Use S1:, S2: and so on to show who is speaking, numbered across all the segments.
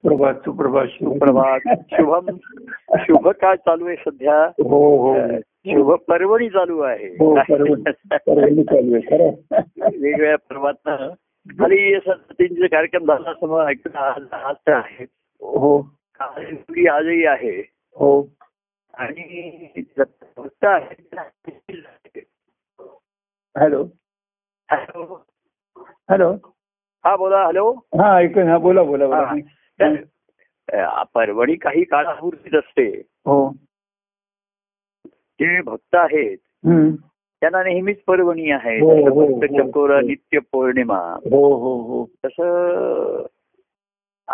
S1: सुप्रभात सुप्रभात
S2: सुप्रभात. शुभम. शुभ काय चालू आहे सध्या
S1: हो हो
S2: अ, शुभ पर्वणी चालू आहे
S1: हो, पर्वणी. सर्वांनी चालू आहे खरं आहे.
S2: वेगवेगळ्या पर्वात खाली असं सतींचे कार्यक्रम झाला असं मला ऐकलं आज आज तर आहे
S1: हो
S2: काल पूर्वी आजही आहे
S1: हो
S2: आणि भक्त आहे
S1: हॅलो
S2: हॅलो.
S1: हॅलो
S2: हा बोला हॅलो
S1: हा ऐकून हा बोला बोला बोला
S2: हा. तर, अ, पर्वणी काही काळापूर्वीच असते
S1: हो
S2: जे भक्त आहेत
S1: हम्म.
S2: त्यांना नेहमीच पर्वणी आहे
S1: हो, हो,
S2: जसं भक्त
S1: हो,
S2: चकोरा
S1: हो.
S2: नित्य पौर्णिमा
S1: हो हो हो
S2: तसं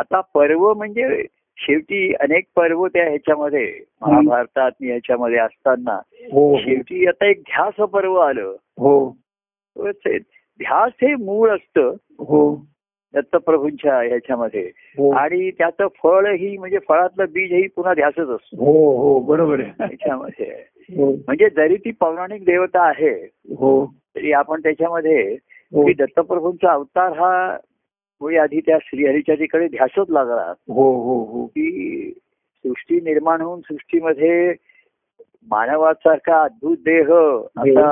S2: आता पर्व म्हणजे शेवटी अनेक पर्व त्या ह्याच्यामध्ये महाभारतात आणि ह्याच्यामध्ये असताना
S1: हो
S2: शेवटी आता एक ध्यास पर्व आलं
S1: हो
S2: तोच हे ध्यास हे मूळ असतं
S1: हो
S2: दत्तप्रभूंच्या ह्याच्यामध्ये
S1: हो
S2: आणि त्याचं फळ ही म्हणजे फळातलं बीज ही पुन्हा ध्यासच असतो
S1: हो हो बरोबर आहे
S2: त्याच्यामध्ये
S1: हो
S2: म्हणजे जरी ती पौराणिक देवता आहे
S1: हो
S2: तरी आपण त्याच्यामध्ये
S1: हो
S2: की दत्तप्रभूंचा अवतार हा मुळे आधी त्या श्रीहरीच्या तिकडे ध्यासच लागला
S1: हो हो हो
S2: की सृष्टी निर्माण होऊन सृष्टीमध्ये मानवासारखा अद्भुत देह आता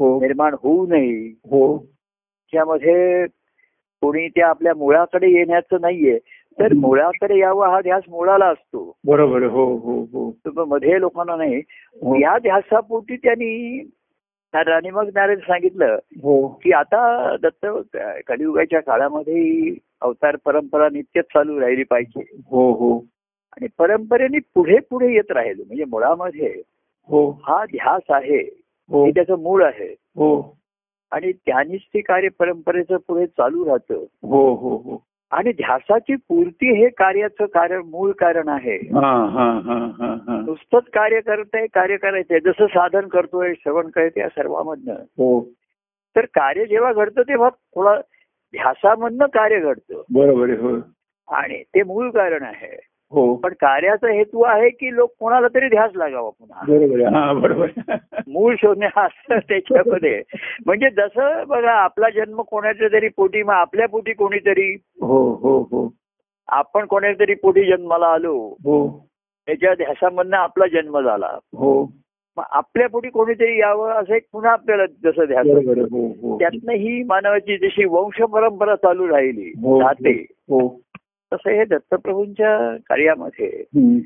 S1: हो
S2: निर्माण होऊ नये
S1: हो
S2: त्यामध्ये कोणी त्या आपल्या मुळाकडे येण्याचं नाहीये तर मुळाकडे यावा हा ध्यास मुळाला असतो
S1: बरोबर आहे. हो हो हो
S2: तर मध्ये लोकांना
S1: हो.
S2: नाही या ध्यासापोटी त्यांनी राणी मग नारायण सांगितलं
S1: हो
S2: की आता दत्त कलियुगाच्या काळामध्ये ही अवतार परंपरा नित्यच चालू राहिली पाहिजे
S1: हो हो
S2: आणि परंपरेने पुढे पुढे येत राहिलो म्हणजे मुळामध्ये
S1: हो
S2: हा ध्यास आहे हे
S1: हो
S2: त्याचं मूळ आहे
S1: हो
S2: आणि त्यानेच ते कार्य परंपरेचं पुढे चालू राहतं
S1: हो हो हो
S2: आणि ध्यासाची पूर्ती हे कार्याचं कारण मूळ कारण आहे
S1: हा हा हा हा हा
S2: नुसतंच कार्य करतंय कार्य करायचंय जसं साधन करतोय श्रवण करते या सर्वामधनं
S1: हो
S2: तर कार्य जेव्हा घडतं तेव्हा थोडा ध्यासामधनं कार्य घडतं
S1: बरोबर आहे. हो
S2: आणि ते मूळ कारण आहे
S1: हो
S2: पण कार्याचा हेतू आहे की लोक कोणाला तरी ध्यास लागावा पुन्हा
S1: बरोबर आहे. हा बरोबर आहे.
S2: मूळ शोधणे हा असतं त्याच्यामध्ये म्हणजे जसं बघा आपला जन्म कोणाच्या तरी पोटी मग आपल्या पोटी कोणीतरी
S1: हो हो हो
S2: आपण कोणाच्या तरी पोटी जन्माला आलो
S1: हो
S2: त्याच्या ध्यासामधनं आपला जन्म झाला
S1: हो
S2: मग आपल्या पोटी कोणीतरी यावं असं एक पुन्हा आपल्याला जसं ध्यास
S1: बरोबर आहे. हो हो
S2: त्यातनं ही मानवाची जशी वंश परंपरा चालू राहिली
S1: हो.
S2: जाते
S1: हो
S2: तसं हे दत्तप्रभूंच्या कार्यामध्ये
S1: हम्म.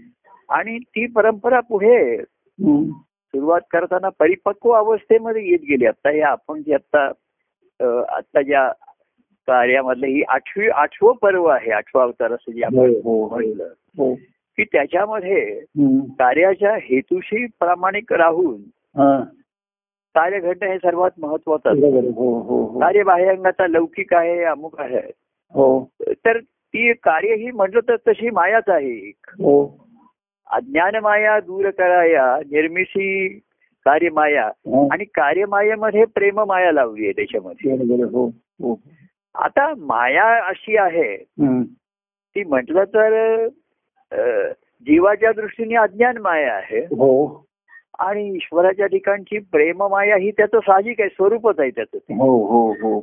S2: आणि ती परंपरा पुढे
S1: हम्म.
S2: सुरुवात करताना परिपक्व अवस्थेमध्ये येत गेली आता हे आपण जे आता अं, आता ज्या कार्यामधलं ही आठवी आठवं पर्व आहे आठवा अवतार असं जे आपण
S1: हो हो हो
S2: म्हणलं
S1: हो
S2: की त्याच्यामध्ये
S1: हम्म.
S2: कार्याच्या हेतूशी प्रामाणिक राहून
S1: हा.
S2: कार्य घडणं हे सर्वात महत्वाचं असतं.
S1: बरोबर आहे. हो हो हो
S2: कार्य बाह्यांगाचा लौकिक आहे अमुक आहे
S1: हो
S2: तर ती कार्य ही म्हटलं तर तशी मायाच आहे एक
S1: हो
S2: अज्ञान माया दूर कराया निर्मिशी कार्यमाया
S1: हा.
S2: आणि कार्यमायेमध्ये प्रेम माया लावली आहे त्याच्यामध्ये
S1: बरोबर आहे. हो हो
S2: आता माया अशी आहे
S1: हम्म.
S2: ती म्हटलं तर अ, जीवाच्या दृष्टीने अज्ञान माया आहे
S1: हो
S2: आणि ईश्वराच्या ठिकाणची प्रेम माया ही त्याचं साहजिक आहे स्वरूपच आहे त्याचं ते
S1: हो हो हो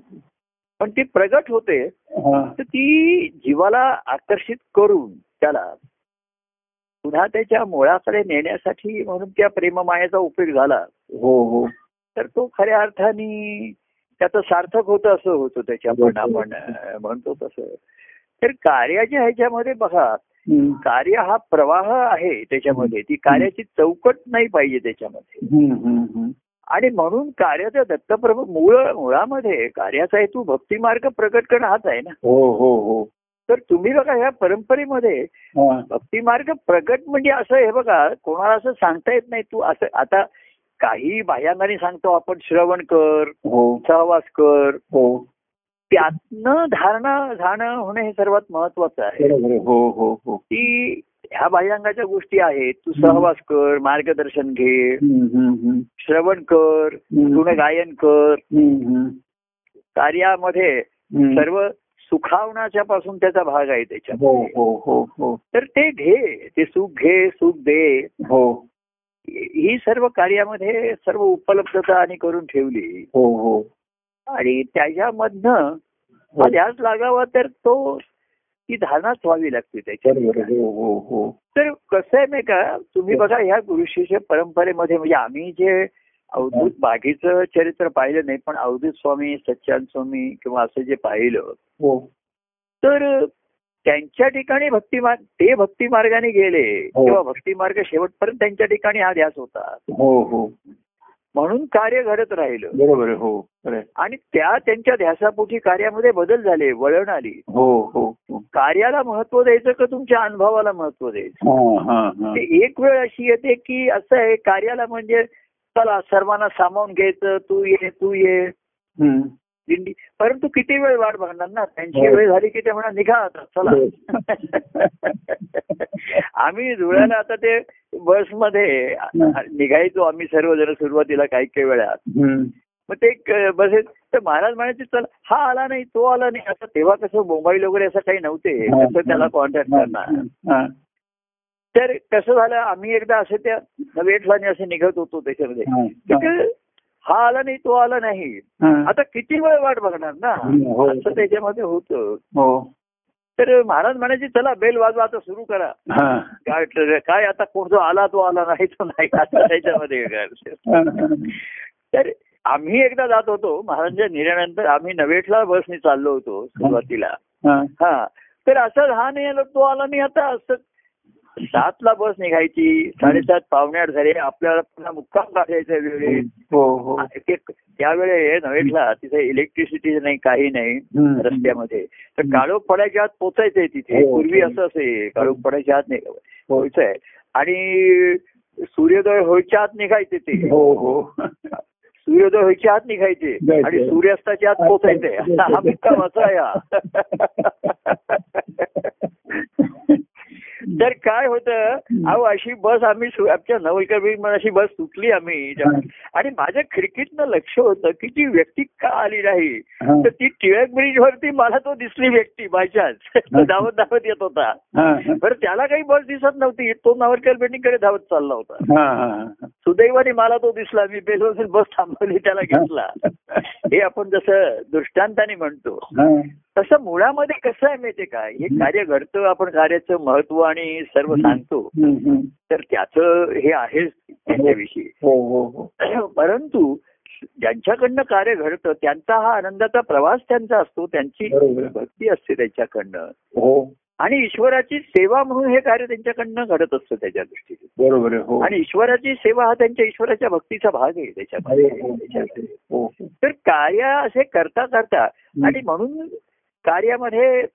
S2: पण ती प्रगट होते
S1: हा.
S2: तर ती जीवाला आकर्षित करून त्याला पुन्हा त्याच्या मुळाकडे नेण्यासाठी म्हणून त्या प्रेममायाचा उपयोग झाला
S1: हो हो
S2: तर तो खऱ्या अर्थाने त्याचं सार्थक होतं असं होतं त्याच्या आपण आपण अं, म्हणतो तसं तर कार्याच्या ह्याच्यामध्ये बघा
S1: हम्म.
S2: कार्य हा प्रवाह आहे त्याच्यामध्ये ती कार्याची चौकट नाही पाहिजे त्याच्यामध्ये
S1: हम्म, हम्म, हम्म.
S2: आणि म्हणून कार्याचा दत्तप्रभू मूळ मुळामध्ये कार्याचा हेतू भक्ती मार्ग प्रकट करणं हाच आहे ना
S1: हो हो हो
S2: तर तुम्ही बघा ह्या परंपरेमध्ये
S1: हा.
S2: भक्ती मार्ग प्रगट म्हणजे असं हे बघा कोणाला असं सांगता येत नाही तू असं आता काही बाह्यांनी सांगतो आपण श्रवण कर
S1: हो
S2: सहवास कर
S1: हो
S2: त्यातनं धारणा जाणं होणं हे सर्वात महत्वाचं आहे
S1: बरोबर आहे. हो हो हो
S2: की ह्या बाह्यांगाच्या गोष्टी आहेत तू सहवास कर मार्गदर्शन घे
S1: हम्म, हम्म, हम्म.
S2: श्रवण कर
S1: हम्म.
S2: गुण गायन कर
S1: हम्म, हम्म.
S2: कार्यामध्ये
S1: हम्म.
S2: सर्व सुखावण्याच्या पासून त्याचा भाग आहे
S1: हो
S2: त्याच्यामध्ये
S1: हो हो हो
S2: तर ते घे ते सुख घे सुख दे
S1: हो
S2: ही सर्व कार्यामध्ये सर्व उपलब्धता आणि करून ठेवली
S1: हो हो
S2: आणि त्याच्यामधनं हा ध्यास लागावा तर तो ती धारणाच व्हावी लागते
S1: बरोबर
S2: त्याच्या
S1: आहे. हो हो हो
S2: तर कसं आहे माहिती का तुम्ही बघा ह्या गुरुशिष्य परंपरेमध्ये म्हणजे आम्ही जे अवधूत बागीचं चरित्र पाहिलं नाही पण अवधूत स्वामी सच्चान स्वामी किंवा असं जे पाहिलं
S1: हो
S2: तर त्यांच्या ठिकाणी भक्तिमार्ग ते भक्तिमार्गाने गेले
S1: हो.
S2: किंवा भक्तिमार्ग शेवटपर्यंत त्यांच्या ठिकाणी हा ध्यास होता
S1: हो हो
S2: म्हणून कार्य घडत राहिलं
S1: बरोबर आहे. हो खरं आहे.
S2: आणि त्या त्यांच्या ध्यासापोटी कार्यामध्ये बदल झाले वळण आली
S1: हो हो हो.
S2: कार्याला महत्व द्यायचं का तुमच्या अनुभवाला महत्व द्यायचं
S1: हा हा हा
S2: ते एक वेळ अशी येते की असं आहे कार्याला म्हणजे चला सर्वांना सामावून घ्यायचं तू ये तू ये
S1: हम्म.
S2: दिंडी परंतु किती वेळ वाट बघणार ना त्यांची
S1: हो.
S2: वेळ झाली की ते म्हणा निघा आता चला आम्ही धुळ्याला आता ते बसमध्ये निघायचो आम्ही सर्वजण सुरुवातीला काही काही वेळा
S1: हम्म.
S2: मग ते एक बसेल तर महाराज म्हणायचे चल हा आला नाही तो आला नाही असं तेव्हा कसं मोबाईल वगैरे असं काही नव्हते
S1: हा,
S2: कसं त्याला
S1: हा,
S2: कॉन्टॅक्ट
S1: हा,
S2: करणार
S1: हा.
S2: तर कसं झालं आम्ही एकदा असे त्या नवेटलाने असे निघत होतो त्याच्यामध्ये
S1: हा, हा.
S2: तर हा आला नाही तो आला नाही
S1: हा.
S2: आता किती वेळ वाट बघणार ना
S1: हो.
S2: असं त्याच्यामध्ये होतं
S1: हो
S2: तर महाराज म्हणायचे चला बेल वाजवा आता सुरू करा
S1: हा.
S2: काय टर- काय आता कोण जो आला तो आला नाही तो नाही असं त्याच्यामध्ये हे करायचं.
S1: हा, हा.
S2: तर आम्ही एकदा जात होतो महाराजांच्या निर्णयानंतर आम्ही नवेठला बसने चाललो होतो सुरुवातीला
S1: हा.
S2: हा तर असं हा नाही आला तो आला नाही आता असं सातला बस निघायची साडेसात पावणे आठ झाले आपल्याला पुन्हा मुक्काम काढायचा वेळेत
S1: हो हो
S2: आ- ते- त्यावेळे नवेटला तिथे इलेक्ट्रिसिटी नाही काही नाही
S1: हम्म.
S2: रस्त्यामध्ये तर
S1: हम्म.
S2: काळोख पडायच्या आत पोचायचंय तिथे
S1: हो, हो.
S2: पूर्वी असं असे काळोख पडायच्या आत नाही
S1: हो.
S2: पोहोचाय आणि सूर्योदय होईच्या आत निघायचे ते
S1: हो हो
S2: सूर्योदय व्हायच्या आत निघायचे
S1: जायचे.
S2: आणि सूर्यास्ताच्या आत पोचायचे हा हा मुक्काम असा या तर काय होतं अहो अशी बस आम्ही सु- आमच्या नवलकर बीड मध्ये अशी बस सुटली आम्ही
S1: हा.
S2: आणि माझ्या खिडकीतनं लक्ष होतं की ती व्यक्ती का आली नाही
S1: हा.
S2: तर ती टिळक ब्रिज वरती मला तो दिसली व्यक्ती बायचान्स धावत धावत येत होता
S1: हा, हा.
S2: बरं त्याला काही बस दिसत नव्हती तो नवलकर बिल्डिंगकडे धावत चालला होता
S1: हा, हा,
S2: सुदैवाने मला तो दिसला मी बेलवरून बस थांबवली त्याला घेतला हे आपण जसं दृष्टांताने म्हणतो
S1: हा.
S2: तसं मुळामध्ये कसं आहे माहितीये का हे कार्य घडतं आपण कार्याचं महत्व आणि सर्व सांगतो
S1: हम्म, हम्म.
S2: तर त्याचं हे आहेच त्याच्याविषयी
S1: हो हो हो
S2: परंतु ज्यांच्याकडनं कार्य घडतं त्यांचा हा आनंदाचा प्रवास त्यांचा असतो त्यांची
S1: बरोबर आहे.
S2: भक्ती असते त्यांच्याकडनं
S1: हो
S2: आणि ईश्वराची सेवा म्हणून हे कार्य त्यांच्याकडनं घडत असतं त्याच्या दृष्टीने
S1: बरोबर आहे. हो
S2: आणि ईश्वराची सेवा हा त्यांच्या ईश्वराच्या भक्तीचा भाग आहे
S1: अरे, हो,
S2: त्याच्यामध्ये
S1: हो, हो.
S2: तर कार्य असे करता करता आणि म्हणून कार्यामध्ये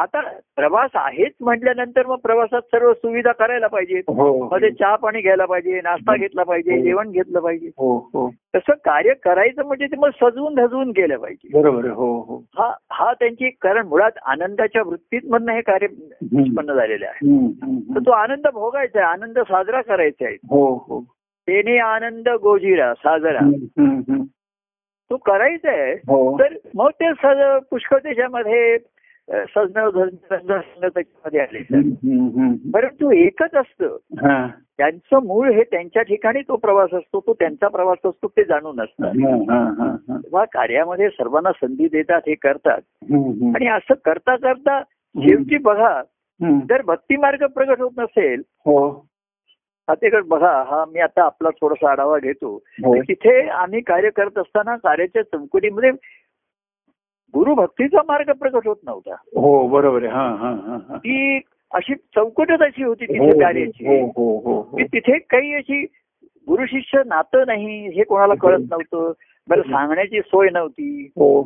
S2: आता प्रवास आहेच म्हटल्यानंतर मग प्रवासात सर्व सुविधा करायला पाहिजे
S1: हो
S2: मध्ये चहा पाणी घ्यायला पाहिजे नाश्ता घेतला पाहिजे
S1: हो.
S2: जेवण घेतलं पाहिजे
S1: हो हो
S2: तसं कार्य करायचं म्हणजे ते मग सजवून धजवून गेलं पाहिजे
S1: बरोबर आहे. हो हो
S2: हा हा त्यांची कारण मुळात आनंदाच्या वृत्तीमधनं हे कार्य उत्पन्न झालेले आहे
S1: हम्म, हम्म,
S2: तर
S1: हम्म.
S2: तो आनंद भोगायचा आहे आनंद साजरा करायचा आहे
S1: हो हो
S2: तेने आनंद गोजिरा साजरा
S1: हम्म, हम्म, हम्म.
S2: तो करायचा आहे
S1: हो
S2: तर मग ते सज पुष्कळ त्याच्यामध्ये अ, सजणं धजणं रंग रंग त्याच्यामध्ये आले
S1: हम्म, हम्म, हम्म.
S2: परंतु एकच असतं
S1: हा,
S2: त्यांचं मूळ हे त्यांच्या ठिकाणी तो प्रवास असतो तो त्यांचा प्रवास असतो ते जाणून असतात
S1: हा, हा, हा, हा.
S2: तेव्हा कार्यामध्ये सर्वांना संधी देतात हे करतात
S1: हम्म, हम्म.
S2: आणि असं करता करता शेवटी बघा
S1: हम्म.
S2: जर भक्ती मार्ग प्रगट होत नसेल
S1: हो
S2: हातेकड बघा हा मी आता आपला थोडासा आढावा घेतो
S1: हो
S2: तर तिथे आम्ही कार्य करत असताना कार्याच्या चौकटीमध्ये गुरु भक्तीचा मार्ग प्रगट होत नव्हता
S1: हो बरोबर आहे. हा हा हा हा.
S2: ती अशी चौकटच अशी होती
S1: हो,
S2: तिथे
S1: हो
S2: कार्याची
S1: हो हो
S2: की
S1: हो
S2: तिथे काही अशी गुरु शिष्य नातं नाही हे कोणाला कळत नव्हतं बरं सांगण्याची सोय नव्हती
S1: हो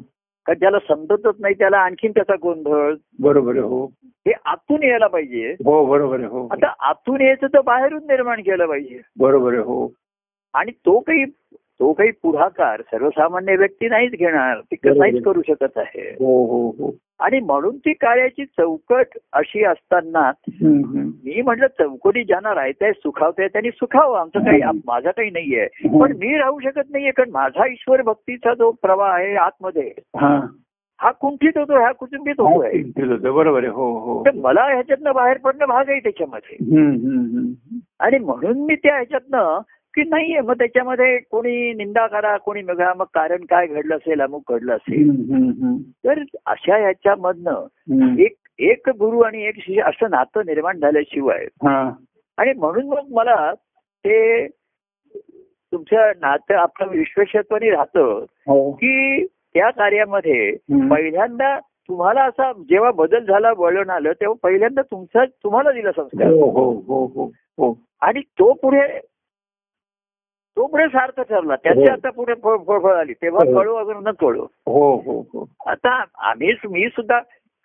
S2: का ज्याला समजतच नाही त्याला आणखीन त्याचा गोंधळ
S1: बरोबर आहे. हो
S2: हे आतून यायला पाहिजे
S1: हो बरोबर आहे. हो
S2: आता आतून यायचं तर बाहेरून निर्माण केलं पाहिजे
S1: बरोबर आहे. हो
S2: आणि तो काही तो काही पुढाकार सर्वसामान्य व्यक्ती नाहीच घेणार ती क-
S1: बरोबर.
S2: नाहीच करू शकत आहे
S1: हो हो हो
S2: आणि म्हणून ती कार्याची चौकट अशी असताना
S1: हम्म, हम्म.
S2: मी म्हटलं चौकटी ज्यांना राहायचंय सुखावतंय त्यांनी सुखावं आमचं काही आप- माझा काही नाहीये
S1: हम्म.
S2: पण मी राहू शकत नाहीये कारण माझा ईश्वर भक्तीचा जो प्रवाह आहे आतमध्ये
S1: हा हो,
S2: हा कुंठित होतो ह्या कुटुंबित होतो आहे
S1: दिलं होतं. बरोबर आहे. हो हो
S2: तर मला ह्याच्यातनं बाहेर पडणं भाग आहे त्याच्यामध्ये
S1: हम्म, हम्म, हम्म.
S2: आणि म्हणून मी त्या ह्याच्यातनं की नाहीये मग त्याच्यामध्ये कोणी निंदा करा कोणी बघा मग कारण काय घडलं असेल अमुक घडलं असेल
S1: हम्म, हम्म, हम्म.
S2: तर अशा ह्याच्यामधनं
S1: हम्म.
S2: एक एक गुरु आणि एक शिष्य असं नातं निर्माण झाल्याशिवाय
S1: हा
S2: आणि म्हणून मग मला ते तुमचं नातं आपलं विश्वेषत्वानी राहतं
S1: हो
S2: की त्या कार्यामध्ये
S1: हम्म.
S2: पहिल्यांदा तुम्हाला असा जेव्हा बदल झाला वळण आलं तेव्हा पहिल्यांदा तुमचा तुम्हाला दिला संस्कार
S1: हो हो हो हो हो
S2: आणि तो पुढे तो पुढे सार्थ ठरला त्याची
S1: हो.
S2: आता पुढे फळ फळ- फळ आली तेव्हा
S1: हो.
S2: कळू अगर न कळू
S1: हो हो हो
S2: आता आम्ही मी सुद्धा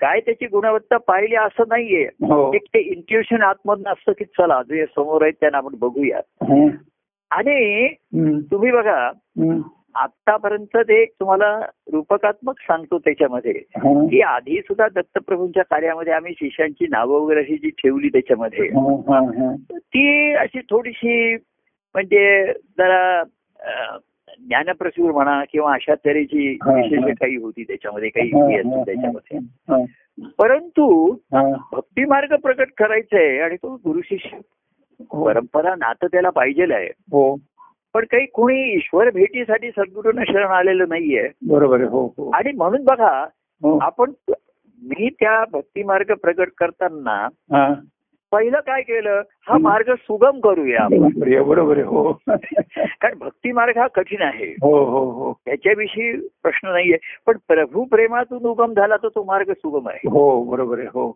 S2: काय त्याची गुणवत्ता पाहिली असं नाहीये
S1: हो
S2: एक ते इंट्युशन आतमधून असतं की चला जे समोर आहेत त्यांना आपण बघूया
S1: हं.
S2: आणि
S1: हं.
S2: तुम्ही बघा
S1: हं.
S2: आतापर्यंत ते एक तुम्हाला रूपकात्मक सांगतो त्याच्यामध्ये
S1: हं.
S2: की आधी सुद्धा दत्तप्रभूंच्या कार्यामध्ये आम्ही शिष्यांची नावं वगैरे अशी जी ठेवली त्याच्यामध्ये
S1: हं, हं, हं.
S2: ती अशी थोडीशी म्हणजे जरा अ, ज्ञानप्रचूर म्हणा किंवा अशा तऱ्हेची
S1: हा, हा.
S2: विशेष काही होती त्याच्यामध्ये काही युक्ती असते त्याच्यामध्ये
S1: हं,
S2: परंतु
S1: हं.
S2: भक्ती मार्ग प्रकट करायचा आहे आणि तो गुरु शिष्य परंपरा नातं त्याला पाहिजेल आहे
S1: हो
S2: पण काही कोणी ईश्वर भेटीसाठी सद्गुरूंना शरण आलेलं नाहीये
S1: बरोबर आहे. हो हो
S2: आणि म्हणून बघा
S1: हो
S2: आपण मी त्या भक्ती मार्ग प्रकट करताना
S1: हं.
S2: पहिलं काय केलं हा
S1: हं.
S2: मार्ग सुगम करूया आपण.
S1: बरोबर आहे, बरोबर आहे. हो
S2: कारण भक्ती मार्ग हा कठीण आहे
S1: हो हो हो
S2: त्याच्याविषयी प्रश्न नाहीये पण प्रभू प्रेमातून उगम झाला तर तो मार्ग सुगम आहे
S1: हो बरोबर आहे हो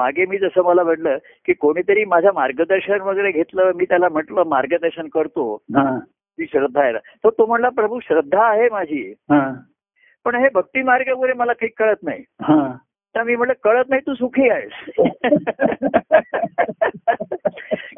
S2: मागे मी जसं मला म्हटलं की कोणीतरी माझं मार्गदर्शन वगैरे घेतलं मी त्याला म्हटलं मार्गदर्शन करतो
S1: हं,
S2: ती श्रद्धा आहे तर तो म्हणला प्रभू श्रद्धा आहे माझी
S1: हं,
S2: पण हे भक्ती मार्ग वगैरे मला काही कळत नाही
S1: हं.
S2: तर मी म्हटलं कळत नाही तू सुखी आहेस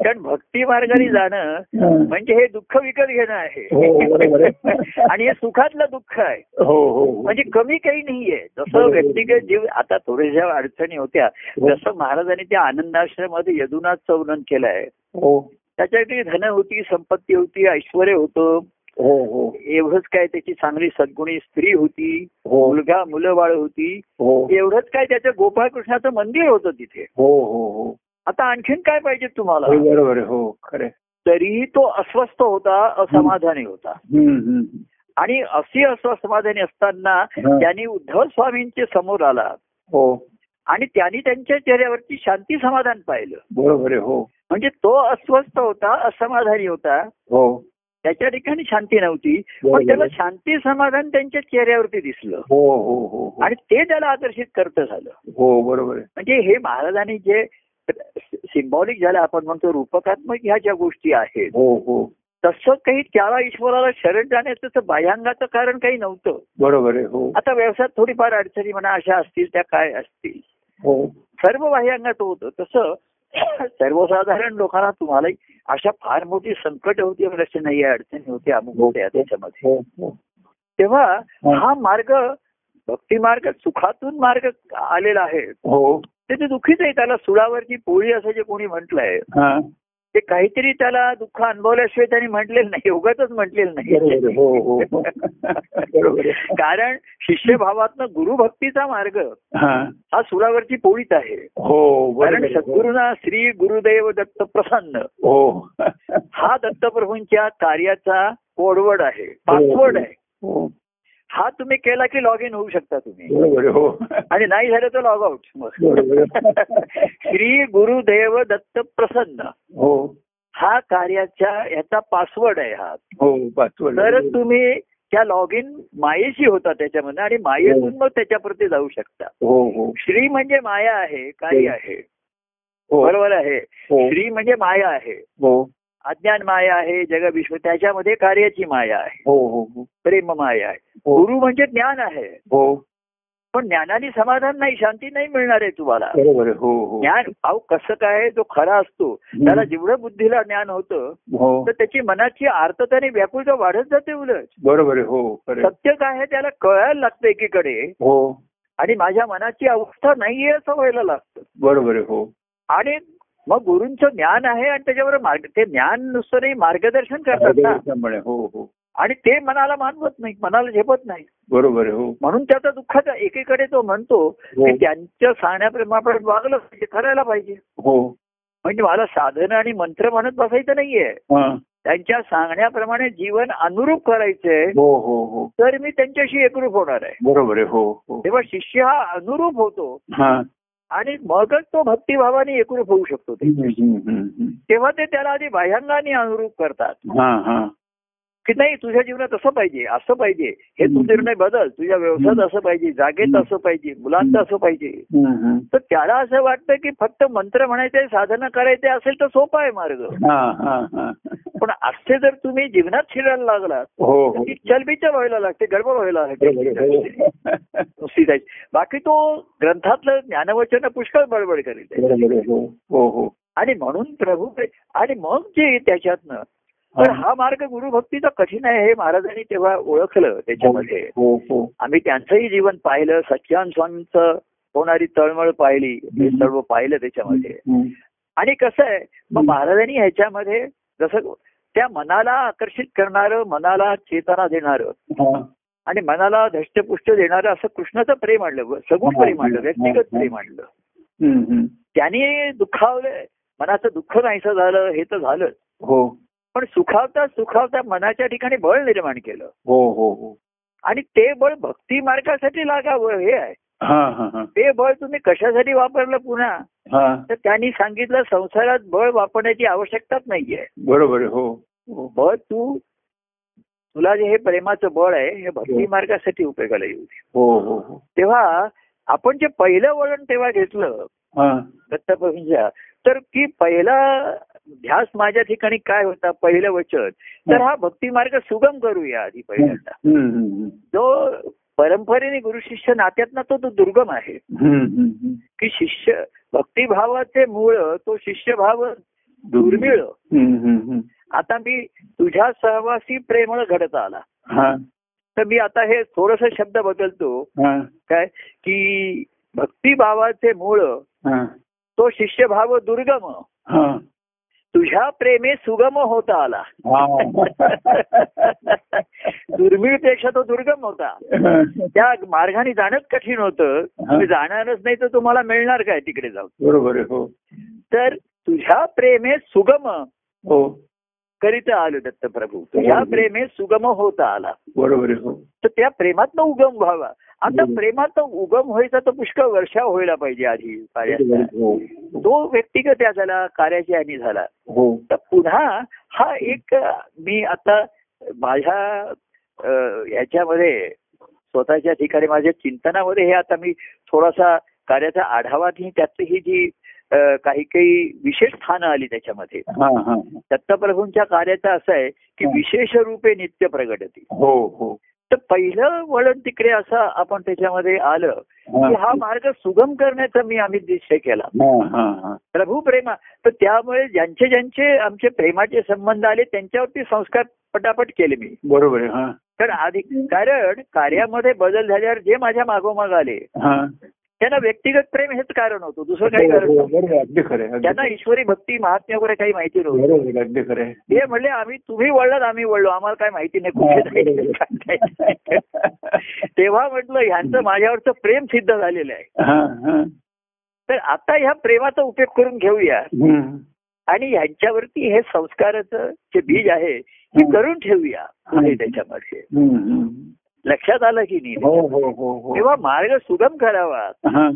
S2: कारण भक्ती मार्गाने जाणं
S1: हं.
S2: म्हणजे हे दुःख विकत घेणं
S1: हो, बरोबर
S2: आहे
S1: आहे.
S2: आणि हे सुखातलं दुःख आहे
S1: हो हो हो.
S2: म्हणजे कमी काही नाहीये जसं
S1: बरोबर.
S2: व्यक्तिगत जीव आता थोड्याशा अडचणी होत्या
S1: हो.
S2: जसं महाराजांनी त्या आनंदाश्रमामध्ये यदुनाथ चौनन केलं आहे
S1: हो
S2: त्याच्यासाठी धन होती संपत्ती होती ऐश्वर होतं
S1: हो हो
S2: एवढंच काय त्याची चांगली सद्गुणी स्त्री होती
S1: हो
S2: मुलगा मुलं बाळ होती
S1: हो
S2: एवढंच काय त्याचं गोपाळकृष्णाचं मंदिर होतं तिथे
S1: हो हो हो
S2: आता आणखीन काय पाहिजे तुम्हाला
S1: हो, बरोबर आहे. हो खरे
S2: तरीही तो अस्वस्थ होता असमाधानी होता आणि अशी असमाधानी असताना त्यांनी उद्धव स्वामींच्या समोर आला
S1: हो
S2: आणि त्यांनी त्यांच्या चेहऱ्यावरती शांती समाधान पाहिलं
S1: बरोबर आहे. हो
S2: म्हणजे तो अस्वस्थ होता असमाधानी होता
S1: हो
S2: त्याच्या ठिकाणी शांती नव्हती पण
S1: बरोबर
S2: त्याला
S1: आहे.
S2: शांती समाधान त्यांच्या चेहऱ्यावरती दिसलं
S1: हो हो हो हो.
S2: आणि ते त्याला आकर्षित करत झालं
S1: हो बरोबर आहे.
S2: म्हणजे हे महाराजांनी जे सिम्बॉलिक ज्याला आपण म्हणतो रूपकात्मक ह्या ज्या गोष्टी आहेत
S1: हो हो
S2: तसं काही त्याला ईश्वराला शरण जाण्याचं तर बाह्यांगाचं कारण काही नव्हतं
S1: बरोबर आहे. हो
S2: आता व्यवसायात थोडीफार अडचणी म्हणा अशा असतील त्या काय असतील
S1: हो
S2: सर्व बाह्यांगाचं होतं तसं सर्वसाधारण लोकांना तुम्हाला अशा फार मोठी संकट होती वगैरे अशी नाही आहे, अडचणी होत्या अमुक होत्या त्याच्यामध्ये
S1: हो हो
S2: तेव्हा हा मार्ग भक्ती मार्ग सुखातून मार्ग आलेला आहे
S1: हो
S2: ते ते दुःखीच आहे त्याला सुळावरची पोळी असं जे कोणी म्हटलंय
S1: हा
S2: ते काहीतरी त्याला दुःख अनुभवल्याशिवाय त्यांनी म्हटलेलं नाही उगाच म्हटलेलं
S1: बरोबर आहे. हो हो
S2: नाही
S1: हो बरोबर आहे.
S2: कारण शिष्यभावातनं गुरुभक्तीचा मार्ग
S1: हा
S2: हा सुरावरची पोळीच आहे
S1: हो
S2: कारण
S1: बरोबर आहे.
S2: सद्गुरूंना श्री गुरुदेव दत्त प्रसन्न
S1: हो
S2: हा दत्तप्रभूंच्या कार्याचा कोडवड आहे पासवर्ड आहे
S1: हो
S2: हा तुम्ही केला की लॉग इन होऊ शकता तुम्ही
S1: बरोबर आहे. हो
S2: आणि नाही झालं तर लॉग आउट
S1: बरोबर
S2: मग
S1: आहे.
S2: श्री गुरुदेव दत्त प्रसन्न
S1: हो
S2: हा कार्याचा ह्याचा पासवर्ड आहे हा
S1: हो पाचवड
S2: तर तुम्ही त्या लॉग इन मायेशी होता त्याच्यामध्ये आणि मायेतून मग त्याच्याप्रती जाऊ शकता
S1: हो हो
S2: श्री म्हणजे माया आहे कार्य आहे
S1: हो
S2: बरोबर आहे
S1: हो
S2: श्री म्हणजे माया आहे
S1: हो
S2: अज्ञान माया आहे जगविश्व त्याच्यामध्ये कार्याची माया आहे
S1: हो हो हो
S2: प्रेम माया आहे
S1: हो
S2: गुरु म्हणजे ज्ञान आहे
S1: हो
S2: पण ज्ञानाने समाधान नाही शांती नाही मिळणार आहे तुम्हाला
S1: बरोबर आहे. हो हो
S2: ज्ञान अहो कसं काय जो खरा असतो
S1: हम्म.
S2: त्याला जेवढं बुद्धीला ज्ञान होतं
S1: हो
S2: तर त्याची मनाची आर्तता आणि व्याकुळता वाढत जाते उलट
S1: बरोबर आहे. हो खरं आहे.
S2: सत्य काय आहे त्याला कळायला लागतं एकीकडे
S1: हो
S2: आणि माझ्या मनाची अवस्था नाहीये असं व्हायला लागतं
S1: बरोबर आहे. हो
S2: आणि मग गुरूंचं ज्ञान आहे आणि त्याच्यावर मार्ग ते ज्ञान नुसतंही मार्गदर्शन करतात ना
S1: त्याप्रमाणे. हो हो
S2: आणि ते मनाला मानवत नाही मनाला झेपत नाही
S1: बरोबर आहे. हो
S2: म्हणून त्याचा दुःखाचा एकीकडे तो म्हणतो की
S1: हो.
S2: त्यांच्या सांगण्याप्रमाणे वागलं पाहिजे करायला पाहिजे
S1: हो
S2: म्हणजे मला साधन आणि मंत्र म्हणत बसायचं नाहीये
S1: हा.
S2: त्यांच्या सांगण्याप्रमाणे जीवन अनुरूप करायचंय
S1: हो हो हो
S2: तर मी त्यांच्याशी एकरूप होणार आहे
S1: बरोबर आहे. हो हो
S2: तेव्हा शिष्य हा अनुरूप होतो
S1: हा
S2: आणि मगच तो भक्तिभावाने एकरूप होऊ शकतो ते
S1: हम्म, हम्म, हम्म, हम्म.
S2: तेव्हा ते त्याला आधी बाह्यांगाने अनुरूप करतात
S1: हा हा
S2: की नाही तुझ्या जीवनात असं पाहिजे असं पाहिजे हे तू
S1: हम्म.
S2: निर्णय बदल तुझ्या व्यवसायात असं पाहिजे जागेत असं पाहिजे मुलांत असं पाहिजे
S1: हम्म, हम्म.
S2: तर त्याला असं वाटतं की फक्त मंत्र म्हणायचे साधना करायचे असेल तर सोपा आहे मार्ग
S1: हा हा हा
S2: पण असे जर तुम्ही जीवनात शिरायला लागलात
S1: हो
S2: तर
S1: हो
S2: ती चलबिचल व्हायला लागते गडबड व्हायला
S1: बरोबर
S2: लागते
S1: हो.
S2: नुसती जायची. बाकी तो ग्रंथातलं ज्ञानवचन पुष्कळ बडबड करीत आहे.
S1: बरोबर आहे, हो हो हो
S2: आणि म्हणून प्रभू आणि मग जे त्याच्यातनं तर
S1: हो.
S2: हा मार्ग गुरुभक्तीचा कठीण आहे हे महाराजांनी तेव्हा ओळखलं त्याच्यामध्ये
S1: हो हो
S2: आम्ही त्यांचंही जीवन पाहिलं सच्चान स्वामींचं होणारी तळमळ पाहिली हे
S1: हम्म.
S2: सर्व पाहिलं त्याच्यामध्ये
S1: हम्म,
S2: आणि कसं आहे मग
S1: हम्म.
S2: महाराजांनी ह्याच्यामध्ये जसं त्या मनाला आकर्षित करणारं मनाला चेतना देणारं
S1: हा.
S2: आणि मनाला धष्टपुष्ट देणारं असं कृष्णाचं प्रेम आणलं सगुण
S1: हो,
S2: प्रेम आणलं व्यक्तिगत प्रेम आणलं
S1: हम्म, हम्म.
S2: त्याने दुखावलं मनाचं दुःख नाहीसं झालं हे तर झालं
S1: हो
S2: पण सुखावता सुखावता मनाच्या ठिकाणी बळ निर्माण केलं
S1: हो हो हो
S2: आणि ते बळ भक्ती मार्गासाठी लागावं हे आहे
S1: हा हा हा
S2: ते बळ तुम्ही कशासाठी वापरलं पुन्हा
S1: हा
S2: तर त्यांनी सांगितलं संसारात बळ वापरण्याची आवश्यकताच नाहीये
S1: बरोबर आहे, हो हो
S2: बळ तू तुला जे हे प्रेमाचं बळ आहे हे भक्ती
S1: हो.
S2: मार्गासाठी उपयोगाला येऊ दे.
S1: हो हो हो
S2: तेव्हा आपण जे पहिलं वळण तेव्हा घेतलं
S1: हा
S2: दत्तप्रभूंच्या तर की पहिला ध्यास माझ्या ठिकाणी काय होता पहिलं वचन तर हा भक्ती मार्ग सुगम करूया आधी पहिल्यांदा
S1: हम्म, हम्म,
S2: जो परंपरेने गुरु शिष्य नात्यातनं तो तो दुर्गम आहे
S1: हम्म, हम्म, हम्म.
S2: की शिष्य भक्तिभावाचे मूळ तो शिष्यभाव दुर्मिळ
S1: हम्म, हम्म, हम्म.
S2: आता मी तुझ्या सहवासी प्रेमळ घडत आला
S1: हा
S2: तर मी आता हे थोडस शब्द बदलतो
S1: हा
S2: काय की भक्तिभावाचे मूळ
S1: हा
S2: तो शिष्यभाव दुर्गम
S1: हा
S2: तुझ्या प्रेमे सुगम होता आला
S1: हा.
S2: दुर्मिळ पेक्षा तो दुर्गम होता त्या मार्गाने जाणंच कठीण होतं तुम्ही जाणारच नाही तर तुम्हाला मिळणार काय तिकडे जाऊन
S1: बरोबर आहे, हो
S2: तर तुझ्या प्रेमे सुगम
S1: हो
S2: करीता आलो दत्त प्रभू तुझ्या प्रेमे सुगम होता आला
S1: बरोबर आहे, हो
S2: तर त्या प्रेमातनं उगम व्हावा आता प्रेमातनं उगम व्हायचा तर पुष्कळ वर्षा व्हायला पाहिजे आधी
S1: बरोबर
S2: कार्याचा
S1: आहे, हो
S2: तो व्यक्तिगत या झाला कार्याची हानी झाला
S1: हो
S2: तर पुन्हा हा एक मी आता माझ्या अ, ह्याच्यामध्ये स्वतःच्या ठिकाणी माझ्या चिंतनामध्ये हे आता मी थोडासा कार्याचा आढावा घेईन त्यातली ही जी अ, काही काही विशेष स्थानं आली त्याच्यामध्ये
S1: हा हा
S2: दत्तप्रभूंच्या कार्याचं असं आहे की विशेष रूपे नित्य प्रगटती
S1: हो हो
S2: तर पहिलं वळण तिकडे असं आपण त्याच्यामध्ये आलं
S1: हा
S2: की हा मार्ग सुगम करण्याचा मी आम्ही निश्चय केला
S1: हा हा हा
S2: प्रभू प्रेमा तर त्यामुळे ज्यांचे ज्यांचे आमचे प्रेमाचे संबंध आले त्यांच्यावरती संस्कार पटापट केले मी
S1: बरोबर आहे, हा
S2: तर आधी कारण कार्यामध्ये बदल झाल्यावर जे माझ्या मागोमाग आले
S1: हा हो,
S2: त्यांना व्यक्तिगत प्रेम हेच कारण होतं दुसरं काही कारण नव्हतं.
S1: बरोबर आहे, अगदी खरं आहे, अगदी
S2: त्यांना ईश्वरी भक्ती महात्म्य वगैरे काही माहिती नव्हती
S1: बरोबर आहे, अगदी खरं आहे.
S2: ते म्हणले आम्ही तुम्ही वळलात आम्ही वळलो आम्हाला काय माहिती नाही कुठे जायचं, काय जायचं. तेव्हा म्हटलं ह्यांचं माझ्यावरचं प्रेम सिद्ध झालेलं आहे
S1: हा हा
S2: तर आता ह्या प्रेमाचा उपयोग करून घेऊया
S1: हम्म.
S2: आणि ह्यांच्यावरती हे संस्काराचं जे बीज आहे हे
S1: हं.
S2: करून ठेवूया पुढे त्याच्यामध्ये
S1: हम्म, हम्म.
S2: लक्षात आलं की नाही
S1: हो हो हो हो
S2: तेव्हा मार्ग सुगम करावा
S1: हा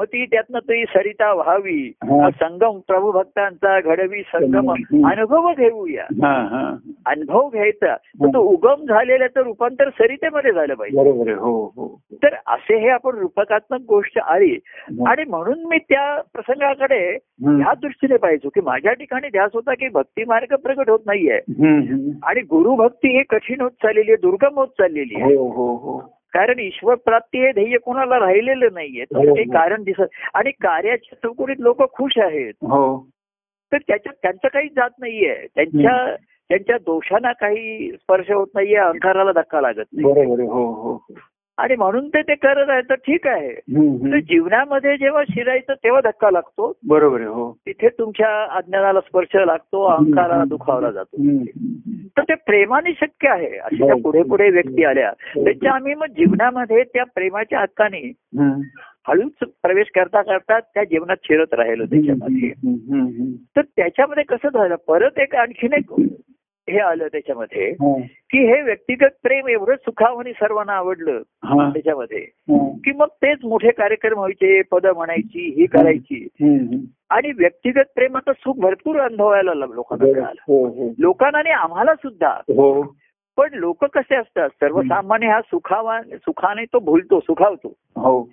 S2: मग ती त्यातनं ती सरिता व्हावी
S1: हा.
S2: मग संगम प्रभू भक्तांचा घडवी संगम
S1: हं.
S2: अनुभव घेऊया
S1: हा हा
S2: अनुभव घ्यायचा
S1: हो.
S2: तर तो उगम झालेल्याचं रूपांतर सरितेमध्ये झालं पाहिजे
S1: बरोबर आहे, हो हो
S2: तर असे हे आपण रूपकात्मक गोष्ट आली
S1: हो.
S2: आणि म्हणून मी त्या प्रसंगाकडे
S1: हम्म.
S2: ह्या दृष्टीने पाहिजे की माझ्या ठिकाणी ध्यास होता की भक्ती मार्ग प्रगट होत नाहीये
S1: हम्म, हम्म.
S2: आणि गुरुभक्ती ही कठीण होत चाललेली आहे दुर्गम होत चाललेली आहे
S1: हो हो हो
S2: कारण ईश्वर प्राप्ती हे ध्येय कोणाला राहिलेलं नाहीये
S1: हो, हो.
S2: ते कारण दिसत आणि कार्याच्या चौकटीत लोक खुश आहेत
S1: हो
S2: तर त्याच्यात त्यांचं काही जात नाहीये त्यांच्या त्यांच्या दोषांना काही स्पर्श होत नाहीये अंकाराला धक्का लागत नाही
S1: बरोबर आहे, हो हो हो.
S2: आणि म्हणून ते ते करत आहे तर ठीक आहे
S1: हम्म,
S2: तर
S1: हम्म.
S2: जीवनामध्ये जेव्हा शिरायचं तेव्हा धक्का लागतो
S1: बरोबर आहे, हो
S2: तिथे तुमच्या अज्ञानाला स्पर्श लागतो अहंकाराला दुखावला जातो
S1: हम्म, हम्म.
S2: तर ते प्रेमाने शक्य आहे अशा
S1: हो,
S2: ज्या पुढे पुढे व्यक्ती आल्या त्याच्या आम्ही मग जीवनामध्ये त्या प्रेमाच्या हक्काने
S1: हम्म.
S2: हळूच प्रवेश करता करता त्या जीवनात शिरत राहिलो त्याच्यामध्ये
S1: हम्म, हम्म, हम्म.
S2: तर त्याच्यामध्ये कसं झालं परत एक आणखीन एक हे आलं त्याच्यामध्ये
S1: हा,
S2: की हे व्यक्तिगत प्रेम एवढं सुखावणी सर्वांना आवडलं
S1: हा,
S2: त्याच्यामध्ये
S1: हा.
S2: की मग तेच मोठे कार्यक्रम व्हायचे पद म्हणायची ही करायची
S1: हम्म, हम्म.
S2: आणि व्यक्तिगत प्रेमाचं सुख भरपूर अनुभवायला लाग- लोकांना मिळालं
S1: हो, हो.
S2: लोकांना आणि आम्हाला सुद्धा
S1: हो.
S2: पण लोक कसे असतात सर्वसामान्य हा सुखावा सुखाने तो भुलतो सुखावतो
S1: हो.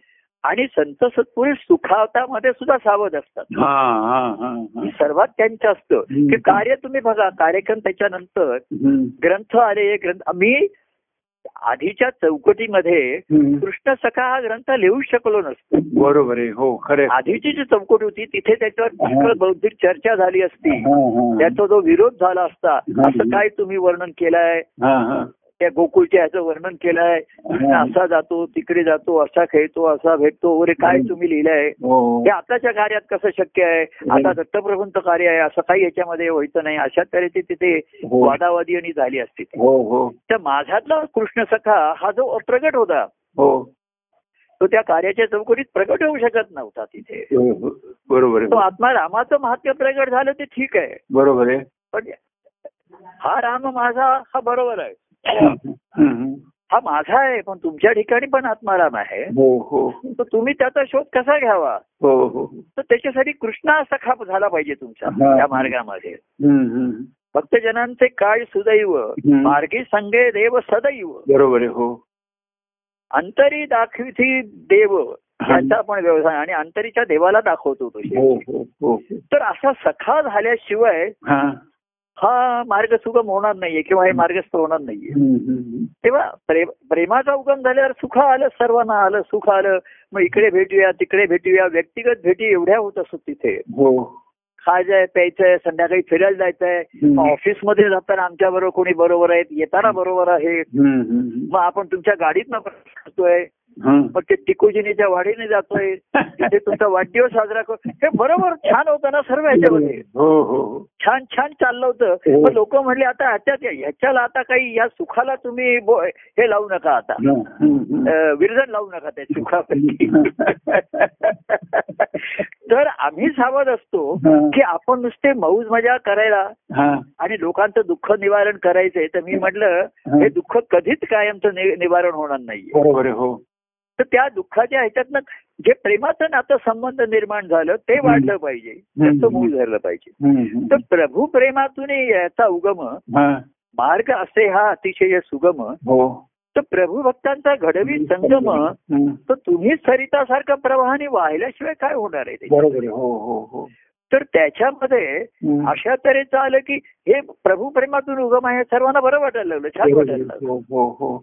S2: आणि संत सत्पुरुष सुखावतामध्ये सुद्धा सावध असतात
S1: हा, हा, हा,
S2: हे
S1: हा.
S2: सर्वात त्यांचं असतं
S1: हम्म.
S2: की कार्य तुम्ही बघा कार्यक्रम त्याच्यानंतर
S1: हम्म,
S2: ग्रंथ आले ग्रंथ मी आधीच्या चौकटीमध्ये
S1: हम्म.
S2: कृष्ण सखा हा ग्रंथ लिहू शकलो नसतो
S1: बरोबर आहे हो खरे
S2: आधीची जी चौकट होती तिथे त्याच्यावर पुष्कळ बौद्धिक चर्चा झाली असती त्याचा जो विरोध झाला असता असं काय तुम्ही वर्णन केलंय त्या गोकुळच्या ह्याचं वर्णन केलंय कृष्ण असा जातो तिकडे जातो असा खेळतो असा भेटतो वगैरे काय तुम्ही लिहिलंय
S1: हो,
S2: हे आताच्या कार्यात कसं शक्य आहे आता दत्तप्रभूंचं कार्य आहे असं काही याच्यामध्ये व्हायचं नाही अशा तऱ्हेची तिथे वादावादी आणि झाली असती
S1: हो हो
S2: तर माझ्यातला कृष्ण सखा हा जो अप्रगट होता
S1: हो
S2: तो त्या कार्याच्या चौकटीत प्रगट होऊ शकत नव्हता तिथे
S1: हो, हो. बरोबर
S2: तो
S1: आहे
S2: आत्मा रामाचं महात्म्य प्रगट झालं ते ठीक आहे
S1: बरोबर आहे
S2: पण हा राम माझा हा बरोबर आहे
S1: हम्म, हम्म.
S2: हा माझा आहे पण तुमच्या ठिकाणी पण आत्माराम आहे
S1: हो हो
S2: तर तुम्ही त्याचा शोध कसा घ्यावा
S1: हो हो
S2: तर त्याच्यासाठी कृष्णा सखा झाला पाहिजे तुमचा
S1: हा.
S2: त्या मार्गामध्ये
S1: हम्म, हम्म.
S2: भक्तजनांचे काय सुदैव
S1: हम्म.
S2: मार्गी संगे देव सदैव
S1: बरोबर आहे हो
S2: अंतरी दाखविती देव याचा पण व्यवसाय आणि अंतरीच्या देवाला दाखवतो तो
S1: हो
S2: शेवटी.
S1: हो हो
S2: तर असा सखा झाल्याशिवाय
S1: हा
S2: हा मार्ग सुगम होणार नाहीये किंवा हे मार्गस्थ होणार नाहीये
S1: हम्म, हम्म.
S2: तेव्हा प्रेम प्रेमाचा उगम झाल्यावर सुख आलं सर्वांना आलं सुख आलं मग इकडे भेटूया तिकडे भेटूया व्यक्तिगत भेटी एवढ्या होत असत तिथे
S1: हो
S2: खायचंय प्यायचंय संध्याकाळी फिरायला जायचंय
S1: हम्म.
S2: ऑफिस मध्ये जाताना आमच्या बरोबर कोणी बरोबर आहेत येताना बरोबर आहे
S1: हम्म, हम्म.
S2: मग आपण तुमच्या गाडीतनं प्रवास करतोय
S1: हं.
S2: मग ते टिकोजीनीच्या वाडीने जातोय तिथे तुमचा वाढदिवस साजरा करतो हे बरोबर छान होतं ना
S1: 예,
S2: सर्व ह्याच्यामध्ये
S1: हो हो हो
S2: छान छान चाललं होतं पण लोक म्हणले आता ह्याच्यात ह्याच्याला आता काही या सुखाला तुम्ही बो- हे लावू नका आता
S1: हं, हं, हं.
S2: अं, विरजण लावू नका त्या सुखापैकी तर आम्ही सावध असतो
S1: हं.
S2: की आपण नुसते मौज मजा करायला
S1: हं,
S2: आणि लोकांचं दुःख निवारण करायचंय तर मी म्हटलं
S1: हं.
S2: हे दुःख कधीच कायमचं नि- निवारण होणार नाहीये
S1: बरोबर आहे हो
S2: तर त्या दुःखाच्या ह्याच्यातनं जे प्रेमाचं नातं संबंध निर्माण झालं ते वाढलं पाहिजे त्याचं मूळ झालं पाहिजे
S1: हं, हं.
S2: तर प्रभू प्रेमातून याचा उगम
S1: हं,
S2: मार्ग असे हा अतिशय सुगम
S1: हो
S2: तर प्रभू भक्तांचा घडवी संगम
S1: हं,
S2: तर तुम्ही सरितासारखा प्रवाहाने वाहिल्याशिवाय काय होणार आहे ते?
S1: बरोबर आहे हो हो हो
S2: तर त्याच्यामध्ये
S1: हं.
S2: अशा तऱ्हेचं आलं की हे प्रभू प्रेमातून उगम आहे हे सर्वांना बरं वाटायला लागलं छान
S1: बरोबर
S2: वाटायला
S1: आहे.
S2: लागलं
S1: हो हो हो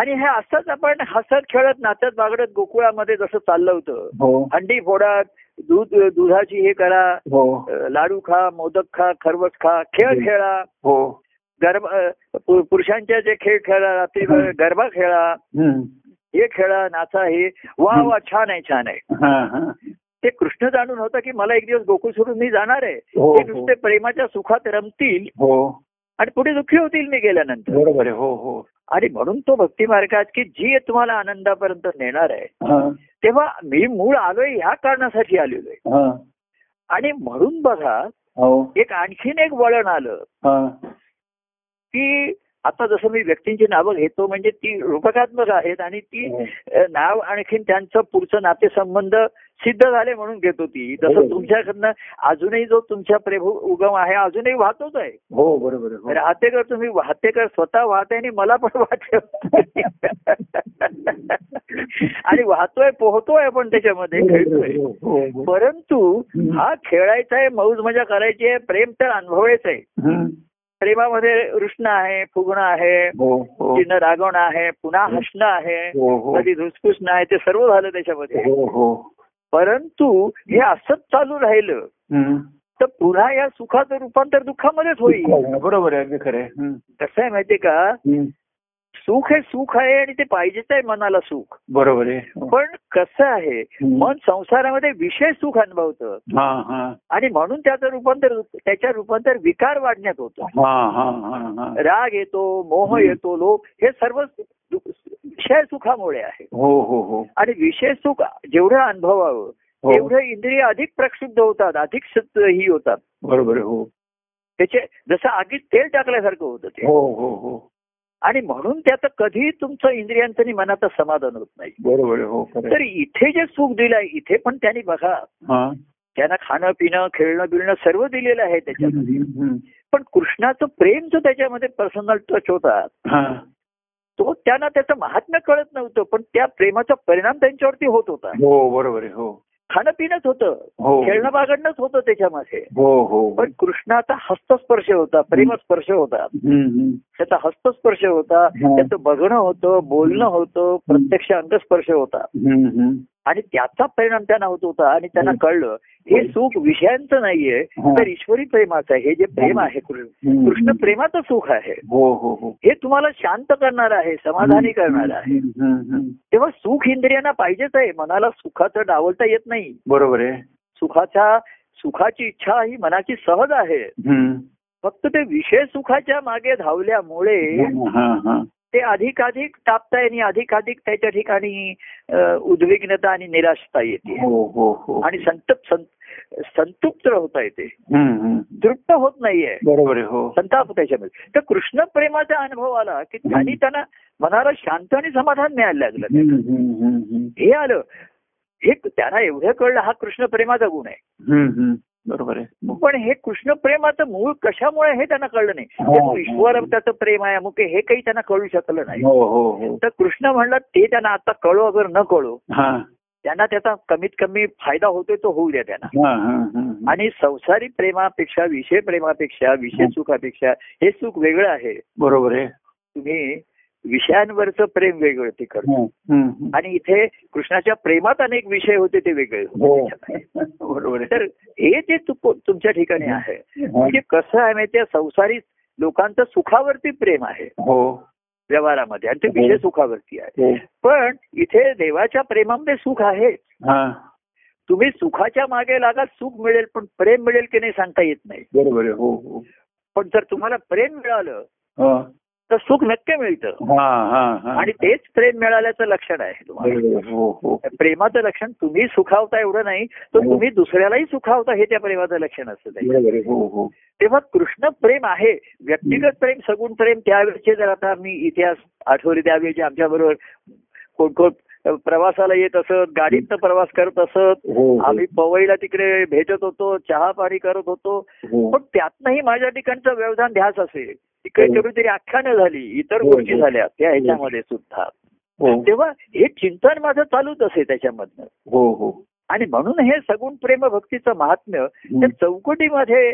S2: आणि हे असंच आपण हसत खेळत नाचत बागडत गोकुळामध्ये जसं चाललं होतं
S1: हो
S2: हंडी फोडा दूध दुधाची हे करा
S1: हो
S2: अ, लाडू खा मोदक खा खरवस खा खेळ
S1: हम्म.
S2: खेळा
S1: हो
S2: गरबा पुरुषांच्या जे खेळ खेळा रात्री
S1: हम्म.
S2: गरबा खेळा
S1: हं.
S2: हे खेळा नाचा हे वा
S1: हम्म.
S2: वा छान आहे छान आहे
S1: हं, हं.
S2: ते कृष्ण जाणून होतं की मला एक दिवस गोकुळ सोडून मी जाणार आहे
S1: हो,
S2: ते
S1: हो.
S2: नुसते प्रेमाच्या सुखात रमतील
S1: हो
S2: आणि पुढे दुःखी होतील मी गेल्यानंतर
S1: बरोबर आहे हो हो
S2: आणि म्हणून तो भक्ती मार्गात की जी तुम्हाला आनंदापर्यंत नेणार आहे
S1: हं,
S2: तेव्हा मी मूळ आलोय ह्या कारणासाठी आलेलो आहे
S1: हं.
S2: आणि म्हणून बघा
S1: हो
S2: एक आणखीन एक वळण आलं
S1: हं.
S2: की आता जसं मी व्यक्तींची नावं घेतो म्हणजे ती रूपकात्मक आहेत आणि ती
S1: हो.
S2: अ, नाव आणखीन त्यांचं पुढचं नातेसंबंध सिद्ध झाले म्हणून घेत होती
S1: बरोबर.
S2: जसं तुमच्याकडनं अजूनही जो तुमच्या प्रभू उगम आहे अजूनही वाहतोच आहे
S1: हो बरोबर आहे हो.
S2: राहतेकर तुम्ही वाहतेकर स्वतः वाहते आणि मला पण वाहते आणि वाहतोय पोहतोय आपण त्याच्यामध्ये खेळतोय
S1: हो, हो, हो.
S2: 뭐, परंतु
S1: हम्म.
S2: हा खेळायचा आहे मौज मजा करायची आहे प्रेम तर अनुभवायचं आहे
S1: हं.
S2: प्रेमामध्ये रुष्ण आहे फुगणं आहे
S1: हो हो
S2: चिन्ह रागवणं आहे पुन्हा हसणं आहे
S1: हो हो
S2: कधी धुसफुसणं आहे ते सर्व झालं त्याच्यामध्ये
S1: हो हो
S2: परंतु हे असंच चालू राहिलं
S1: हं.
S2: तर पुन्हा या सुखाचं रूपांतर दुःखामध्येच होईल
S1: बरोबर आहे अगदी खरं आहे हं.
S2: कसं आहे माहितीये का
S1: हं.
S2: सुख हे सुख आहे आणि ते पाहिजेच आहे मनाला सुख
S1: बरोबर आहे हो.
S2: पण कसं आहे
S1: हं.
S2: मन संसारामध्ये विशेष सुख अनुभवतं
S1: हा हा
S2: आणि म्हणून त्याचं रूपांतर त्याच्या रूपांतर विकार वाढण्यात होतं
S1: हा हा हा हा
S2: राग येतो मोह
S1: हम्म.
S2: येतो लोभ हे सर्व दु- विषय सुखामुळे आहे
S1: हो हो हो
S2: आणि विषय सुख जेवढं अनुभवावं
S1: हो
S2: तेवढं इंद्रिय अधिक प्रक्षुब्ध होतात अधिक सत- ही होतात
S1: बरोबर आहे, हो
S2: त्याचे जसं आगीत तेल टाकल्यासारखं होतं ते
S1: हो हो हो
S2: आणि म्हणून त्यात कधी तुमचं इंद्रियांचं आणि मनाचं समाधान होत नाही
S1: बरोबर आहे, हो
S2: तर
S1: खरं
S2: इथे जे सुख दिलं आहे इथे पण त्यांनी बघा
S1: हा
S2: त्यांना खाणं पिणं खेळणं बिळणं सर्व दिलेलं आहे त्याच्यात
S1: हम्म, हम्म.
S2: पण कृष्णाचं प्रेम जो त्याच्यामध्ये पर्सनल टच होता
S1: हा
S2: तो त्यांना त्याचं महात्म्य कळत नव्हतं पण त्या प्रेमाचा परिणाम त्यांच्यावरती होत होता
S1: हो बरोबर आहे, हो
S2: खाणं पिणंच होतं
S1: हो
S2: खेळणं बागडणंच होतं त्याच्यामध्ये
S1: हो हो
S2: पण कृष्णाचा हस्तस्पर्श होता प्रेमस्पर्श होता
S1: हम्म, हम्म.
S2: त्याचा हस्तस्पर्श होता
S1: हा.
S2: त्याचं बघणं होतं बोलणं होतं प्रत्यक्ष अंगस्पर्श होता
S1: हम्म, हम्म.
S2: आणि त्याचा परिणाम त्यांना होत होता आणि त्यांना
S1: हम्म.
S2: कळलं हे सुख विषयांचं नाहीये
S1: हा.
S2: तर ईश्वरी प्रेमाचं आहे. हे जे प्रेम आहे कृष्ण
S1: हम्म.
S2: कृष्ण प्रेमाचं सुख आहे
S1: हो हो हो
S2: हे तुम्हाला शांत करणार आहे समाधानी करणार आहे
S1: हम्म, हम्म, हम्म.
S2: तेव्हा सुख इंद्रियांना पाहिजेच आहे मनाला सुखाचं डावलता येत नाही
S1: बरोबर आहे
S2: सुखाचा सुखाची इच्छा ही मनाची सहज आहे
S1: हम्म.
S2: फक्त ते विषय सुखाच्या मागे धावल्यामुळे
S1: हा हा
S2: ते अधिकाधिक तापताय आणि अधिकाधिक त्याच्या ठिकाणी अ, उद्विग्नता आणि निराशता येते
S1: हो हो हो
S2: आणि संतप सं- संतृप्त होता येते
S1: हम्म, हम्म.
S2: तृप्त होत नाहीये
S1: बरोबर आहे हो
S2: संताप त्याच्यामध्ये तर कृष्ण प्रेमाचा अनुभव आला की त्यांनी त्यांना मनाला शांत आणि समाधान मिळायला लागलं
S1: हम्म, हम्म, हम्म, हम्म.
S2: हे आलं हे त्यांना एवढं कळलं हा कृष्ण प्रेमाचा गुण आहे
S1: हम्म, हम्म. बरोबर आहे हो.
S2: पण हे कृष्ण प्रेमाचं मूळ कशामुळे हे त्यांना कळलं नाही
S1: हो,
S2: त्याचं
S1: हो.
S2: ईश्वर त्याचं प्रेम आहे अमुक आहे, हे काही त्यांना कळू शकलं नाही
S1: हो हो हो
S2: तर कृष्ण म्हणला ते त्यांना आता कळो अगर न कळो
S1: हा
S2: त्यांना त्याचा कमीत कमी फायदा होतोय तो होऊ द्या त्यांना
S1: हा हा हा, हा.
S2: आणि संसारी प्रेमापेक्षा विषय प्रेमापेक्षा विषय
S1: हं.
S2: सुखापेक्षा हे सुख वेगळं आहे
S1: बरोबर आहे
S2: तुम्ही विषयांवरचं प्रेम वेगळं तिकडं
S1: हम्म, हम्म.
S2: आणि इथे कृष्णाच्या प्रेमात अनेक विषय होते ते वेगळे होते
S1: हो हो.
S2: त्याच्यामध्ये.
S1: बरोबर आहे
S2: तर हे जे तु- तुमच्या ठिकाणी आहे
S1: हा.
S2: म्हणजे कसं आहे माहितीये संसारी लोकांचं सुखावरती प्रेम आहे
S1: हो
S2: व्यवहारामध्ये आणि ते
S1: हो.
S2: विषय सुखावरती आहे
S1: हो
S2: पण इथे देवाच्या प्रेमामध्ये सुख आहे
S1: हा
S2: तुम्ही सुखाच्या मागे लागा सुख मिळेल पण प्रेम मिळेल की नाही सांगता येत नाही
S1: बरोबर आहे हो हो
S2: पण जर तुम्हाला प्रेम मिळालं
S1: हा,
S2: तर सुख नक्की मिळतं
S1: हा हा हा
S2: आणि तेच प्रेम मिळाल्याचं लक्षण आहे तुम्हाला
S1: बरोबर आहे. हो हो
S2: प्रेमाचं लक्षण तुम्ही सुखावता एवढं नाही तर
S1: हो.
S2: तुम्ही दुसऱ्यालाही सुखावता हे त्या प्रेमाचं लक्षण असतं ते.
S1: बरोबर आहे हो हो
S2: तेव्हा कृष्ण प्रेम आहे व्यक्तिगत प्रेम सगुण प्रेम त्यावेळेचे जर आता मी इतिहास आठवले त्यावेळेचे आमच्या बरोबर कोण कोण प्रवासाला येत असत गाडीतनं प्रवास करत असत
S1: हो हो
S2: आम्ही पवईला तिकडे भेटत होतो चहा पाणी करत होतो
S1: हो
S2: पण त्यातनंही माझ्या ठिकाणचं व्यवधान ध्यास असे तिकडे
S1: हो.
S2: कुठेतरी आख्यानं झाली इतर
S1: हो,
S2: गोष्टी
S1: हो.
S2: झाल्या त्या ह्याच्यामध्ये सुद्धा
S1: हो
S2: तेव्हा हे चिंतन माझं चालूच असे त्याच्यामधनं
S1: हो हो
S2: आणि म्हणून हे सगुण प्रेम भक्तीचं महात्म्य त्या
S1: हम्म,
S2: चौकटीमध्ये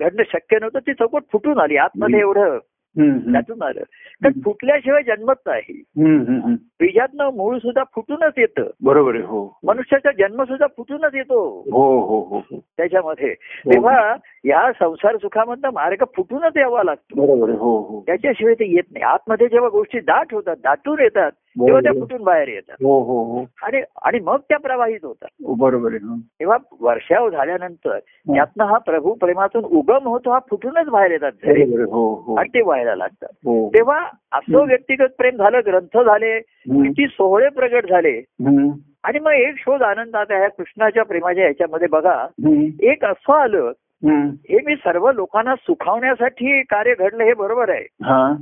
S2: घडणं शक्य नव्हतं ती चौकट फुटून आली आतमध्ये
S1: हम्म.
S2: एवढं
S1: हम्म,
S2: त्यातून आलं तर
S1: हम्म.
S2: फुटल्याशिवाय जन्मत नाही
S1: हम्म, हम्म, हम्म.
S2: बीजातनं मूळ सुद्धा फुटूनच येतं
S1: बरोबर आहे हो
S2: मनुष्याचा जन्म सुद्धा फुटूनच येतो
S1: हो हो हो हो
S2: त्याच्यामध्ये तेव्हा या संसार सुखामधनं मार्ग फुटूनच यावा लागतो
S1: बरोबर आहे हो हो
S2: त्याच्याशिवाय ते येत नाही आतमध्ये जेव्हा गोष्टी दाट होतात दाटून येतात तेव्हा
S1: बरोबर
S2: त्या
S1: आहे.
S2: फुटून बाहेर येतात
S1: हो हो हो
S2: आणि आणि मग त्या प्रवाहित होतात
S1: हो, बरोबर आहे हं.
S2: तेव्हा वर्षाव झाल्यानंतर
S1: हं.
S2: यातनं हा प्रभू प्रेमातून उगम होतो हा फुटूनच बाहेर येतात घरी.
S1: बरोबर आहे. हो हो
S2: आणि ते व्हायला लागतात
S1: हो
S2: तेव्हा असं
S1: हं.
S2: व्यक्तिगत प्रेम झालं ग्रंथ झाले
S1: हं,
S2: किती सोहळे प्रगट झाले
S1: हं,
S2: आणि मग एक शोध आनंदात आहे कृष्णाच्या प्रेमाच्या याच्यामध्ये बघा
S1: हं,
S2: एक असं आलं
S1: हं.
S2: हे मी सर्व लोकांना सुखावण्यासाठी कार्य घडलं हे बरोबर आहे
S1: हा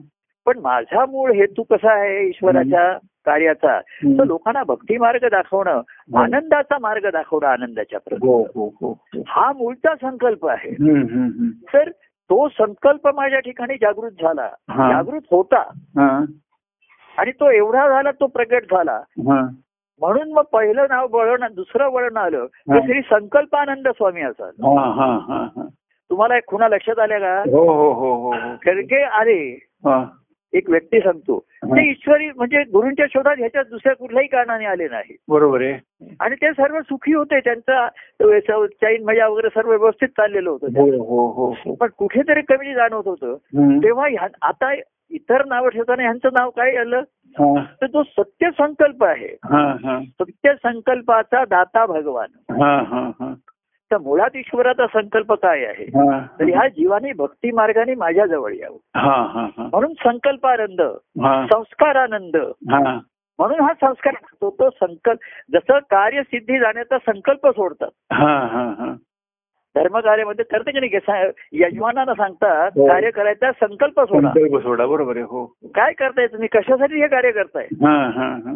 S2: पण माझा मूळ हेतू कसा आहे ईश्वराच्या कार्याचा
S1: हं.
S2: तर लोकांना भक्ती मार्ग दाखवणं
S1: हो.
S2: आनंदाचा मार्ग दाखवणं आनंदाच्या प्रती
S1: हो हो हो हो.
S2: हा मूळचा संकल्प आहे
S1: हं, हं, हं.
S2: तर तो संकल्प माझ्या ठिकाणी जागृत झाला
S1: हा.
S2: जागृत होता
S1: हा,
S2: आणि तो एवढा झाला तो प्रगट झाला
S1: हा.
S2: म्हणून मग पहिलं नाव वळण दुसरं वळण आलं
S1: हा.
S2: तर श्री संकल्पानंद स्वामी असा
S1: हा, हा, हा, हा.
S2: तुम्हाला एक खुणा लक्षात आल्या का
S1: हो हो हो हो हो.
S2: खडके आले
S1: हा,
S2: एक व्यक्ती सांगतो
S1: हा.
S2: ते ईश्वरी म्हणजे गुरूंच्या शोधात ह्याच्यात दुसऱ्या कुठल्याही कारणाने आले नाही
S1: बरोबर आहे
S2: आणि ते सर्व सुखी होते त्यांचा चैन मजा वगैरे सर्व व्यवस्थित चाललेलं होतं
S1: हो हो हो हो
S2: पण कुठेतरी कमी जाणवत होतं
S1: हं.
S2: तेव्हा ह्या- आता इतर नावं ठेवताना ह्यांचं नाव काय आलं
S1: हा,
S2: तर तो सत्य संकल्प आहे
S1: हा, हा.
S2: सत्य संकल्पाचा दाता भगवान
S1: हा, हा, हा.
S2: तर मुळात ईश्वराचा संकल्प काय आहे
S1: हा,
S2: तर ह्या जीवाने भक्ती मार्गाने माझ्या जवळ यावं
S1: हा, हा, हा.
S2: म्हणून संकल्पानंद
S1: हा,
S2: संस्कारानंद
S1: हा.
S2: म्हणून हा संस्कार तो तो संकल्प जसं कार्यसिद्धी जाण्याचा संकल्प सोडतात
S1: हा, हा, हा.
S2: धर्मकार्यामध्ये करते की नाही का? सा- यजमानांना सांगतात
S1: हो.
S2: कार्य करायचा संकल्प सोडा
S1: संकल्प सोडा बरोबर आहे हो
S2: काय करताय तुम्ही कशासाठी हे कार्य करताय
S1: हा हा हा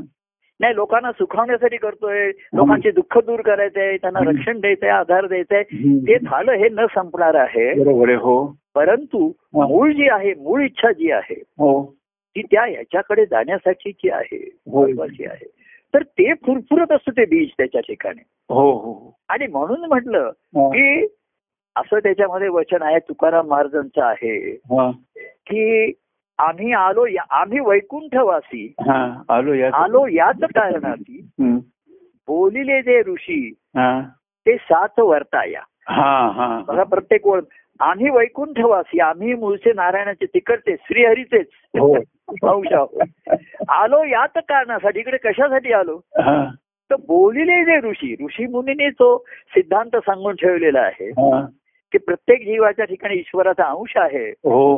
S2: नाही लोकांना सुखावण्यासाठी करतोय लोकांचे दुःख दूर करायचंय त्यांना
S1: हम्म.
S2: रक्षण द्यायचंय आधार द्यायचंय ते
S1: हम्म.
S2: झालं हे न संपणार आहे
S1: बरोबर आहे हो
S2: परंतु
S1: हा.
S2: मूळ जी आहे मूळ इच्छा जी आहे
S1: हो
S2: ती त्या ह्याच्याकडे जाण्यासाठी जी आहे
S1: होय.
S2: महत्वाची आहे तर ते फुरफुरत असतं ते बीज त्याच्या ठिकाणी
S1: हो हो
S2: आणि म्हणून म्हटलं
S1: हा,
S2: की असं त्याच्यामध्ये वचन आहे तुकाराम महाराजांचं आहे
S1: हा,
S2: की आम्ही आलो या- आम्ही वैकुंठवासी
S1: हा. आलो या
S2: आलो याच कारणाची
S1: हम्म.
S2: बोलिले जे ऋषी
S1: हा
S2: ते साथ वर्ताया
S1: हा हा
S2: बघा प्रत्येक ओळ आम्ही वैकुंठवासी आम्ही मूळचे नारायणाचे तिकडचे श्रीहरीचेच
S1: हो
S2: अंश आहोत. आलो याच कारणासाठी इकडे कशासाठी आलो
S1: हा,
S2: तर बोलिले जे ऋषी ऋषी मुनीने जो सिद्धांत सांगून ठेवलेला आहे
S1: हा.
S2: की प्रत्येक जीवाच्या ठिकाणी ईश्वराचा अंश आहे
S1: हो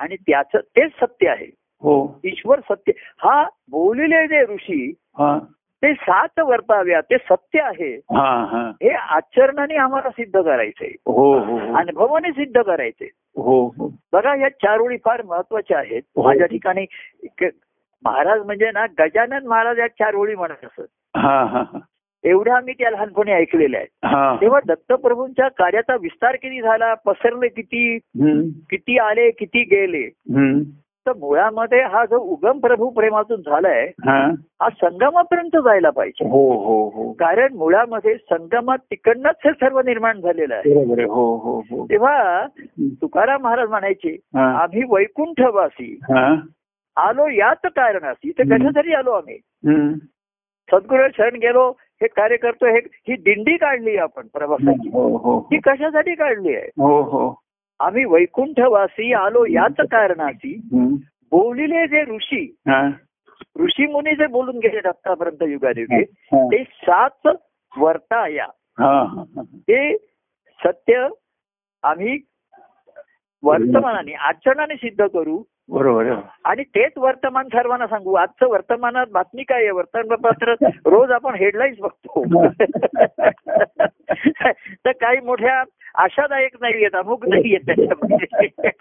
S2: आणि त्याचं तेच सत्य आहे
S1: हो
S2: ईश्वर सत्य हा बोलिले जे ऋषी
S1: हा
S2: ते सात वर्ताव्या ते सत्य आहे
S1: हा हा
S2: हे आचरणाने आम्हाला सिद्ध करायचंय
S1: हो हो हो.
S2: अनुभवाने सिद्ध करायचंय
S1: हो हो
S2: बघा या चार ओळी फार महत्वाच्या आहेत
S1: हो.
S2: माझ्या ठिकाणी एक महाराज म्हणजे ना गजानन महाराज या चार ओळी म्हणत असत
S1: हा हा हा.
S2: एवढ्या मी त्या लहानपणी ऐकलेल्या आहेत
S1: हा
S2: तेव्हा दत्तप्रभूंच्या कार्याचा विस्तार किती झाला पसरले किती
S1: हम्म.
S2: किती आले किती गेले
S1: हम्म.
S2: तर मुळामध्ये हा जो उगम प्रभू प्रेमातून झालाय
S1: हा
S2: हा संगमापर्यंत जायला पाहिजे
S1: हो हो हो
S2: कारण मुळामध्ये संगमात तिकडनंच हे सर्व निर्माण झालेलं आहे
S1: बरोबर आहे. हो हो हो
S2: तेव्हा
S1: हम्म.
S2: तुकाराम महाराज म्हणायचे
S1: हा
S2: आम्ही वैकुंठवासी
S1: हा
S2: आलो याच कारणासी तर
S1: हम्म.
S2: कशासाठी आलो आम्ही
S1: हम्म.
S2: सद्गुरू शरण गेलो हे कार्य करतो हे ही दिंडी काढली आपण प्रवासाची
S1: हो हो
S2: ती कशासाठी काढली आहे
S1: हो हो
S2: आम्ही वैकुंठवासी आलो याच कारणासी
S1: हम्म.
S2: बोलिले जे ऋषी
S1: हा
S2: ऋषी मुनी जे बोलून गेले आतापर्यंत युगायुगे
S1: हा
S2: ते सात वर्ताया
S1: हा हा, हा.
S2: ते सत्य आम्ही वर्तमानाने आचरणाने सिद्ध करू
S1: बरोबर आहे.
S2: आणि तेच वर्तमान सर्वांना सांगू आजचं वर्तमानात बातमी काय आहे वर्तमानपत्र रोज आपण हेडलाईन्स बघतो तर काही मोठ्या आशादायक नाही आहेत अमुक नाही आहेत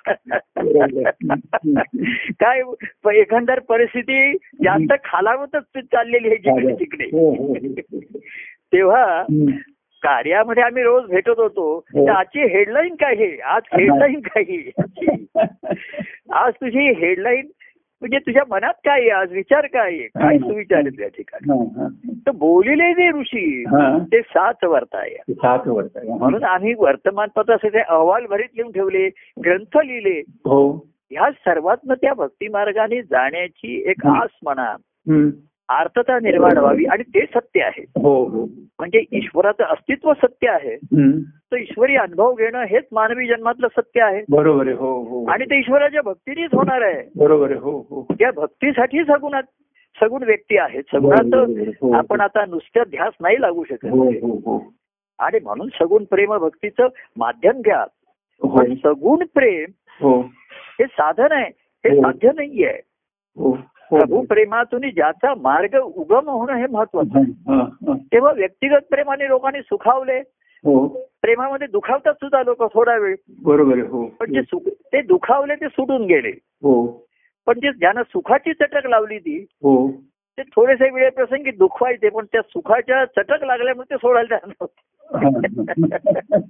S2: त्याच्यामध्ये काय प- एकंदर परिस्थिती जास्त खालावतच चाललेली आहे जिकडे तिकडे
S1: हो, हो, हो.
S2: तेव्हा
S1: हम्म.
S2: कार्यामध्ये आम्ही रोज भेटत होतो
S1: हो.
S2: तर आजची हेडलाईन काय आहे आज हेडलाईन काय आहे? आज तुझी हेडलाईन म्हणजे तुझ्या मनात काय आहे आज विचार काय आहे काय सुविचार आहेत या ठिकाणी
S1: हा, हा.
S2: तर बोलिले जे ऋषी
S1: हा.
S2: ते सात वर्ताय
S1: ते सात वर्ष आहे.
S2: म्हणून आम्ही वर्तमानपत्राचे अहवाल भरीत लिहून ठेवले ग्रंथ लिहिले
S1: हो
S2: ह्या सर्वातनं त्या भक्ती मार्गाने जाण्याची एक आस म्हणा
S1: हम्म.
S2: आर्थता निर्माण व्हावी आणि ते सत्य आहे
S1: हो हो
S2: म्हणजे ईश्वराचं अस्तित्व सत्य आहे
S1: हम्म.
S2: तर ईश्वरी अनुभव घेणं हेच मानवी जन्मातलं सत्य आहे
S1: बरोबर आहे हो हो
S2: आणि ते ईश्वराच्या भक्तीनेच होणार आहे
S1: बरोबर आहे हो हो
S2: त्या भक्तीसाठी सगुणात सगुण व्यक्ती आहेत
S1: बरोबर,
S2: सगुणाचं
S1: बरोबर, हो, हो.
S2: आपण आता नुसत्या ध्यास नाही लागू शकत
S1: हो हो हो
S2: आणि म्हणून सगुण प्रेम भक्तीचं माध्यम घ्या
S1: हो
S2: पण सगुण प्रेम
S1: हो
S2: हे साधन आहे हे
S1: हो.
S2: साध्य नाहीये
S1: हो हो.
S2: प्रभू प्रेमातून ज्याचा मार्ग उगम होणं हे महत्वाचं आहे.
S1: हा, हा.
S2: तेव्हा व्यक्तिगत प्रेमाने लोकांनी सुखावले
S1: हो
S2: प्रेमामध्ये दुखावतात सुद्धा लोक थोडा वेळ
S1: बरोबर आहे हो
S2: पण जे सुख ते दुखावले ते सुटून गेले
S1: हो
S2: पण जे ज्यांना सुखाची चटक लावली ती
S1: हो
S2: ते थोडेसे वेळेप्रसंगी दुखवायचे पण त्या सुखाच्या चटक लागल्यामुळे ते सोडायला जाणार नव्हते.
S1: हा, हा.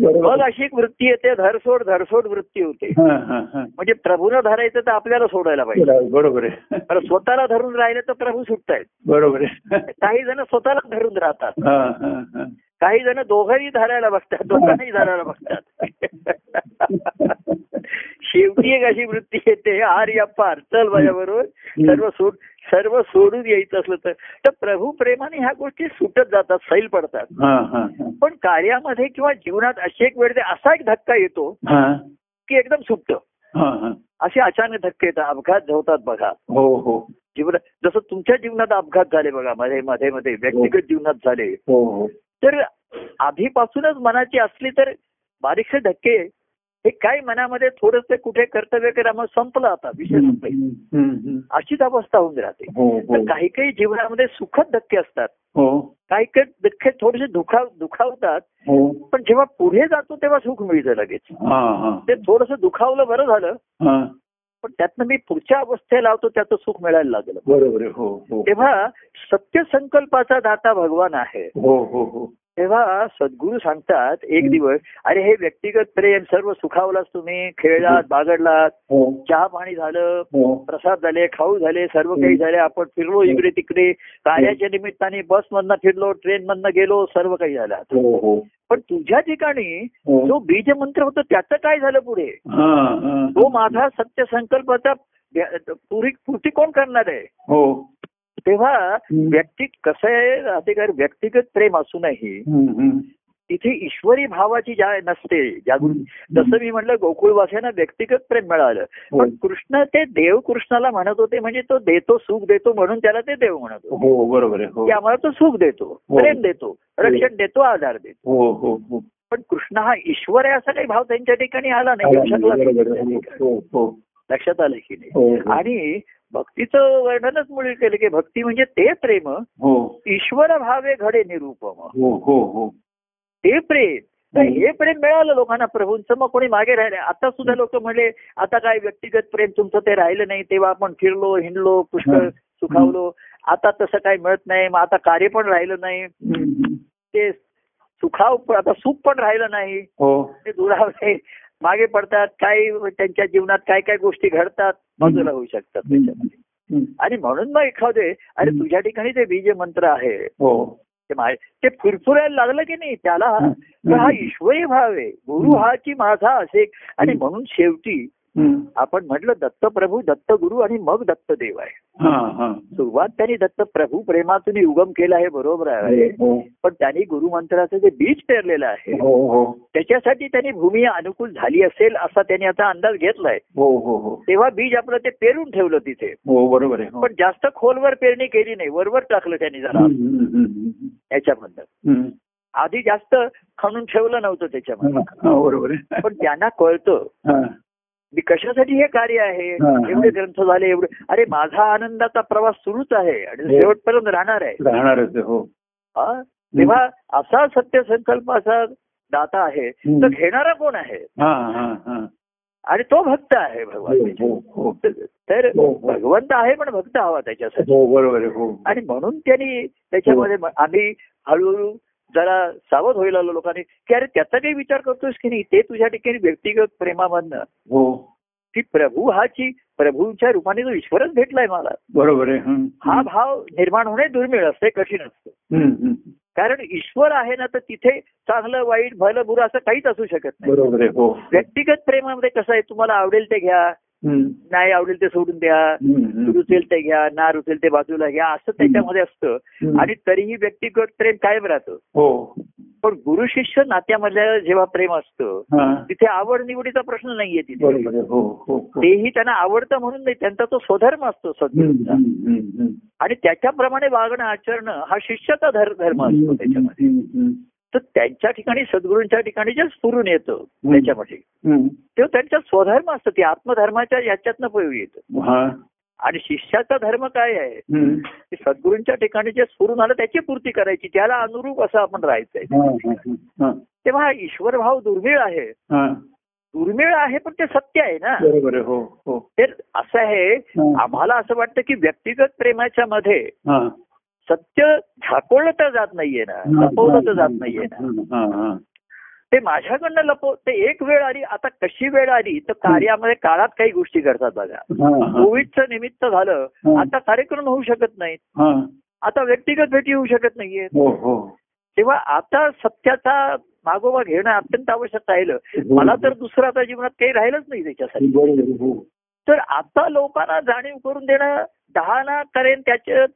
S2: मग
S1: बरोबर
S2: अशी एक वृत्ती येते धरसोड धरसोड वृत्ती होते
S1: हा, हा, हा.
S2: म्हणजे प्रभूनं धरायचं तर आपल्याला सोडायला पाहिजे
S1: बरोबर आहे
S2: कारण स्वतःला धरून राहिले तर प्रभू सुटतायत
S1: बरोबर आहे
S2: काही जण स्वतःला धरून राहतात
S1: हा, हा, हा.
S2: काही जण दोघंही धरायला बघतात दोघांनाही धरायला बघतात शेवटी एक अशी वृत्ती येते आर या पार चल माझ्या बरोबर सर्व सोड सर्व सोडून यायचं असलं तर तर प्रभू प्रेमाने ह्या गोष्टी सुटत जातात सैल पडतात
S1: हा, हा, हा.
S2: पण कार्यामध्ये किंवा जीवनात अशी एक वेळ ते असा एक धक्का येतो
S1: हा,
S2: की एकदम सुटतं
S1: हा, हा.
S2: असे अचानक धक्के येतात अपघात होतात बघा
S1: हो हो
S2: जीवन जसं तुमच्या जीवनात अपघात झाले बघा मध्ये मध्ये मध्ये व्यक्तिगत जीवनात झाले
S1: हो हो
S2: तर आधीपासूनच मनाची असली तर बारीकसे धक्के हे काय मनामध्ये थोडस कुठे कर्तव्य करा मग संपलं आता विषय संपला अशीच अवस्था होऊन राहते
S1: हो
S2: तर काही काही जीवनामध्ये सुखद धक्के असतात
S1: हो
S2: काही काही धक्के थोडेसे दुखा दुखावतात
S1: हो
S2: पण जेव्हा पुढे जातो तेव्हा सुख मिळतं लगेच
S1: हा हा
S2: ते थोडस दुखावलं बरं झालं
S1: हा
S2: पण त्यातनं मी पुढच्या अवस्थेला होतो त्याचं सुख मिळायला लागलं
S1: बरोबर आहे. हो हो
S2: तेव्हा सत्य संकल्पाचा दाता भगवान आहे
S1: हो हो हो
S2: तेव्हा सद्गुरू सांगतात एक
S1: हं.
S2: दिवस अरे हे व्यक्तिगत प्रेम सर्व सुखावलास तुम्ही खेळलात बागडलात
S1: हो
S2: चहा पाणी झालं
S1: हो
S2: प्रसाद झाले खाऊ झाले सर्व
S1: हं.
S2: काही झाले आपण फिरलो
S1: हं.
S2: इकडे तिकडे कार्याच्या निमित्ताने बस मधनं फिरलो ट्रेन मधनं गेलो सर्व काही झालं आता.
S1: हो हो
S2: पण तुझ्या ठिकाणी
S1: हो
S2: जो बीज मंत्र होता त्याचं काय झालं पुढे
S1: हा हा
S2: तो माझा सत्य संकल्पाचा व्या- पुरी पूर्ती कोण करणार आहे
S1: हो
S2: तेव्हा
S1: हं.
S2: व्यक्ती कसं आहे अधिकार व्यक्तिगत प्रेम असूनही
S1: हम्म, हम्म.
S2: तिथे ईश्वरी भावाची ज्या नसते जागृती जसं मी म्हटलं गोकुळवासियांना व्यक्तिगत प्रेम मिळालं
S1: हो.
S2: पण कृष्ण ते देव कृष्णाला म्हणत होते म्हणजे तो देतो सुख देतो म्हणून त्याला ते देव म्हणत होते
S1: हो बरोबर आहे हो
S2: की आम्हाला तो सुख देतो
S1: हो.
S2: प्रेम देतो रक्षण देतो आधार देतो
S1: हो हो हो
S2: पण कृष्ण हा ईश्वर आहे असा काही भाव त्यांच्या ठिकाणी आला नाही येऊ शकला नाही
S1: बरोबर
S2: त्यांच्या
S1: आहे.
S2: ठिकाणी.
S1: हो हो
S2: लक्षात आलं की नाही
S1: हो हो.
S2: आणि भक्तीचं वर्णनच मुळे केलं की भक्ती म्हणजे ते प्रेम
S1: हो
S2: ईश्वर भावे घडे निरूपम
S1: हो हो हो
S2: ते प्रेम तर हे प्रेम मिळालं लोकांना प्रभूंचं मग कोणी मागे राहिले आता सुद्धा लोक म्हणले आता काय व्यक्तिगत प्रेम तुमचं ते राहिलं नाही तेव्हा आपण फिरलो हिंडलो पुष्कळ
S1: हं.
S2: सुखावलो आता तसं काही मिळत नाही मग आता कार्य पण राहिलं नाही
S1: हम्म.
S2: ते सुखाव पण- आता सुख पण राहिलं नाही
S1: हो
S2: ते दुरावले मागे पडतात काही त्यांच्या जीवनात काय काय गोष्टी घडतात बाजूला होऊ शकतात त्याच्यामध्ये
S1: हम्म.
S2: आणि म्हणून मग एखादे अरे
S1: हं.
S2: तुझ्या ठिकाणी ते बीज मंत्र आहे
S1: हो
S2: ते मा- ते फुरफुरायला लागलं की नाही त्याला
S1: हं.
S2: तर हा ईश्वरी भाव आहे गुरु हा की माझा असे आणि
S1: हं.
S2: म्हणून शेवटी
S1: हम्म.
S2: आपण म्हटलं दत्तप्रभू दत्तगुरु आणि मग दत्तदेव आहे
S1: हा हा
S2: सुरुवात त्यांनी दत्तप्रभू प्रेमातून उगम केला हे बरोबर आहे
S1: हो
S2: पण त्यांनी गुरुमंत्राचं जे बीज पेरलेलं आहे
S1: हो हो
S2: त्याच्यासाठी त्यांनी भूमी अनुकूल झाली असेल असा त्यांनी आता अंदाज घेतलाय
S1: हो हो हो
S2: तेव्हा बीज आपलं ते पेरून ठेवलं तिथे
S1: हो बरोबर आहे हो.
S2: पण जास्त खोलवर पेरणी केली नाही वरवर टाकलं त्यांनी जरा
S1: हम्म, हम्म, हम्म,
S2: याच्यामधनं
S1: हम्म.
S2: आधी जास्त खणून ठेवलं नव्हतं त्याच्यामध्ये
S1: हा, हा, बरोबर आहे
S2: पण त्यांना कळतं
S1: हा,
S2: मी कशासाठी हे कार्य आहे
S1: हा, हा.
S2: एवढे ग्रंथ झाले एवढे अरे माझा आनंदाचा प्रवास सुरूच आहे आणि
S1: हो.
S2: शेवटपर्यंत राहणार आहे
S1: राहणारच आहे, हो
S2: हा? तेव्हा असा सत्य संकल्पाचा दाता आहे
S1: हम्म.
S2: तर घेणारा कोण आहे
S1: हा हा हा
S2: आणि तो भक्त आहे भगवान
S1: हो हो हो.
S2: तर
S1: हो, हो.
S2: भगवंत आहे पण भक्त हवा त्याच्यासाठी
S1: हो बरोबर आहे हो
S2: आणि म्हणून त्यांनी त्याच्यामध्ये म- आम्ही हळूहळू जरा सावध व्हायला लागलो लोकांनी की अरे त्याचा काही विचार करतोस की नाही ते तुझ्या ठिकाणी व्यक्तिगत प्रेमामधनं
S1: हो
S2: की प्रभू हाची प्रभूंच्या रूपाने जो ईश्वरच भेटलाय मला
S1: बरोबर आहे हम्म,
S2: हा भाव निर्माण होणे दुर्मिळ असते कठीण असतं
S1: हम्म, हम्म.
S2: कारण ईश्वर आहे ना तर तिथे चांगलं वाईट भलं बुरं असं काहीच असू शकत नाही
S1: बरोबर आहे हो
S2: व्यक्तिगत प्रेमामध्ये कसं आहे तुम्हाला आवडेल ते घ्या
S1: हम्म,
S2: नाही आवडेल ते सोडून द्या
S1: हम्म, हम्म.
S2: रुचेल ते घ्या ना रुचेल ते बाजूला घ्या असं त्याच्यामध्ये असतं
S1: हम्म.
S2: आणि तरीही व्यक्तिगत प्रेम कायम राहतं
S1: हो
S2: पण गुरु शिष्य नात्यामधलं जेव्हा प्रेम असतं
S1: हा
S2: तिथे आवड निवडीचा प्रश्न नाहीये तिथे
S1: बरोबर आहे हो हो हो.
S2: तेही त्यांना आवडतं म्हणून नाही त्यांचा तो स्वधर्म असतो
S1: हम्म,
S2: सद्गुरूंचा
S1: हम्म, हम्म, हम्म.
S2: आणि त्याच्याप्रमाणे वागणं आचरणं हा शिष्याचा धर धर्म असतो त्याच्यामध्ये
S1: हम्म, हम्म,
S2: तर त्यांच्या ठिकाणी सद्गुरूंच्या ठिकाणी जे स्फुरून येतं त्याच्यामध्ये
S1: हम्म.
S2: तेव्हा त्यांचा स्वधर्म असतं ते आत्मधर्माच्या याच्यातनं पैऊ येतं
S1: हा
S2: आणि शिष्याचा धर्म काय आहे
S1: हम्म.
S2: की सद्गुरूंच्या ठिकाणी जे स्फुरून आलं त्याची पूर्ती करायची त्याला अनुरूप असं आपण राहायचंय
S1: हा, हा, हा,
S2: तेव्हा हा ईश्वर भाव दुर्मिळ आहे
S1: हा.
S2: दुर्मिळ आहे पण ते सत्य आहे ना
S1: बरोबर आहे हो हो
S2: ते असं आहे
S1: हा,
S2: आम्हाला असं वाटतं की व्यक्तिगत प्रेमाच्या मध्ये
S1: हा.
S2: सत्य झाकवलं तर जात नाहीये ना लपवलं तर जात नाहीये ना
S1: हा, हा.
S2: ते माझ्याकडनं लपव ते एक वेळ आली आता कशी वेळ आली तर कार्यामध्ये काळात काही गोष्टी घडतात बघा
S1: हा, हा.
S2: कोविडचं निमित्त झालं आता कार्यक्रम होऊ शकत नाहीत
S1: हा.
S2: आता व्यक्तिगत भेटी होऊ शकत नाहीये
S1: हो हो
S2: तेव्हा आता सत्याचा मागोवा घेणं अत्यंत आवश्यक राहिलं
S1: हो.
S2: मला तर दुसरं आता जीवनात काही राहिलंच नाही त्याच्यासाठी
S1: बरोबर आहे, हो
S2: तर आता लोकांना जाणीव करून देणं दहाला करेन त्याच्या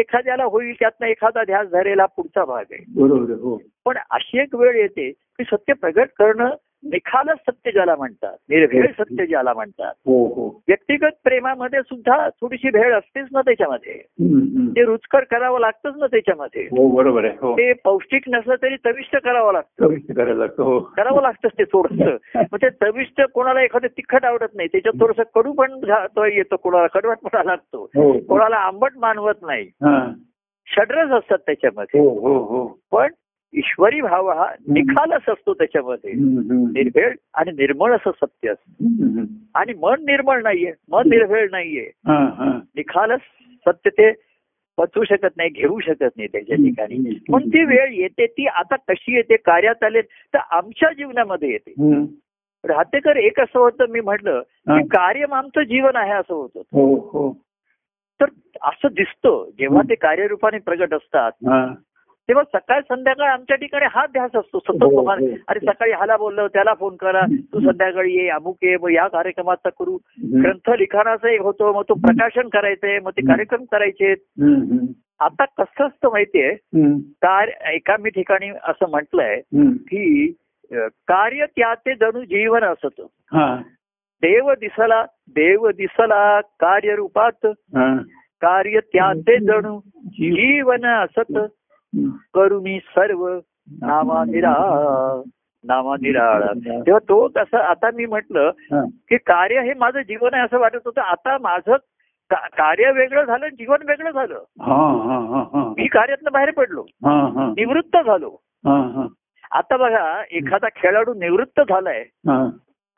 S2: एखाद्याला होईल त्यातनं एखादा ध्यास धरेल हा पुढचा भाग आहे
S1: बरोबर आहे, हो
S2: पण अशी एक वेळ येते की सत्य प्रगट करणं निखालस सत्य ज्याला म्हणतात निर्भेळ सत्य ज्याला म्हणतात
S1: हो हो
S2: व्यक्तिगत प्रेमामध्ये सुद्धा थोडीशी भेळ असतेच ना त्याच्यामध्ये
S1: हम्म, हम्म.
S2: ते रुचकर करावं लागतंच ना त्याच्यामध्ये
S1: हो बरोबर आहे हो
S2: ते पौष्टिक नसलं तरी तविष्ट करावं लागतं
S1: प्रविष्ट करायला लागतो हो
S2: करावं लागतंच ते थोडस मग ते तविष्ट कोणाला एखादं तिखट आवडत नाही त्याच्यात थोडस कडू पण झा- तो येतो कोणाला कडवटपणा लागतो
S1: हो
S2: कोणाला आंबट मानवत नाही
S1: हा.
S2: षड्रस असतात त्याच्यामध्ये
S1: हो हो हो
S2: पण ईश्वरी भाव हा निखालस असतो त्याच्यामध्ये
S1: हम्म, हम्म.
S2: निर्भेळ आणि निर्मळ असं सत्य असतं
S1: हम्म, हम्म.
S2: आणि मन निर्मळ नाहीये मन निर्भेळ नाहीये
S1: हा, हा.
S2: निखालस सत्य ते पचवू शकत नाही घेऊ शकत नाही त्याच्या ठिकाणी पण ती वेळ येते ती आता कशी येते कार्यात आले तर आमच्या जीवनामध्ये येते
S1: हम्म.
S2: राहतेकर एक असं होतं मी म्हटलं
S1: हा.
S2: की कार्य आमचं जीवन आहे असं होतं
S1: हो हो
S2: तर असं दिसतं जेव्हा ते कार्यरूपाने प्रगट असतात
S1: हा.
S2: तेव्हा सकाळ संध्याकाळ आमच्या ठिकाणी हा ध्यास असतो सतत
S1: हो,
S2: तुम्हाला
S1: हो.
S2: अरे सकाळी ह्याला बोललो त्याला फोन करा
S1: हम्म.
S2: तू संध्याकाळी ये अमुक ये मग या कार्यक्रमाचा करू
S1: हम्म.
S2: ग्रंथ लिखाणाचा एक होतो मग तो प्रकाशन करायचंय मग ते
S1: हम्म.
S2: कार्यक्रम करायचे
S1: हम्म, हम्म.
S2: आता कसं असतं माहितीये
S1: हम्म,
S2: कार एका मी ठिकाणी असं म्हटलंय
S1: हम्म.
S2: की अं, कार्य त्याचे जणू जीवन असत
S1: हा,
S2: देव दिसला देव दिसला कार्यरूपात
S1: हा.
S2: कार्य त्याचे जणू
S1: जीव-
S2: जीवन असत
S1: हम्म.
S2: करुणी सर्व नामा निराळा नामा निराळा तेव्हा तो कसं आता मी म्हटलं
S1: हा.
S2: की कार्य हे माझं जीवन आहे असं वाटत होतं आता माझं का- कार्य वेगळं झालं जीवन वेगळं झालं
S1: हा, हा, हा, हा.
S2: मी कार्यातनं बाहेर पडलो
S1: हा, हा,
S2: निवृत्त झालो
S1: हा, हा,
S2: आता बघा एखादा खेळाडू निवृत्त झालाय
S1: हा,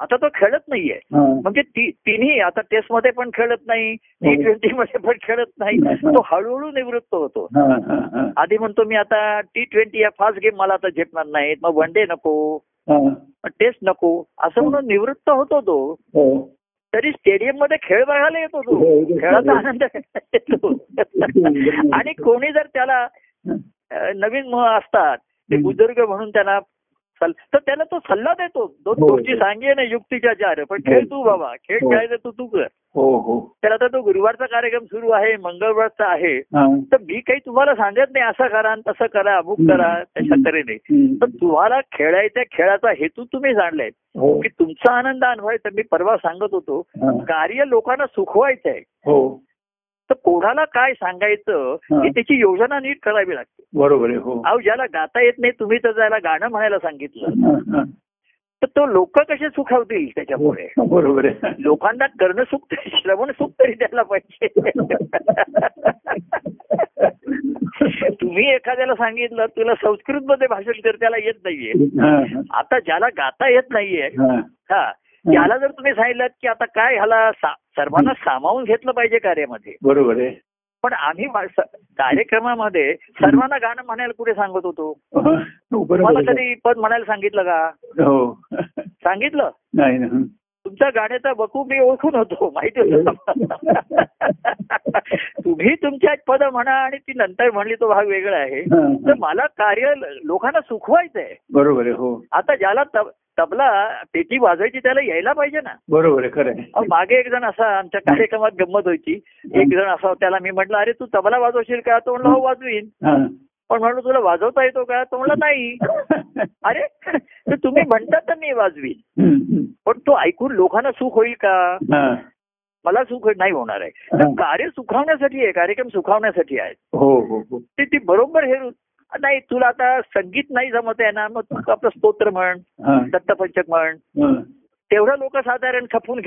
S2: आता तो खेळत नाहीये
S1: हा.
S2: म्हणजे ती- तिन्ही आता टेस्ट मध्ये पण खेळत नाही टी ट्वेंटी मध्ये पण खेळत हो. नाही तो हळूहळू निवृत्त होतो
S1: हा, हा, हा.
S2: आधी म्हणतो मी आता टी ट्वेंटी या फास्ट गेम मला आता झेपणार नाहीत मग वन डे नको
S1: हा.
S2: टेस्ट नको असं म्हणून निवृत्त होतो तो
S1: हो.
S2: तरी स्टेडियम मध्ये खेळ बघायला येतो तो
S1: हो, हो.
S2: खेळाचा आनंद घ्यायला येतो आणि कोणी जर त्याला अ, नवीन म असतात ते
S1: हम्म.
S2: बुजुर्ग म्हणून त्यांना सल- तर त्याला तो सल्ला देतो दोन
S1: हो, हो.
S2: गोष्टी सांगे ना युक्तीच्या चार पण खेळ तू बाबा खेळ
S1: हो.
S2: खेळायचं तू तू कर
S1: हो, हो.
S2: तर आता तो गुरुवारचा कार्यक्रम सुरू आहे मंगळवारचा आहे
S1: हा.
S2: तर मी काही तुम्हाला सांगत नाही असं करा आणि तसं करा अमुक करा तशा तऱ्हेने तर
S1: हम्म.
S2: तुम्हाला खेळायच्या खेळाचा हेतू तुम्ही जाणलाय
S1: हो.
S2: की तुमचा आनंद अनुभवायचा मी परवा सांगत होतो
S1: हा.
S2: कार्य लोकांना सुखवायचं आहे
S1: हो.
S2: तर कोणाला काय सांगायचं
S1: हा.
S2: हे त्याची योजना नीट करावी लागते
S1: बरोबर आहे हो
S2: अहो ज्याला गाता येत नाही तुम्ही तर त्याला गाणं म्हणायला सांगितलं
S1: हा, हा.
S2: तर तो लोक कसे सुखावतील त्याच्यामुळे
S1: बरोबर आहे
S2: लोकांना करणं सुख श्रवण सुख तरी द्यायला पाहिजे तुम्ही एखाद्याला सांगितलं तुला संस्कृत मध्ये भाषण करताना येत नाहीये
S1: हा,
S2: आता ज्याला गाता येत नाहीये
S1: हा.
S2: हा त्याला जर तुम्ही सांगितलं की आता काय ह्याला सा- सर्वांना सामावून घेतलं पाहिजे कार्यामध्ये
S1: बरोबर आहे
S2: पण आम्ही मा- स- कार्यक्रमामध्ये सर्वांना गाणं म्हणायला कुठे सांगत होतो
S1: हा, हो,
S2: तुम्हाला
S1: बरोबर आहे.
S2: कधी पद म्हणायला सांगितलं का
S1: हो
S2: सांगितलं
S1: नाही ना हं.
S2: तुमच्या गाण्याचा बकू मी ओळखून होतो माहिती होत तुम्ही तुमच्या पद म्हणा आणि ती नंतर म्हणली तो भाग वेगळा आहे
S1: हा,
S2: तर
S1: हा.
S2: मला कार्य ल- लोकांना सुखवायचं आहे
S1: बरोबर आहे हो
S2: आता ज्याला तब- तबला पेटी वाजवायची त्याला यायला पाहिजे ना
S1: बरोबर आहे खरं आहे
S2: अहो, मागे एक जण असा आमच्या कार्यक्रमात गंमत व्हायची एक जण असा त्याला मी म्हटलं अरे तू तबला वाजवशील का तो म्हणला हो वाजवीन
S1: हा.
S2: पण म्हणलं तुला वाजवता येतो का तो म्हणला नाही अरे तर तुम्ही म्हणतात तर मी वाजवीन
S1: हं, हं.
S2: पण तो ऐकून लोकांना सुख होईल का
S1: हा.
S2: मला सुख नाही होणार आहे तर कार्य सुखावण्यासाठी आहे कार्यक्रम सुखावण्यासाठी आहे
S1: हो हो हो
S2: ते ती बरोबर हे रु- नाही तुला आता संगीत नाही जमत आहे ना मग तू आपलं स्तोत्र म्हण
S1: हा,
S2: दत्तपंचक म्हण
S1: हा.
S2: तेवढं लोक साधारण खपून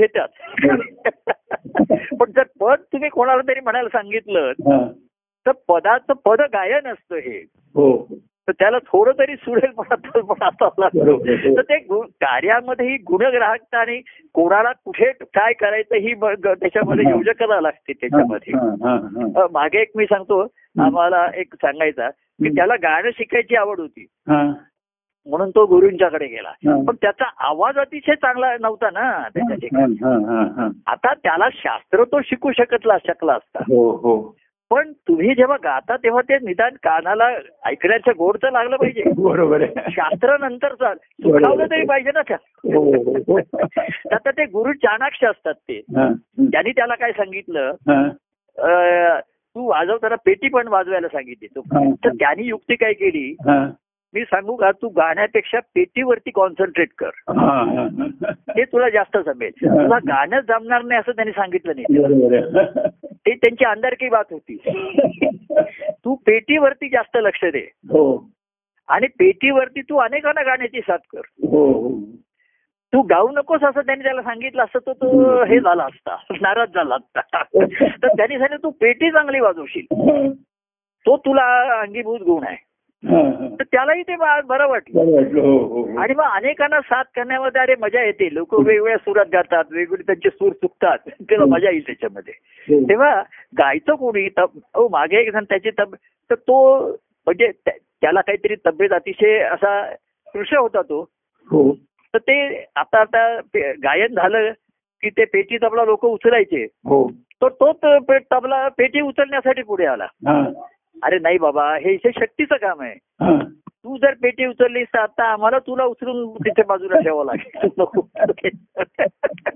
S2: घेतात पण जर पद तुम्ही कोणाला तरी म्हणायला सांगितलं
S1: हा.
S2: तर पदाचं पद गायन असतं हे
S1: हो
S2: तर त्याला थोडं तरी सुरेल पण असावा लागतो
S1: बरोबर आहे.
S2: तर ते गु- कार्यामध्ये ही गुणग्राहकता आणि कोणाला कुठे काय करायचं ही मग त्याच्यामध्ये
S1: हा.
S2: योजकता लागते त्याच्यामध्ये
S1: हा, हा, हा.
S2: अ, मागे एक मी सांगतो आम्हाला एक सांगायचा की त्याला गाणं शिकायची आवड होती
S1: हा,
S2: म्हणून तो गुरुंच्याकडे गेला
S1: हा.
S2: पण त्याचा आवाज अतिशय चांगला नव्हता ना त्याच्या ठिकाणी.
S1: हा, हा, हा, हा.
S2: आता त्याला शास्त्र तो शिकू शकतला शकला असता
S1: हो हो
S2: पण तुम्ही जेव्हा गाता तेव्हा ते निदान कानाला ऐकण्याचं गोड तर लागलं पाहिजे
S1: बरोबर आहे
S2: शास्त्र नंतर चाल सुखावलं तरी पाहिजे ना त्या
S1: हो हो, हो.
S2: आता ते गुरु चाणाक्ष असतात ते
S1: हा,
S2: त्यांनी त्याला काय सांगितलं
S1: हा,
S2: अं, तू वाजवताना पेटी पण वाजवायला सांगितली तू
S1: हा.
S2: तर त्यांनी युक्ती काय केली
S1: हा.
S2: मी सांगू का तू गाण्यापेक्षा पेटीवरती कॉन्सन्ट्रेट कर
S1: हा, हा, हा.
S2: ते तुला जास्त जमेल तुला गाणं जमणार नाही असं त्यांनी सांगितलं नाही
S1: बरोबर आहे.
S2: ते त्यांची अंधारकी बात होती तू पेटीवरती जास्त लक्ष दे
S1: हो
S2: आणि पेटीवरती तू अनेकांना गाण्याची साथ कर
S1: हो हो
S2: तू गाऊ नकोस असं त्यांनी त्याला सांगितलं असतं तर तो हे झाला असता नाराज झाला असता तर त्यांनी सांगितलं तू पेटी चांगली वाजवशील
S1: हा,
S2: तो तुला अंगीभूत गुण आहे
S1: हा, हा.
S2: तर त्यालाही ते बा- बरं वाटलं
S1: बरं वाटलं हो हो हो.
S2: आणि मग अनेकांना साथ करण्यामध्ये अरे मजा येते लोक वेगवेगळ्या सुरात गातात वेगवेगळे त्यांचे सूर चुकतात त्याला मजा येईल त्याच्यामध्ये
S1: हो.
S2: तेव्हा गायचं कोणी तब हो मागे एक जण त्याची तब तर तो म्हणजे त्या- त्याला काहीतरी तब्येत अतिशय असा कृष होता तो
S1: हो
S2: तर ते आता आता पे- गायन झालं की ते पेटी तबला लोक उचलायचे
S1: हो
S2: तर तोच पे- तबला पेटी उचलण्यासाठी पुढे आला
S1: हा
S2: अरे नाही बाबा हे इथे शक्तीचं काम आहे
S1: हा
S2: तू जर पेटी उचललीस तर आता आम्हाला तुला उचलून तिथे बाजूला ठेवावं लागेल नको.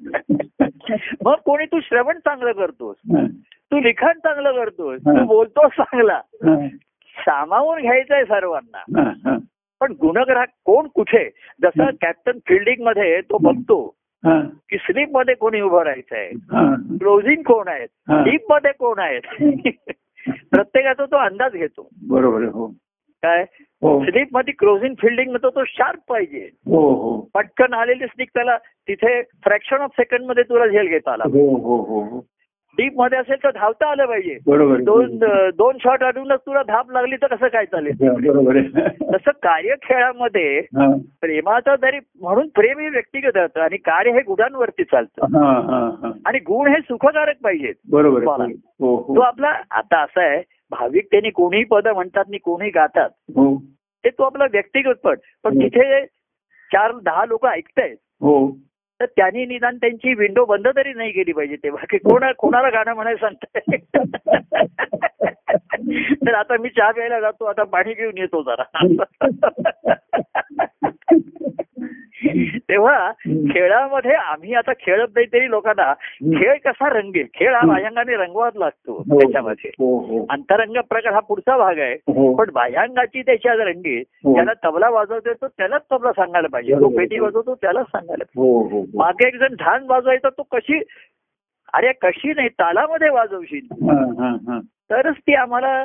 S2: मग कोणी तू श्रवण चांगलं करतोस
S1: हा,
S2: तू लिखाण चांगलं करतोस तू बोलतोस चांगला
S1: हा,
S2: सामावून घ्यायचंय सर्वांना
S1: हा, हा,
S2: पण गुणग्राहक कोण कुठे जसं कॅप्टन फिल्डिंग मध्ये तो बघतो
S1: हा,
S2: की स्लीप मध्ये कोणी उभं राहायचंय
S1: हा.
S2: क्लोजिंग कोण आहेत
S1: हा.
S2: डीप मध्ये कोण आहेत प्रत्येकाचा तो अंदाज घेतो
S1: बरोबर आहे, हो
S2: काय
S1: हो
S2: स्लीप मध्ये क्लोजिंग फिल्डिंग मध्ये तो शार्प पाहिजे
S1: हो हो
S2: पटकन आलेली स्लीप त्याला तिथे फ्रॅक्शन ऑफ सेकंड मध्ये तुला झेल घेता आला
S1: हो हो हो हो
S2: डीप मध्ये असेल तर धावता आलं पाहिजे
S1: बरोबर
S2: दोन
S1: हो.
S2: दोन शॉट अडूनच तुला धाप लागली तर कसं काय चालेल
S1: हा, बरोबर आहे.
S2: तसं कार्य खेळामध्ये
S1: हा,
S2: प्रेमाचा जरी म्हणून प्रेम हे व्यक्तिगत असतं आणि कार्य हे गुणांवरती चालतं
S1: हा, हा, हा.
S2: आणि गुण हे सुखकारक पाहिजेत
S1: बरोबर आहे. हो
S2: तो
S1: हो
S2: आपला आता असा आहे भाविक त्यांनी कोणीही पद म्हणतात आणि कोणीही गातात
S1: हो
S2: ते तो आपला व्यक्तिगत पद पण
S1: हम्म.
S2: तिथे चार दहा लोक ऐकतायत
S1: हो
S2: तर त्यांनी निदान त्यांची विंडो बंद तरी नाही केली पाहिजे तेव्हा की कोणा कोणाला गाणं म्हणायला सांगताय तर आता मी चहा प्यायला जातो आता पाणी घेऊन येतो जरा तेव्हा खेळामध्ये आम्ही आता खेळत नाही तरी लोकांना खेळ कसा रंगेल खेळ हा बाह्यांगाने रंगवाच लागतो
S1: हो.
S2: त्याच्यामध्ये
S1: हो हो
S2: अंतरंग प्रकार हा पुढचा भाग आहे
S1: हो
S2: पण बाह्यांगाची त्याच्या रंगीत
S1: हो.
S2: त्याला तबला वाजवतोय तो त्यालाच तबला सांगायला पाहिजे तो
S1: बरोबर.
S2: पेटी वाजवतो त्यालाच सांगायला पाहिजे.
S1: हो हो हो.
S2: मागे एक जण ढान वाजवायचा तो कशी अरे कशी नाही तालामध्ये वाजवशील
S1: हा, हा, हा.
S2: तरच ती आम्हाला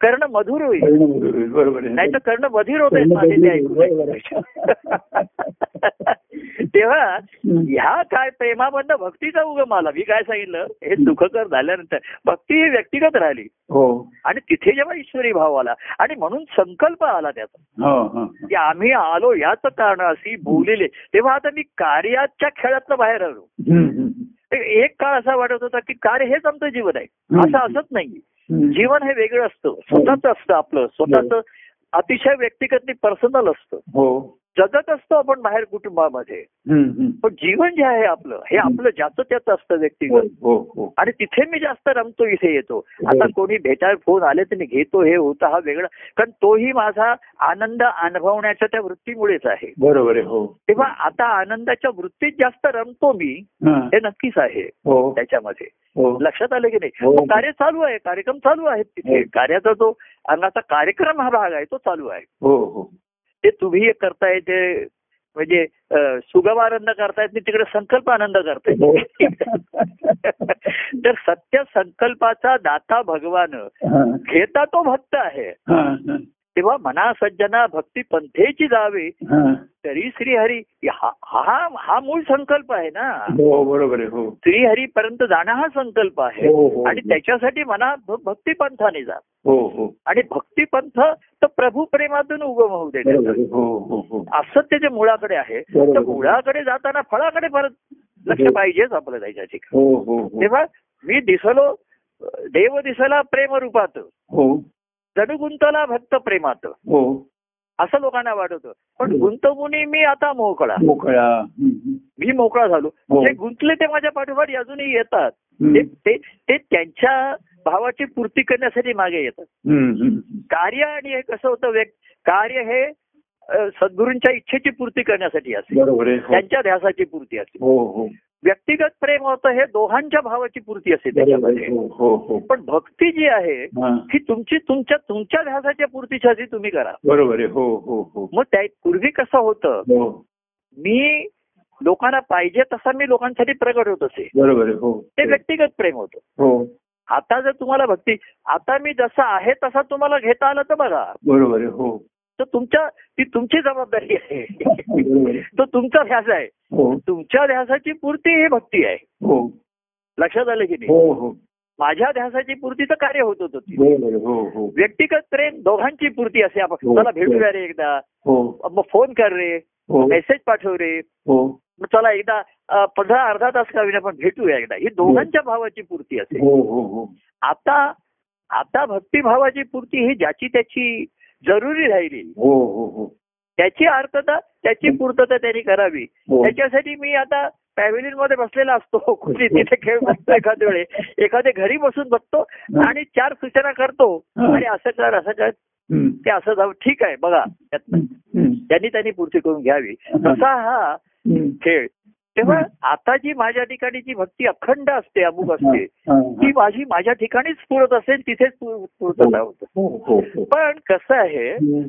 S2: करणं मधुर होईल
S1: परिणाम होईल, बरोबर आहे.
S2: नाही तर करणं बधीर होत
S1: करणं बधीर होईल,
S2: आहे तेव्हा
S1: हम्म.
S2: ह्या काय प्रेमाबद्दल भक्तीचा उगम आला मी काय सांगितलं हे दुःखकर झाल्यानंतर भक्ती ही व्यक्तिगत राहिली
S1: हो
S2: आणि तिथे जेव्हा ईश्वरी भाव आला आणि म्हणून संकल्प आला त्याचा
S1: हो हो
S2: की म्हणजे आम्ही आलो याच कारण अशी बोलले तेव्हा आता मी कार्याच्या खेळातनं बाहेर आलो
S1: हम्म, हम्म.
S2: ए- एक काळ असा वाटत होता की कार्य हेच आमचं जीवन आहे असं असत नाही
S1: हम्म.
S2: जीवन हे वेगळं असतं स्वतःच असतं आपलं स्वतःच अतिशय व्यक्तिगत पर्सनल असतं
S1: हो
S2: जगत असतो आपण बाहेर कुटुंबामध्ये
S1: हम्म, हम्म.
S2: पण जीवन जे आहे आपलं हे आपलं ज्याचं त्याचं असतं व्यक्तिगत
S1: हो हो
S2: आणि तिथे मी जास्त रमतो इथे येतो आता कोणी भेटायला फोन आले तर मी घेतो हे होता हा वेगळा कारण तोही माझा आनंद अनुभवण्याच्या त्या वृत्तीमुळेच आहे
S1: बरोबर आहे हो
S2: तेव्हा आता आनंदाच्या वृत्तीत जास्त रमतो मी
S1: हा.
S2: हे नक्कीच आहे
S1: हो
S2: त्याच्यामध्ये
S1: हो
S2: लक्षात आलं की नाही
S1: हो.
S2: मग कार्य चालू आहे कार्यक्रम चालू आहेत तिथे
S1: हो.
S2: कार्याचा जो अंगाचा कार्यक्रम हा भाग आहे तो चालू आहे
S1: हो हो
S2: ते तुम्ही एक करताय ते म्हणजे अं, सुगम आनंद करतायत मी तिकडे संकल्प आनंद
S1: हो.
S2: करताय तर सत्य संकल्पाचा दाता भगवान
S1: हा,
S2: घेता तो भक्त आहे
S1: हा, हा,
S2: तेव्हा मना सज्जना भक्ती पंथेची जावे
S1: हा.
S2: तरी श्रीहरी हा हा हा मूळ संकल्प आहे ना
S1: हो बरोबर आहे हो
S2: श्रीहरी पर्यंत जाणं हा संकल्प आहे
S1: हो, हो.
S2: आणि त्याच्यासाठी मना भ- भक्तिपंथाने जा
S1: हो हो
S2: आणि भक्तिपंथ तर प्रभू प्रेमातून उगम होऊ
S1: बरोबर
S2: देण्याचा
S1: आहे. हो हो हो
S2: असं त्याच्या मुळाकडे आहे
S1: बरोबर.
S2: तर मुळाकडे जाताना फळाकडे परत लक्ष
S1: हो.
S2: पाहिजेच आपलं त्याच्या ठिकाणी
S1: हो हो हो
S2: तेव्हा मी दिसलो अं, देव दिसला प्रेमरूपात
S1: हो
S2: जणू गुंतला भक्त प्रेमात
S1: हो
S2: असं लोकांना वाटत पण गुंतवून मी आता मोकळा
S1: मोकळा हम्म,
S2: मी मोकळा झालो
S1: हो.
S2: जे गुंतले ते माझ्या पाठोपाठ अजूनही येतात
S1: हम्म.
S2: ते- ते ते त्यांच्या भावाची पूर्ती करण्यासाठी मागे येतात
S1: हम्म, हम्म.
S2: कार्य आणि हे कसं होतं व्यक्- कार्य हे अं, सद्गुरूंच्या इच्छेची पूर्ती करण्यासाठी असते
S1: बरोबर आहे
S2: त्यांच्या ध्यासाची पूर्ती असते
S1: हो हो हो
S2: व्यक्तिगत प्रेम होतं हे दोघांच्या भावाची पूर्ती असते त्याच्यामध्ये
S1: हो हो हो
S2: पण भक्ती जी आहे
S1: हा.
S2: ही तुमची तुमच्या तुमच्या ध्यासाच्या पूर्तीसाठी तुम्ही करा
S1: बरोबर आहे हो हो हो
S2: मग त्या पूर्वी कसं होतं
S1: हो
S2: मी लोकांना पाहिजे तसा मी लोकांसाठी प्रगट होत असे
S1: बरोबर आहे हो
S2: ते व्यक्तिगत प्रेम होतं
S1: हो
S2: आता जर तुम्हाला भक्ती आता मी जसा आहे तसा तुम्हाला घेता आला तर बघा
S1: बरोबर आहे हो
S2: तर तुमच्या ती तुमची जबाबदारी आहे
S1: बरोबर आहे.
S2: तो तुमचा ध्यास आहे
S1: हो
S2: तुमच्या ध्यासाची पूर्ती ही भक्ती आहे
S1: हो
S2: लक्षात आलं की नाही
S1: हो हो
S2: माझ्या ध्यासाची पूर्ती तर कार्य होत होत होती
S1: बरोबर आहे. हो हो
S2: व्यक्तिगत प्रेम दोघांची पूर्ती असे आपण
S1: हो.
S2: चला भेटूया रे एकदा
S1: हो
S2: मग फोन कर रे
S1: हो
S2: मेसेज पाठव रे
S1: हो
S2: मग चला एकदा अ, पंधरा अर्धा तास का होईना पण भेटूया एकदा ही दोघांच्या भावाची पूर्ती असेल
S1: हो हो हो
S2: आता आता भक्तिभावाची पूर्ती ही ज्याची त्याची जरुरी राहिली
S1: हो हो हो
S2: त्याची अर्थता त्याची पूर्तता त्यांनी करावी
S1: हो.
S2: त्याच्यासाठी मी आता पॅव्हिलियन मध्ये बसलेला असतो कुठे तिथे खेळ बघतो एखाद्या वेळे एखाद्या घरी बसून बघतो आणि चार सूचना करतो आणि असं कर असं कर
S1: हम्म.
S2: ते असं जाऊ ठीक आहे बघा त्यातनं
S1: हम्म.
S2: त्यांनी त्यांनी पूर्ती करून घ्यावी तसा हा
S1: हम्म.
S2: खेळ तेव्हा आता जी माझ्या ठिकाणी जी भक्ती अखंड असते अमुक असते
S1: हा,
S2: ती
S1: हा.
S2: माझी माझ्या ठिकाणीच पुरत असेल तिथेच पू- पूर्तता होत
S1: हो हो हो
S2: पण कसं आहे
S1: हम्म.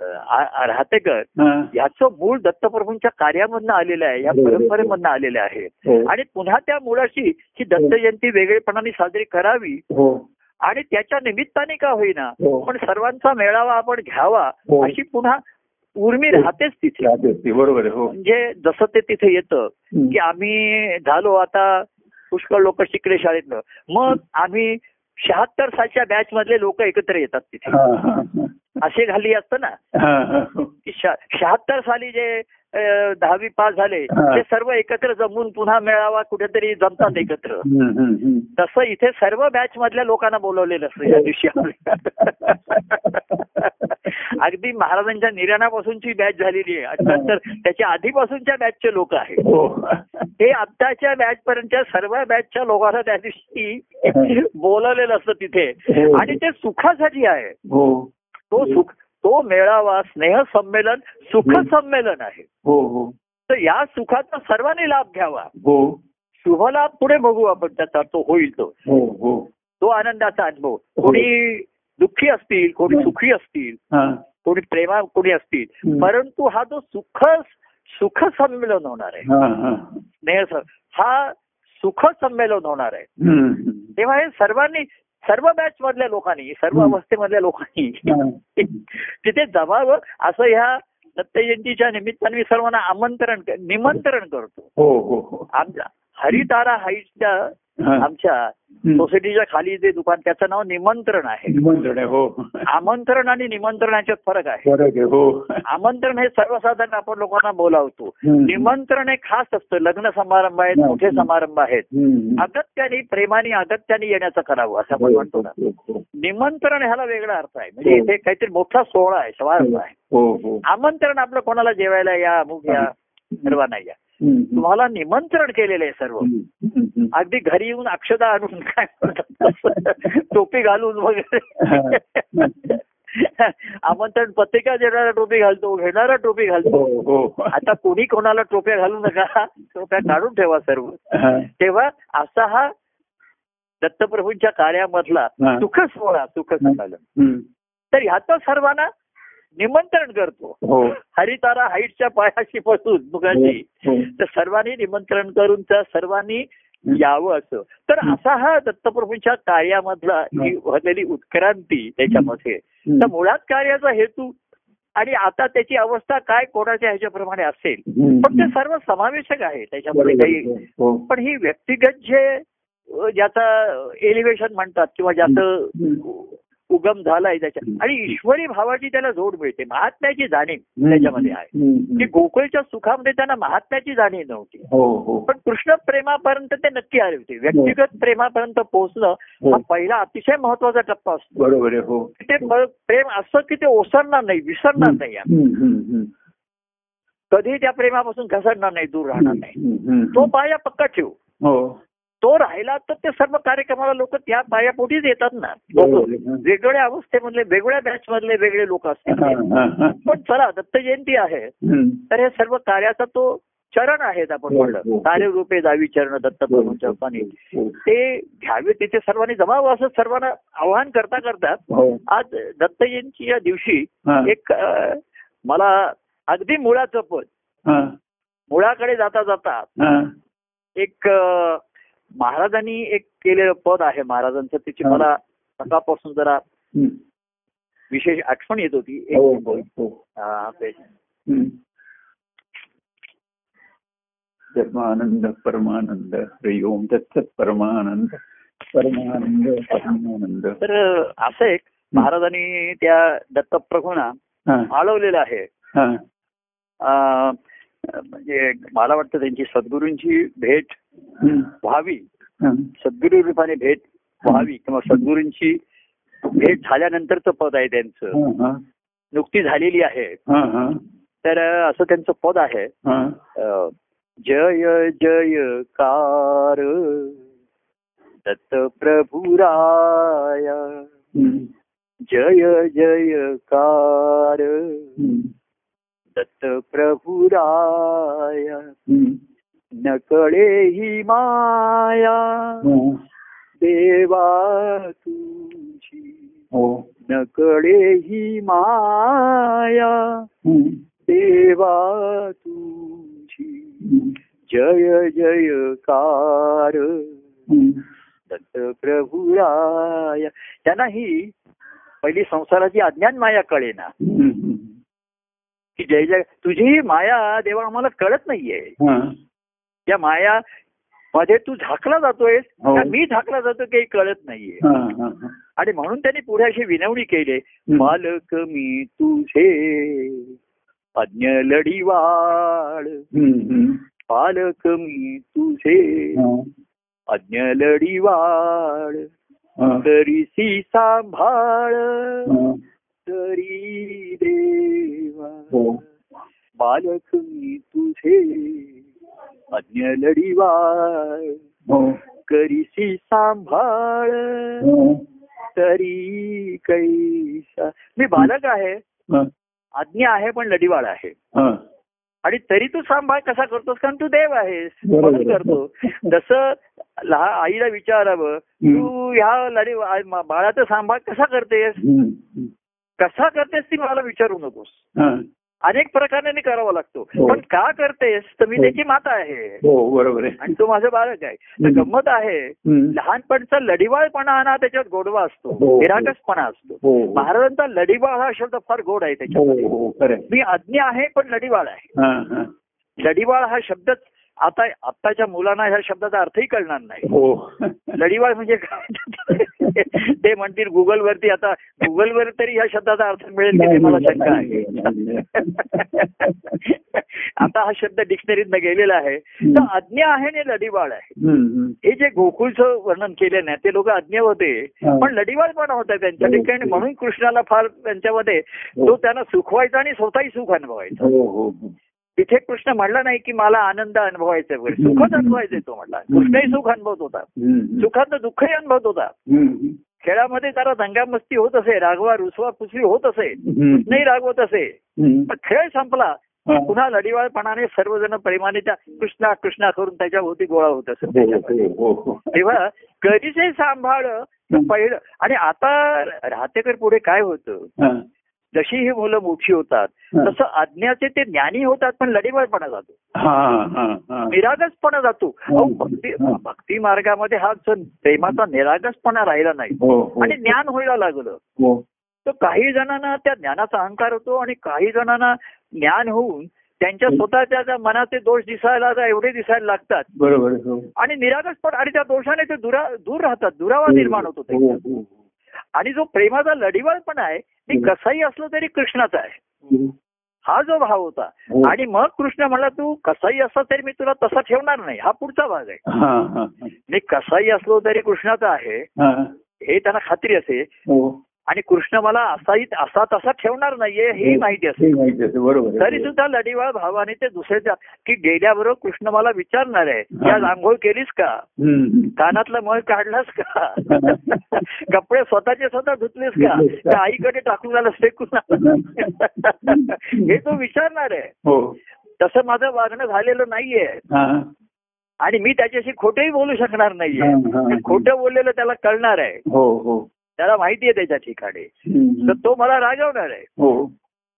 S2: अं, आ- राहतेकर
S1: हा.
S2: याचं मूळ दत्तप्रभूंच्या कार्यामधनं आलेलं आहे या
S1: बरोबर.
S2: परंपरेमधनं आलेलं आहे
S1: हो
S2: आणि पुन्हा त्या मुळाशी ही दत्त जयंती वेगळेपणाने साजरी करावी
S1: हो
S2: आणि त्याच्या निमित्ताने का होईना
S1: हो.
S2: पण सर्वांचा मेळावा आपण घ्यावा
S1: हो.
S2: अशी पुन्हा उर्मी
S1: हो.
S2: राहतेच तिथे
S1: राहते ती, बरोबर आहे हो
S2: म्हणजे जसं ते तिथे येतं की आम्ही झालो आता पुष्कळ लोक शिकले शाळेतनं मग आम्ही शहात्तर सालच्या बॅच मधले लोक एकत्र येतात तिथे
S1: हा, हा, हा.
S2: असे घाली असतं ना
S1: हा, हा, हो.
S2: की शहात्तर साली जे अ, दहावी पास झाले
S1: हा.
S2: ते सर्व एकत्र जमून पुन्हा मेळावा कुठेतरी जमतात एकत्र
S1: हम्म, हम्म, हम्म.
S2: तसं इथे सर्व बॅच मधल्या लोकांना बोलवलेलं असतं या दिवशी आम्ही. अगदी महाराजांच्या निर्याणापासूनची बॅच झालेली आहे आणि नंतर त्याच्या आधीपासूनच्या बॅचचे लोक आहेत
S1: हो
S2: ते आत्ताच्या बॅच पर्यंतच्या सर्व बॅचच्या लोकांना त्या दिवशी बोलवलेलं असतं तिथे
S1: हो.
S2: आणि ते सुखासाठी आहे
S1: हो
S2: तो सुख तो मेळावा स्नेह संमेलन सुख संमेलन आहे
S1: हो हो
S2: तर या सुखाचा सर्वांनी लाभ घ्यावा
S1: हो
S2: शुभलाभ पुढे बघू आपण त्याचा तो होईल तो
S1: हो हो
S2: तो आनंदाचा अनुभव कोणी दुःखी असतील कोणी सुखी असतील
S1: हा
S2: कोणी प्रेमा कोणी असतील
S1: हो. हम्म.
S2: परंतु हा जो सुख सुख संमेलन होणार आहे
S1: हा हा
S2: स्नेह सं- हा सुख संमेलन होणार आहे
S1: हम्म, हम्म.
S2: तेव्हा हे सर्वांनी सर्व बॅच मधल्या लोकांनी सर्व
S1: हम्म.
S2: अवस्थेमधल्या लोकांनी
S1: हा.
S2: तिथे जमावं असं ह्या दत्त जयंतीच्या निमित्ताने मी सर्वांना आमंत्रण निमंत्रण करतो
S1: हो हो हो
S2: आमच्या हरितारा हाईटच्या
S1: हा.
S2: आमच्या
S1: हम्म.
S2: सोसायटीच्या खाली जे दुकान त्याचं नाव निमंत्रण आहे
S1: निमंत्रण आहे हो
S2: आमंत्रण आणि निमंत्रणाच्यात फरक आहे
S1: फरक आहे हो
S2: आमंत्रण हे सर्वसाधारण आपण लोकांना बोलावतो
S1: हम्म.
S2: निमंत्रण हे खास असतं लग्न समारंभ आहेत
S1: हम्म.
S2: मोठे समारंभ आहेत
S1: हम्म.
S2: अगत्याने प्रेमाने अगत्याने येण्याचं करावं असं आपण म्हणतो ना
S1: हो, हो,
S2: निमंत्रण ह्याला वेगळा अर्थ आहे म्हणजे
S1: हो.
S2: इथे काहीतरी मोठा सोहळा आहे
S1: Hmm.
S2: समारंभ आहे
S1: हो हो
S2: आमंत्रण आपलं कोणाला जेवायला या अमुक या
S1: Hmm.
S2: सर्वांना या
S1: हम्म.
S2: तुम्हाला निमंत्रण केलेलं आहे सर्व
S1: हम्म, हम्म, हम्म.
S2: अगदी घरी येऊन अक्षदा आणून काय म्हणतात टोपी घालून वगैरे आमंत्रण पत्रिका देणारा टोपी घालतो घेणारा टोपी घालतो
S1: हो हो
S2: आता कोणी कोणाला टोप्या घालू नका टोप्या काढून ठेवा सर्व
S1: हा.
S2: तेव्हा असा हा दत्तप्रभूंच्या कार्यामधला
S1: हा.
S2: सुख सोहळा सुख संमेलन
S1: हम्म.
S2: तर ह्याचं सर्वांना निमंत्रण करतो
S1: हो
S2: हरितारा हाईटच्या पायाशी बसून मुगाची
S1: हो.
S2: तर सर्वांनी निमंत्रण करून त्या सर्वांनी यावं असं तर असा हा दत्तप्रभूंच्या कार्यामधला ही झालेली उत्क्रांती त्याच्यामध्ये तर मुळात कार्याचा हेतू आणि आता त्याची अवस्था काय कोणाच्या ह्याच्याप्रमाणे असेल
S1: हम्म.
S2: पण ते सर्व समावेशक आहे त्याच्यामध्ये
S1: बरोबर
S2: काही
S1: आहे. हो.
S2: पण ही व्यक्तिगत जे अ, ज्याचा एलिव्हेशन म्हणतात किंवा ज्याचं
S1: हम्म.
S2: उगम झालाय त्याच्या आणि ईश्वरी भावाची त्याला जोड मिळते महात्म्याची जाणीव त्याच्यामध्ये आहे
S1: हम्म, हम्म.
S2: की गोकुळच्या सुखामध्ये त्यांना महात्म्याची जाणीव नव्हती
S1: हो हो
S2: पण कृष्ण प्रेमापर्यंत ते नक्की आले होते व्यक्तिगत प्रेमापर्यंत पोहोचणं हा
S1: हो
S2: पहिला अतिशय महत्वाचा टप्पा असतो
S1: बरोबर आहे हो
S2: ते ब- प्रेम असं की ते ओसरणार नाही विसरणार नाही आपण.
S1: हम्म, हम्म, हम्म.
S2: कधी त्या प्रेमापासून घसरणार नाही दूर राहणार नाही
S1: हम्म, हम्म.
S2: तो पाया पक्का ठेवू
S1: हो
S2: तो राहिला तर ते सर्व कार्यक्रमाला लोक त्या पायापोटीच येतात ना
S1: बरोबर आहे. हा.
S2: वेगवेगळ्या अवस्थेमधले वेगळ्या बॅच मधले वेगळे लोक असतात
S1: हा, हा, हा.
S2: पण चला दत्त जयंती आहे
S1: हम्म.
S2: तर हे सर्व कार्याचा तो चरण आहेत आपण
S1: हो,
S2: म्हणलं
S1: हो.
S2: सारे रूपे जावी चरण दत्त प्रभूंच्या पाणी
S1: हो.
S2: ते घ्यावे तिथे सर्वांनी जमावं असं सर्वांना आवाहन करता करतात
S1: हो.
S2: आज दत्तजींची या दिवशी
S1: हा,
S2: एक अ, मला अगदी मुळाचं पद
S1: हा,
S2: मुळाकडे जाता जाता
S1: हा.
S2: एक अ, महाराजांनी एक केलेलं पद आहे महाराजांचं त्याची
S1: हा.
S2: मला सकाळपासून जरा
S1: हम्म.
S2: विशेष आठवण येत होती एक
S1: हो, हो, हो.
S2: हा, ते-
S1: हम्म. जन्मानंद परमानंद हरि ओम दत्त परमानंद परमानंद परमानंद
S2: तर असं एक महाराजांनी त्या दत्तप्रभूंना
S1: हा,
S2: आळवलेलं आहे
S1: हा,
S2: अ, म्हणजे मला वाटतं त्यांची सद्गुरूंची भेट
S1: हम्म,
S2: व्हावी
S1: हा,
S2: सद्गुरू रूपाने भेट व्हावी किंवा सद्गुरूंची भेट झाल्यानंतरचं पद आहे त्यांचं
S1: हा,
S2: नुकती झालेली आहे
S1: हा, हा,
S2: तर असं त्यांचं पद आहे
S1: हा.
S2: अ, जय जय कार दत्त प्रभुराय
S1: हम्म,
S2: जय जय कार
S1: हम्म,
S2: दत्त प्रभुराय
S1: हम्म.
S2: न कळे ही माया
S1: हा,
S2: देवा तुझी
S1: हो.
S2: नकडे ही माया
S1: हम्म,
S2: देवा तुझी
S1: हम्म,
S2: जय जयकार
S1: हम्म.
S2: दत्त प्रभुराय त्यांना ही पहिली संसाराची अज्ञान माया कळेना
S1: हम्म, हम्म.
S2: की जय जय तुझी ही माया देवा आम्हाला कळत नाहीये
S1: हा,
S2: या माया मध्ये तू झाकला जातोय
S1: हो.
S2: मी झाकला जातो काही कळत नाहीये
S1: हा, हा, हा.
S2: आणि म्हणून त्यांनी पुढे अशी विनवणी केली
S1: हम्म.
S2: मालक मी तुझे अज्ञ लढीवाळ
S1: हम्म, हम्म.
S2: पालक मी तुझे
S1: हा,
S2: अज्ञ लढीवाळ
S1: हा,
S2: तरीसी सांभाळ
S1: हा.
S2: तरी देवा
S1: हो.
S2: बालक मी तुझे अज्ञ लढीवाळ
S1: हो,
S2: करीसी सांभाळ
S1: हो.
S2: तरी कैसा मी बालक आहे
S1: हा,
S2: आज्ञा आहे पण लढीवाळ आहे
S1: हा.
S2: आणि तरी तू सांभाळ कसा करतोस कारण तू देव आहेस
S1: बरोबर.
S2: म्हणून करतो जसं लहान आईला विचारावं तू ह्या लढी आ- मा- बाळाचा सांभाळ कसा करतेस
S1: हम्म, हम्म.
S2: कसा करतेस ती मला विचारू नकोस
S1: हा.
S2: अनेक प्रकाराने करावा लागतो
S1: हो.
S2: पण का करतेस तर मी
S1: हो.
S2: त्याची माता आहे
S1: हो बरोबर आहे
S2: आणि तो माझं बालक आहे तर
S1: हम्म.
S2: गंमत आहे
S1: हम्म.
S2: लहानपणचा लढीवाळपणा ना त्याच्यात गोडवा असतो
S1: हो.
S2: निरागसपणा असतो
S1: हो
S2: महाराजांचा लढीवाळ हा शब्द फार गोड आहे
S1: हो
S2: त्याच्यामध्ये
S1: हो खरं आहे.
S2: मी अज्ञ आहे पण लढीवाळ आहे
S1: हा, हा.
S2: लढीवाळ हा शब्दच आता आत्ताच्या मुलांना ह्या शब्दाचा अर्थही कळणार नाही
S1: हो
S2: लढीवाळ म्हणजे काय ते म्हणतील गुगल वरती आता गुगल वर तरी ह्या शब्दाचा अर्थ मिळेल की
S1: नाही,
S2: ते मला
S1: नाही,
S2: शंका
S1: नाही, नाही,
S2: आहे आता हा शब्द डिक्शनरीत गेलेला आहे तर
S1: हम्म,
S2: अज्ञ आहे आणि लढीवाळ आहे
S1: हम्म,
S2: हे जे गोकुळचं वर्णन केलं नाही ते लोक अज्ञ होते
S1: हा. हो.
S2: पण लढीवाळपणा होता त्यांच्या ठिकाणी म्हणून कृष्णाला फार त्यांच्यामध्ये तो त्यांना सुखवायचा आणि स्वतःही सुख अनुभवायचा
S1: हो हो हो.
S2: तिथे कृष्ण म्हणला नाही की मला आनंद अनुभवायचा वगैरे
S1: हम्म.
S2: सुखच अनुभवायचंय तो म्हणला कृष्णही सुख अनुभवत होता
S1: हम्म,
S2: सुखात दुःखही अनुभवत होता
S1: हम्म,
S2: खेळामध्ये जरा दंगामस्ती होत असे रागवा रुसवा पुसवी होत असे
S1: हम्म,
S2: नाही रागवत असे
S1: हम्म.
S2: पण खेळ संपला
S1: हा.
S2: पुन्हा लढीवाळपणाने सर्वजण प्रेमाने त्या कृष्णा कृष्णा करून त्याच्या भोवती गोळा होत असत
S1: हो,
S2: त्याच्यामध्ये.
S1: हो, हो.
S2: तेव्हा कधीचे सांभाळ पहिलं आणि आता राहतेकर पुढे काय होतं
S1: हा,
S2: जशी ही मुलं मोठी होतात
S1: हा.
S2: तसं अज्ञाचे ते ज्ञानी होतात पण लढीवाळपणा जातो
S1: हा, हा,
S2: Oh,
S1: हा.
S2: निरागसपणा जातो
S1: हो.
S2: अहो भक्ती
S1: हं.
S2: भक्ती मार्गामध्ये हा जो प्रेमाचा निरागसपणा राहिला नाही
S1: हो, हो,
S2: आणि ज्ञान व्हायला लागलं
S1: हो.
S2: तर काही जणांना त्या ज्ञानाचा अहंकार होतो आणि काही जणांना ज्ञान होऊन त्यांच्या
S1: हो.
S2: स्वतःच्या त्या मनाचे दोष दिसायला आता एवढे दिसायला लागतात
S1: बरोबर आहे, हो.
S2: आणि निरागसपण आणि त्या दोषाने ते दुरा दूर राहतात दुरावा निर्माण होतो
S1: हो,
S2: त्यांचा
S1: हो,
S2: आणि जो प्रेमाचा लढीवाळपणा आहे ते
S1: हं.
S2: कसाही असलं तरी कृष्णाचा आहे
S1: हो.
S2: हा जो भाव होता
S1: हो.
S2: आणि मग कृष्ण म्हणला तू कसाही असला तरी मी तुला तसा ठेवणार नाही हा पुढचा भाग आहे
S1: हा, हा,
S2: मी कसाही असलो तरी कृष्णाचा आहे
S1: हा.
S2: हे त्यांना खात्री असे
S1: हो.
S2: आणि कृष्ण मला असाही असा तसा ठेवणार नाहीये हे माहिती असे
S1: हे माहिती असेल, बरोबर
S2: तरी
S1: आहे.
S2: सुद्धा लढीवाळ भावाने ते दुसऱ्याच्या की गेल्याबरोबर कृष्ण मला विचारणार आहे की आज आंघोळ केलीस का
S1: हम्म.
S2: कानातलं मळ काढलास का कपडे स्वतःचे स्वतः धुतलेस का त्या
S1: Oh.
S2: आईकडे टाकून आलास फेकून आलास? हे तो विचारणार आहे
S1: हो
S2: तसं माझं वागणं झालेलं नाहीये
S1: हा,
S2: आणि मी त्याच्याशी खोटंही बोलू शकणार
S1: हा,
S2: नाहीये
S1: हा, हा.
S2: खोटं बोललेलं त्याला कळणार आहे
S1: हो हो
S2: त्याला माहिती आहे त्याच्या ठिकाणी
S1: हम्म,
S2: तर
S1: हम्म.
S2: तो मला रागवणार आहे
S1: हो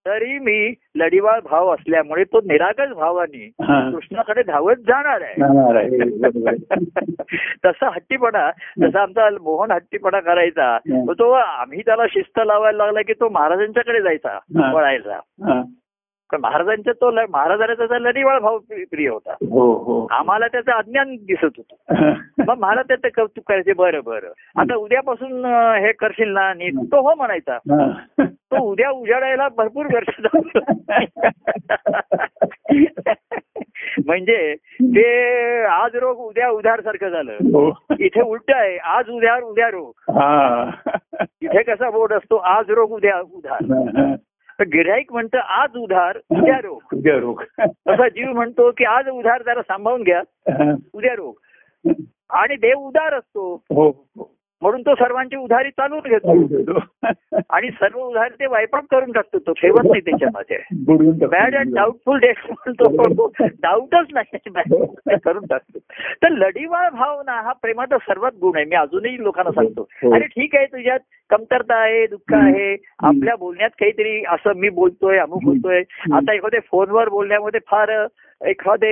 S2: तरी मी लढीवाळ भाव असल्यामुळे तो निरागस भावानी
S1: हा.
S2: कृष्णाकडे धावत जाणार आहे
S1: जाणार आहे, बरोबर आहे.
S2: तसा हट्टीपणा जसा आमचा मोहन हट्टीपणा करायचा
S1: हं.
S2: तर तो आम्ही त्याला शिस्त लावायला लागला की तो महाराजांच्याकडे जायचा
S1: हा.
S2: पळायला
S1: हा.
S2: पण महाराजांचा तो ल- महाराजाला त्याचा लढीवाळ भाव प्रि- प्रिय होता
S1: हो हो
S2: आम्हाला त्याचं अज्ञान दिसत होतं मग मला त्याचं कौतुक करायचे बरं बरं आता उद्यापासून अं, हे करशील ना नीट तो हो म्हणायचा
S1: हा.
S2: तो उद्या उजाडायला भरपूर गरजेचं होतं. म्हणजे ते आज रोग उद्या उधार सारखं झालं
S1: हो
S2: इथे उलट आहे आज उधार उद्या रोग
S1: हा
S2: इथे कसा बोर्ड असतो आज रोग उद्या उधार तर गिऱ्हाईक म्हणतं आज उधार उद्या रोग
S1: उद्या रोग
S2: तसा जीव म्हणतो की आज उधार जरा सांभाळून घ्या
S1: हा.
S2: उद्या रोग आणि देव उदार असतो
S1: हो हो.
S2: म्हणून तो सर्वांची उधारी चालवून घेतो
S1: बुडून
S2: आणि सर्व उधारी ते वायप करून टाकतो तो ठेवत नाही त्याच्यामध्ये
S1: टाकतो.
S2: बॅड अँड डाऊटफुल डेट म्हणतो डाऊटच नाही bad
S1: हो.
S2: ते करून टाकतो तर लढीवाळ भावना हा प्रेमाचा सर्वात गुण आहे मी अजूनही लोकांना
S1: हो.
S2: सांगतो अरे ठीक आहे तुझ्यात कमतरता आहे दुःख आहे आपल्या बोलण्यात काहीतरी असं मी बोलतोय अमुक बोलतोय आता एखाद्या फोनवर बोलण्यामध्ये फार एखादे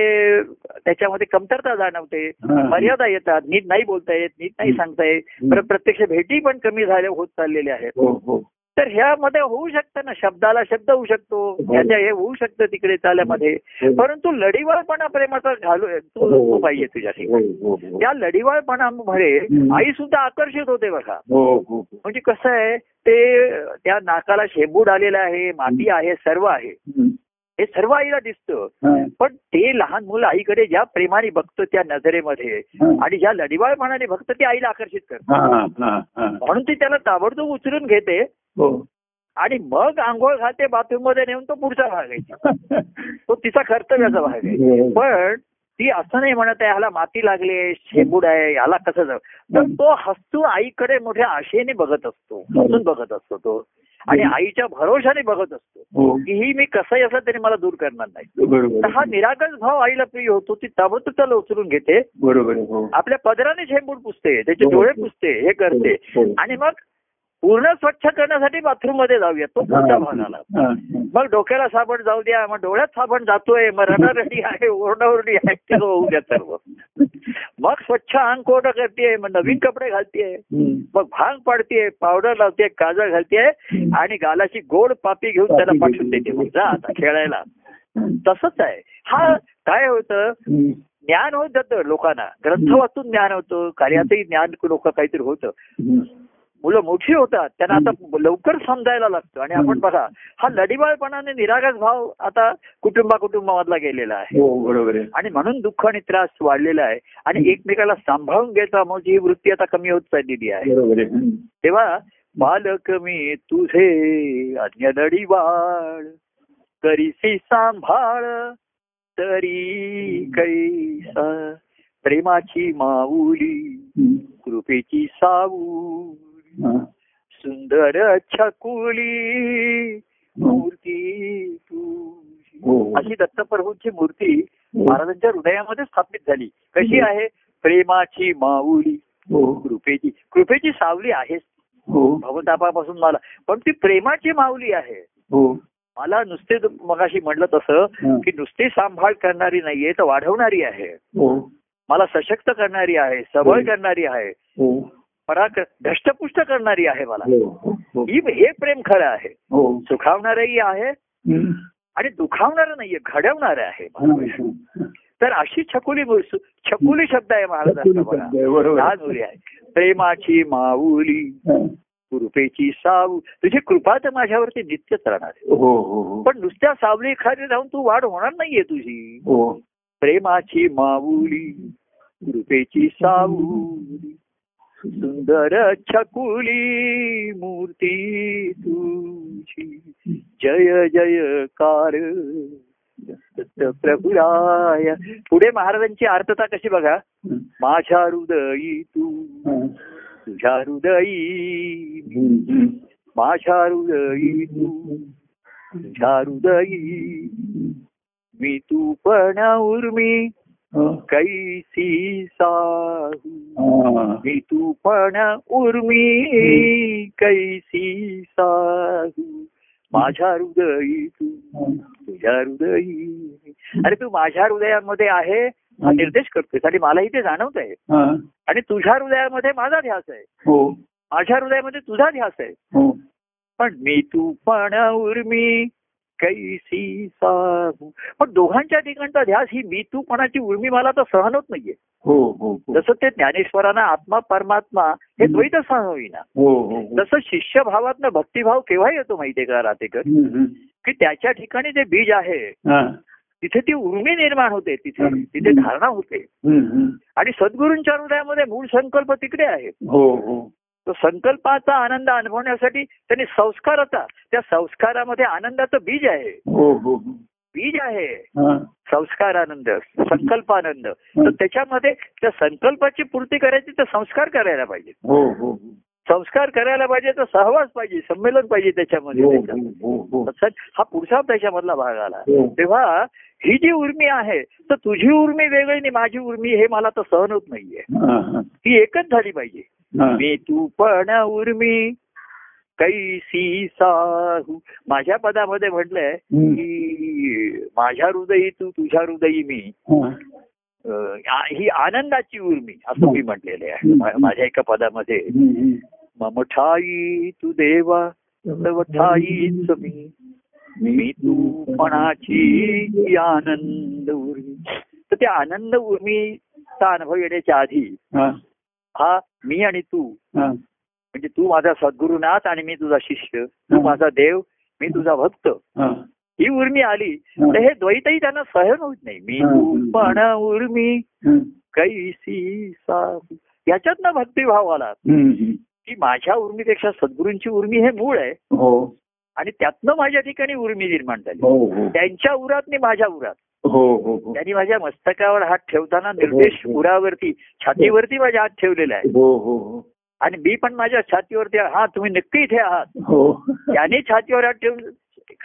S2: त्याच्यामध्ये कमतरता जाणवते
S1: हा.
S2: मर्यादा येतात नीट नाही बोलता येत नीट नाही सांगता येत परत प्रत्यक्ष भेटी पण कमी झाल्या होत चाललेल्या आहेत
S1: हो हो
S2: तर ह्यामध्ये होऊ शकतं ना शब्दाला शब्द होऊ शकतो
S1: हो.
S2: ह्याच्या हे होऊ शकतं तिकडे चाल्यामध्ये परंतु लढीवाळपणा प्रेमाचा घालू तू तो पाहिजे तुझ्याशी
S1: हो, हो, हो.
S2: त्या लढीवाळपणामुळे
S1: हम्म.
S2: आई सुद्धा आकर्षित होते बघा
S1: हो, हो, हो.
S2: म्हणजे कसं आहे ते त्या नाकाला शेंबूड आलेलं आहे माती आहे सर्व आहे
S1: हम्म.
S2: हे सर्व आईला दिसतं
S1: हा,
S2: पण ते लहान मुलं आईकडे ज्या प्रेमाने बघतं त्या नजरेमध्ये
S1: हा.
S2: आणि ज्या लढीवाळपणाने बघतं ते आईला आकर्षित करतं
S1: हा, हा, हा.
S2: म्हणून ती त्याला ताबडतोब उचलून घेते
S1: हो.
S2: आणि मग आंघोळ घालते बाथरूम मध्ये नेऊन तो पुढचा भाग आहे तो तिचा कर्तव्याचा भाग आहे
S1: हो,
S2: पण ती असं नाही म्हणत आहे ह्याला माती लागली आहे शेंबूड आहे ह्याला कसं जाऊ तर तो हसतो आईकडे मोठ्या आशेने बघत असतो हसून बघत असतो तो आणि आईच्या भरोशाने बघत असतो
S1: हो.
S2: की ही मी कसंही असला तरी मला दूर करणार नाही
S1: बरोबर
S2: तर हा निरागस भाव आईला प्रिय होतो ती ताबडतोब त्याला उचलून घेते
S1: बरोबर आहे, हो.
S2: आपल्या पदराने शेंबूड पुसते त्याचे
S1: हो.
S2: डोळे पुसते हे करते
S1: हो.
S2: आणि मग पूर्ण स्वच्छ करण्यासाठी बाथरूम मध्ये जाऊया तो पुढचा भाग आला
S1: हा, हा.
S2: मग डोक्याला साबण जाऊ द्या मग डोळ्यात साबण जातोय मग रडारडी आहे ओरडाओरडी आहे ते होऊ द्या सर्व मग स्वच्छ अंग कोरडं करते मग नवीन कपडे घालतीये
S1: हम्म.
S2: मग भांग पाडतीये पावडर लावते काजळ घालतीये आणि गालाची गोड पापी घेऊन त्याला पाठवून देते मग जा आता खेळायला तसंच आहे हा काय होतं
S1: हम्म.
S2: ज्ञान होत जातं लोकांना ग्रंथ वाचून ज्ञान होतं कार्याचंही ज्ञान लोक काहीतरी होतं
S1: हम्म.
S2: मुलं मोठी होतात त्यांना आता लवकर समजायला लागतं आणि आपण बघा हा लढीबाळपणाने निरागस भाव आता कुटुंबा कुटुंबामधला गेलेला आहे
S1: हो बरोबर आहे
S2: आणि म्हणून दुःख आणि त्रास वाढलेला आहे आणि एकमेकाला सांभाळून घ्यायचा म्हणजे ही वृत्ती आता कमी होत चाललेली आहे
S1: बरोबर आहे हम्म.
S2: तेव्हा बालक मी तुझे अन्य लढीवाळ करीसी सांभाळ तरी कैसा प्रेमाची माऊली
S1: हम्म.
S2: कृपेची साऊली
S1: हा.
S2: सुंदर छकुली मूर्ती तुझी
S1: हो
S2: अशी दत्तप्रभूंची मूर्ती महाराजांच्या हृदयामध्ये स्थापित झाली कशी आहे प्रेमाची माऊली
S1: हो
S2: कृपेची कृपेची सावली आहे
S1: हो
S2: भवतापापासून मला पण ती प्रेमाची माऊली आहे
S1: हो
S2: मला नुसते तू मगाशी म्हणलं तसं
S1: हा.
S2: की नुसती सांभाळ करणारी नाहीये तर वाढवणारी आहे
S1: हो
S2: मला सशक्त करणारी आहे सबळ करणारी आहे
S1: हो
S2: पराक धष्टपुष्ट करणारी आहे मला
S1: हो हो हो
S2: ही हे प्रेम खरं आहे
S1: हो
S2: सुखावणारही आहे
S1: हम्म.
S2: आणि दुखावणारं नाहीये घडवणारं आहे
S1: हो, हा.
S2: तर अशी छकुली मूर्स- छकुली शब्द आहे महाराजांचा बघा
S1: शब्द आहे, हो. बरोबर
S2: लहान मुली आहे प्रेमाची माऊली
S1: हा.
S2: कृपेची साव तुझी कृपा तर माझ्यावरती नित्यच राहणार आहे
S1: हो हो हो
S2: पण नुसत्या सावली खाली राहून तू वाढ होणार नाहीये तुझी
S1: हो
S2: प्रेमाची माऊली कृपेची सावली सुंदर छकुली मूर्ती तुझी जय जयकार प्रभुराय पुढे महाराजांची आर्तता कशी बघा
S1: हम्म.
S2: माझ्या हृदयी तू
S1: हा.
S2: तुझ्या हृदयी मी.
S1: हम्म.
S2: माझ्या हृदयी तू तुझ्या हृदयी मी तू पण उर्मी
S1: हो.
S2: कैसी साहू
S1: हा.
S2: मी तू पण उर्मी कैसी साहू माझ्या हृदयी तू तुझ्या हृदयी अरे तू माझ्या हृदयामध्ये आहे हा निर्देश करतोय आणि मलाही ते जाणवत आहे
S1: हा.
S2: आणि तुझ्या हृदयामध्ये माझा ध्यास आहे
S1: हो
S2: माझ्या हृदयामध्ये तुझा ध्यास आहे
S1: हो
S2: पण मी तू पण उर्मी कैसी साहू पण दोघांच्या ठिकाणचा ध्यास ही मी तू पणाची उर्मी मला तर सहन होत नाहीये
S1: हो हो हो
S2: जसं ते ज्ञानेश्वरांना आत्मा परमात्मा हे
S1: हम्म.
S2: द्वैत सहन होईना
S1: हो हो हो.
S2: तसं शिष्यभावातनं भक्तिभाव केव्हा येतो माहितीये का रातेकर
S1: हम्म, हम्म.
S2: की त्याच्या ठिकाणी जे बीज आहे
S1: हा.
S2: तिथे ती उर्मी निर्माण होते तिथे
S1: हम्म.
S2: तिथे धारणा होते
S1: हम्म, हम्म.
S2: आणि सद्गुरूंच्या हृदयामध्ये मूळ संकल्प तिकडे आहे
S1: हो हो
S2: तो संकल्पाचा आनंद अनुभवण्यासाठी त्यांनी संस्काराचा त्या संस्कारामध्ये आनंदाचं बीज आहे
S1: हो हो हो.
S2: बीज आहे
S1: हा.
S2: संस्कार आनंद संकल्प आनंद तर त्याच्यामध्ये त्या संकल्पाची पूर्ती करायची तर संस्कार करायला पाहिजे
S1: हो हो हो.
S2: संस्कार करायला पाहिजे तर सहवास पाहिजे संमेलन पाहिजे त्याच्यामध्ये
S1: हो,
S2: त्याच्या.
S1: हो, हो, हो.
S2: तसंच हा पुढचा त्याच्यामधला भाग आला
S1: हो.
S2: तेव्हा ही जी उर्मी आहे तर तुझी उर्मी वेगळी आणि माझी उर्मी हे मला तर सहन होत नाहीये
S1: हा, हा.
S2: ही एकच झाली पाहिजे
S1: हा.
S2: मी तू पण उर्मी कैसी साहू माझ्या पदामध्ये म्हटलंय
S1: हम्म.
S2: की माझ्या हृदयी तू तुझ्या हृदयी मी
S1: हा.
S2: अं, आ- ही आनंदाची उर्मी
S1: हो.
S2: असं मी म्हटलेले आहे मा- माझ्या एका पदामध्ये
S1: हम्म, हम्म.
S2: मम ठाई तू देवा सर्व ठाईच मी मी तू पणाची ही आनंद उर्मी तर त्या आनंद उर्मीचा अनुभव येण्याच्या आधी
S1: हा,
S2: हा मी आणि तू
S1: हा.
S2: म्हणजे तू माझा सद्गुरुनाथ आणि मी तुझा शिष्य तू माझा देव मी तुझा भक्त
S1: हा.
S2: ही उर्मी आली तर
S1: हा.
S2: हे द्वैतही त्यांना सहन होत नाही मी तू पण उर्मी कैसी साहू याच्यातनं भक्तिभाव आला
S1: हम्म, हम्म.
S2: की माझ्या उर्मीपेक्षा सद्गुरूंची उर्मी हे मूळ आहे
S1: हो
S2: आणि त्यातनं माझ्या ठिकाणी उर्मी निर्माण झाली
S1: हो हो
S2: त्यांच्या उरात आणि माझ्या उरात
S1: हो हो हो
S2: त्यांनी माझ्या मस्तकावर हात ठेवताना निर्देश उरावरती छातीवरती माझ्या हात ठेवलेला आहे
S1: हो हो हो
S2: आणि मी पण माझ्या छातीवरती हा तुम्ही नक्की इथे आहात
S1: हो
S2: त्याने छातीवर हात ठेवून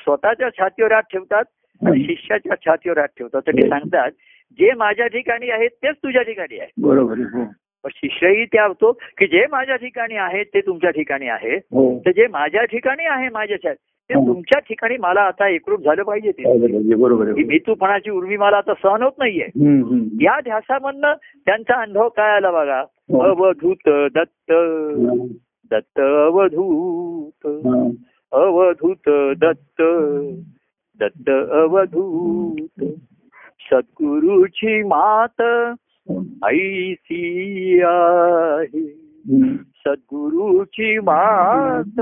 S2: स्वतःच्या छातीवर हात ठेवतात आणि शिष्याच्या छातीवर हात ठेवतात तर ते सांगतात जे माझ्या ठिकाणी आहे तेच तुझ्या ठिकाणी आहे
S1: बरोबर आहे.
S2: पण शिष्यही त्या होतो की जे माझ्या ठिकाणी आहे ते तुमच्या ठिकाणी आहे
S1: हो
S2: तर जे माझ्या ठिकाणी आहे माझ्याच्या ते
S1: हो.
S2: तुमच्या ठिकाणी मला आता एकरूप झालं पाहिजे ते
S1: हो बरोबर आहे.
S2: ही भीतूपणाची उर्मी मला आता सहन होत नाहीये
S1: हम्म, हम्म.
S2: या ध्यासामधनं त्यांचा अनुभव काय आला बघा
S1: हो.
S2: अवधूत दत्त हो. दत्त अवधूत
S1: हा,
S2: अवधूत दत्त दत्त अवधूत सद्गुरूची मात
S1: हा.
S2: ऐसी आहे
S1: हम्म.
S2: सद्गुरूची मात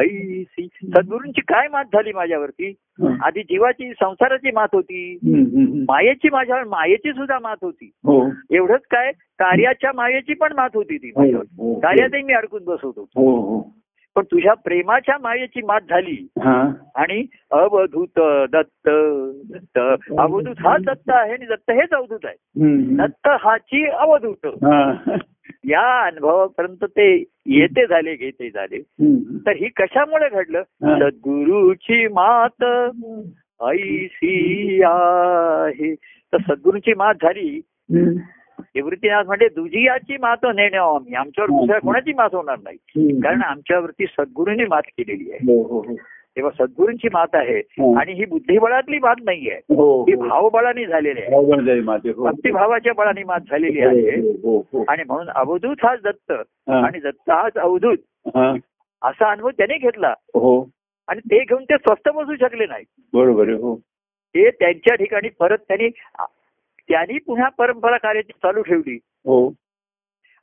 S2: ऐसी सद्गुरूंची काय मात झाली माझ्यावरती
S1: हा.
S2: आधी जीवाची संसाराची मात होती
S1: हम्म, हम्म.
S2: मायेची माझ्यावर मायेची सुद्धा मात होती
S1: हो
S2: एवढंच काय कार्याच्या मायेची पण मात होती ती
S1: हो,
S2: माझ्यावर
S1: हो.
S2: कार्यातही मी अडकून बसत होतो
S1: हो हो
S2: पण तुझ्या प्रेमाच्या मायेची मात झाली
S1: हा
S2: आणि अवधूत दत्त दत्त अवधूत हा दत्त आहे आणि दत्त हेच अवधूत आहे
S1: हम्म, हम्म.
S2: दत्त हाची अवधूत
S1: हा.
S2: या अनुभवापर्यंत ते येते झाले घेते झाले
S1: हम्म.
S2: तर ही कशामुळे घडलं
S1: हा.
S2: सद्गुरूची मात ऐसी आहे तर सद्गुरूची मात झाली
S1: हम्म.
S2: निवृत्तीनाथ म्हणजे दुजियाची मात नेणे आम्ही आमच्यावर दुसऱ्या कोणाची मात होणार नाही
S1: हम्म.
S2: कारण आमच्यावरती सद्गुरूंनी मात केलेली आहे
S1: हो हो हो.
S2: तेव्हा सद्गुरूंची मात आहे
S1: हा.
S2: आणि ही बुद्धिबळातली मात नाहीये
S1: हो
S2: ही
S1: हो.
S2: भावबळाने झालेली आहे
S1: अवघड जाई माते हो
S2: भक्तिभावाच्या बळाने मात झालेली
S1: हो,
S2: आहे
S1: हो, हो.
S2: आणि म्हणून अवधूत हाच दत्त
S1: हा,
S2: आणि दत्त हाच अवधूत
S1: हा.
S2: असा अनुभव त्याने घेतला
S1: हो
S2: आणि ते घेऊन ते स्वस्त बसू शकले नाही
S1: बरोबर आहे. हो
S2: ते त्यांच्या ठिकाणी परत त्यांनी त्यांनी पुन्हा परंपरा कार्याची चालू ठेवली
S1: हो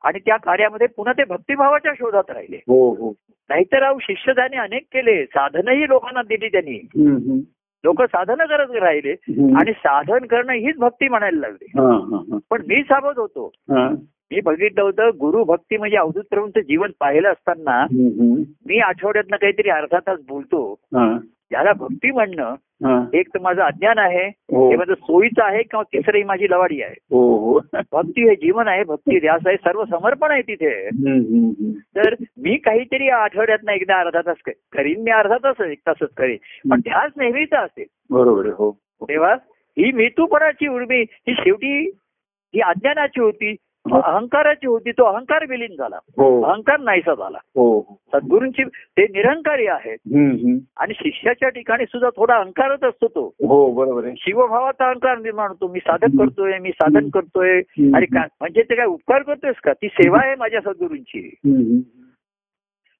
S2: आणि त्या कार्यामध्ये पुन्हा ते भक्तिभावाच्या शोधात राहिले
S1: हो हो
S2: नाहीतर अहो शिष्य त्याने अनेक केले साधनही लोकांना दिली त्यांनी
S1: हम्म, हम्म.
S2: लोक साधनं करत राहिले
S1: हम्म.
S2: आणि साधन करणं हीच भक्ती म्हणायला लागली
S1: हा, हा, हा.
S2: पण मी साबत होतो
S1: हा.
S2: मी बघितलं होतं गुरु भक्ती म्हणजे अवधूत प्रभूंचं जीवन पाहिलं असताना
S1: हम्म, हम्म.
S2: मी आठवड्यातनं काहीतरी अर्धा तास बोलतो
S1: हा,
S2: याला भक्ती म्हणणं
S1: हा.
S2: एक तर माझं अज्ञान आहे
S1: हो
S2: हे माझं सोयीचं आहे किंवा तिसरं ही माझी लवाडी आहे
S1: हो हो
S2: भक्ती हे जीवन आहे भक्ती ध्यास आहे सर्व समर्पण आहे तिथे
S1: हम्म, हम्म, हम्म.
S2: तर मी काहीतरी आठवड्यातनं एकदा अर्धा तास क- करीन मी अर्धा तास एक तासच करीन पण ध्यास नेहमीचा असेल
S1: बरोबर आहे. हो
S2: तेव्हा ही मेतूपणाची उर्मी ही शेवटी ही अज्ञानाची होती अहंकाराची होती तो अहंकार विलीन झाला
S1: हो
S2: अहंकार नाहीसा झाला
S1: हो
S2: सद्गुरूंची ते निरंकारी आहेत
S1: हम्म, हम्म.
S2: आणि शिष्याच्या ठिकाणी सुद्धा थोडा अहंकारच असतो तो
S1: हो बरोबर आहे
S2: शिवभावाचा अहंकार निर्माण होतो मी साधक
S1: हम्म.
S2: करतोय मी साधन
S1: हम्म.
S2: करतोय
S1: हम्म.
S2: अरे काय म्हणजे ते काय उपकार करतोयस का ती सेवा आहे माझ्या सद्गुरूंची
S1: हम्म, हम्म.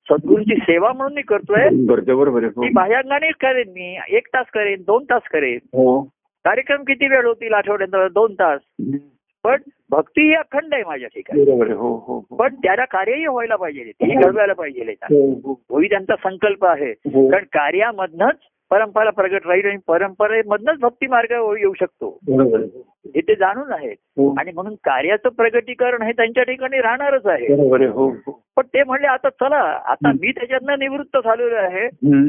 S2: सद्गुरूंची सेवा म्हणून मी करतोय
S1: करतोय, बरोबर आहे
S2: ती
S1: हो.
S2: बाह्यांगाने करेन मी एक तास करेन दोन तास करेन
S1: हो
S2: कार्यक्रम किती वेळ होतील आठवड्यात दोन तास
S1: हम्म.
S2: पण भक्ती ही अखंड आहे माझ्या ठिकाणी
S1: बरोबर आहे हो हो हो.
S2: पण त्याला कार्यही व्हायला पाहिजे ती घडवायला पाहिजे
S1: हो, हो,
S2: होई त्यांचा संकल्प आहे
S1: हो.
S2: कारण कार्यामधनच परंपरा प्रगट राहील आणि परंपरेमधनच भक्ती मार्ग येऊ शकतो
S1: बरोबर आहे.
S2: हे ते जाणून आहेत
S1: हो.
S2: आणि म्हणून कार्याचं प्रगतीकरण हे त्यांच्या ठिकाणी राहणारच आहे
S1: बरोबर आहे हो हो.
S2: पण ते म्हणले आता चला आता
S1: हम्म.
S2: मी त्याच्यातनं निवृत्त झालेलो आहे
S1: हम्म.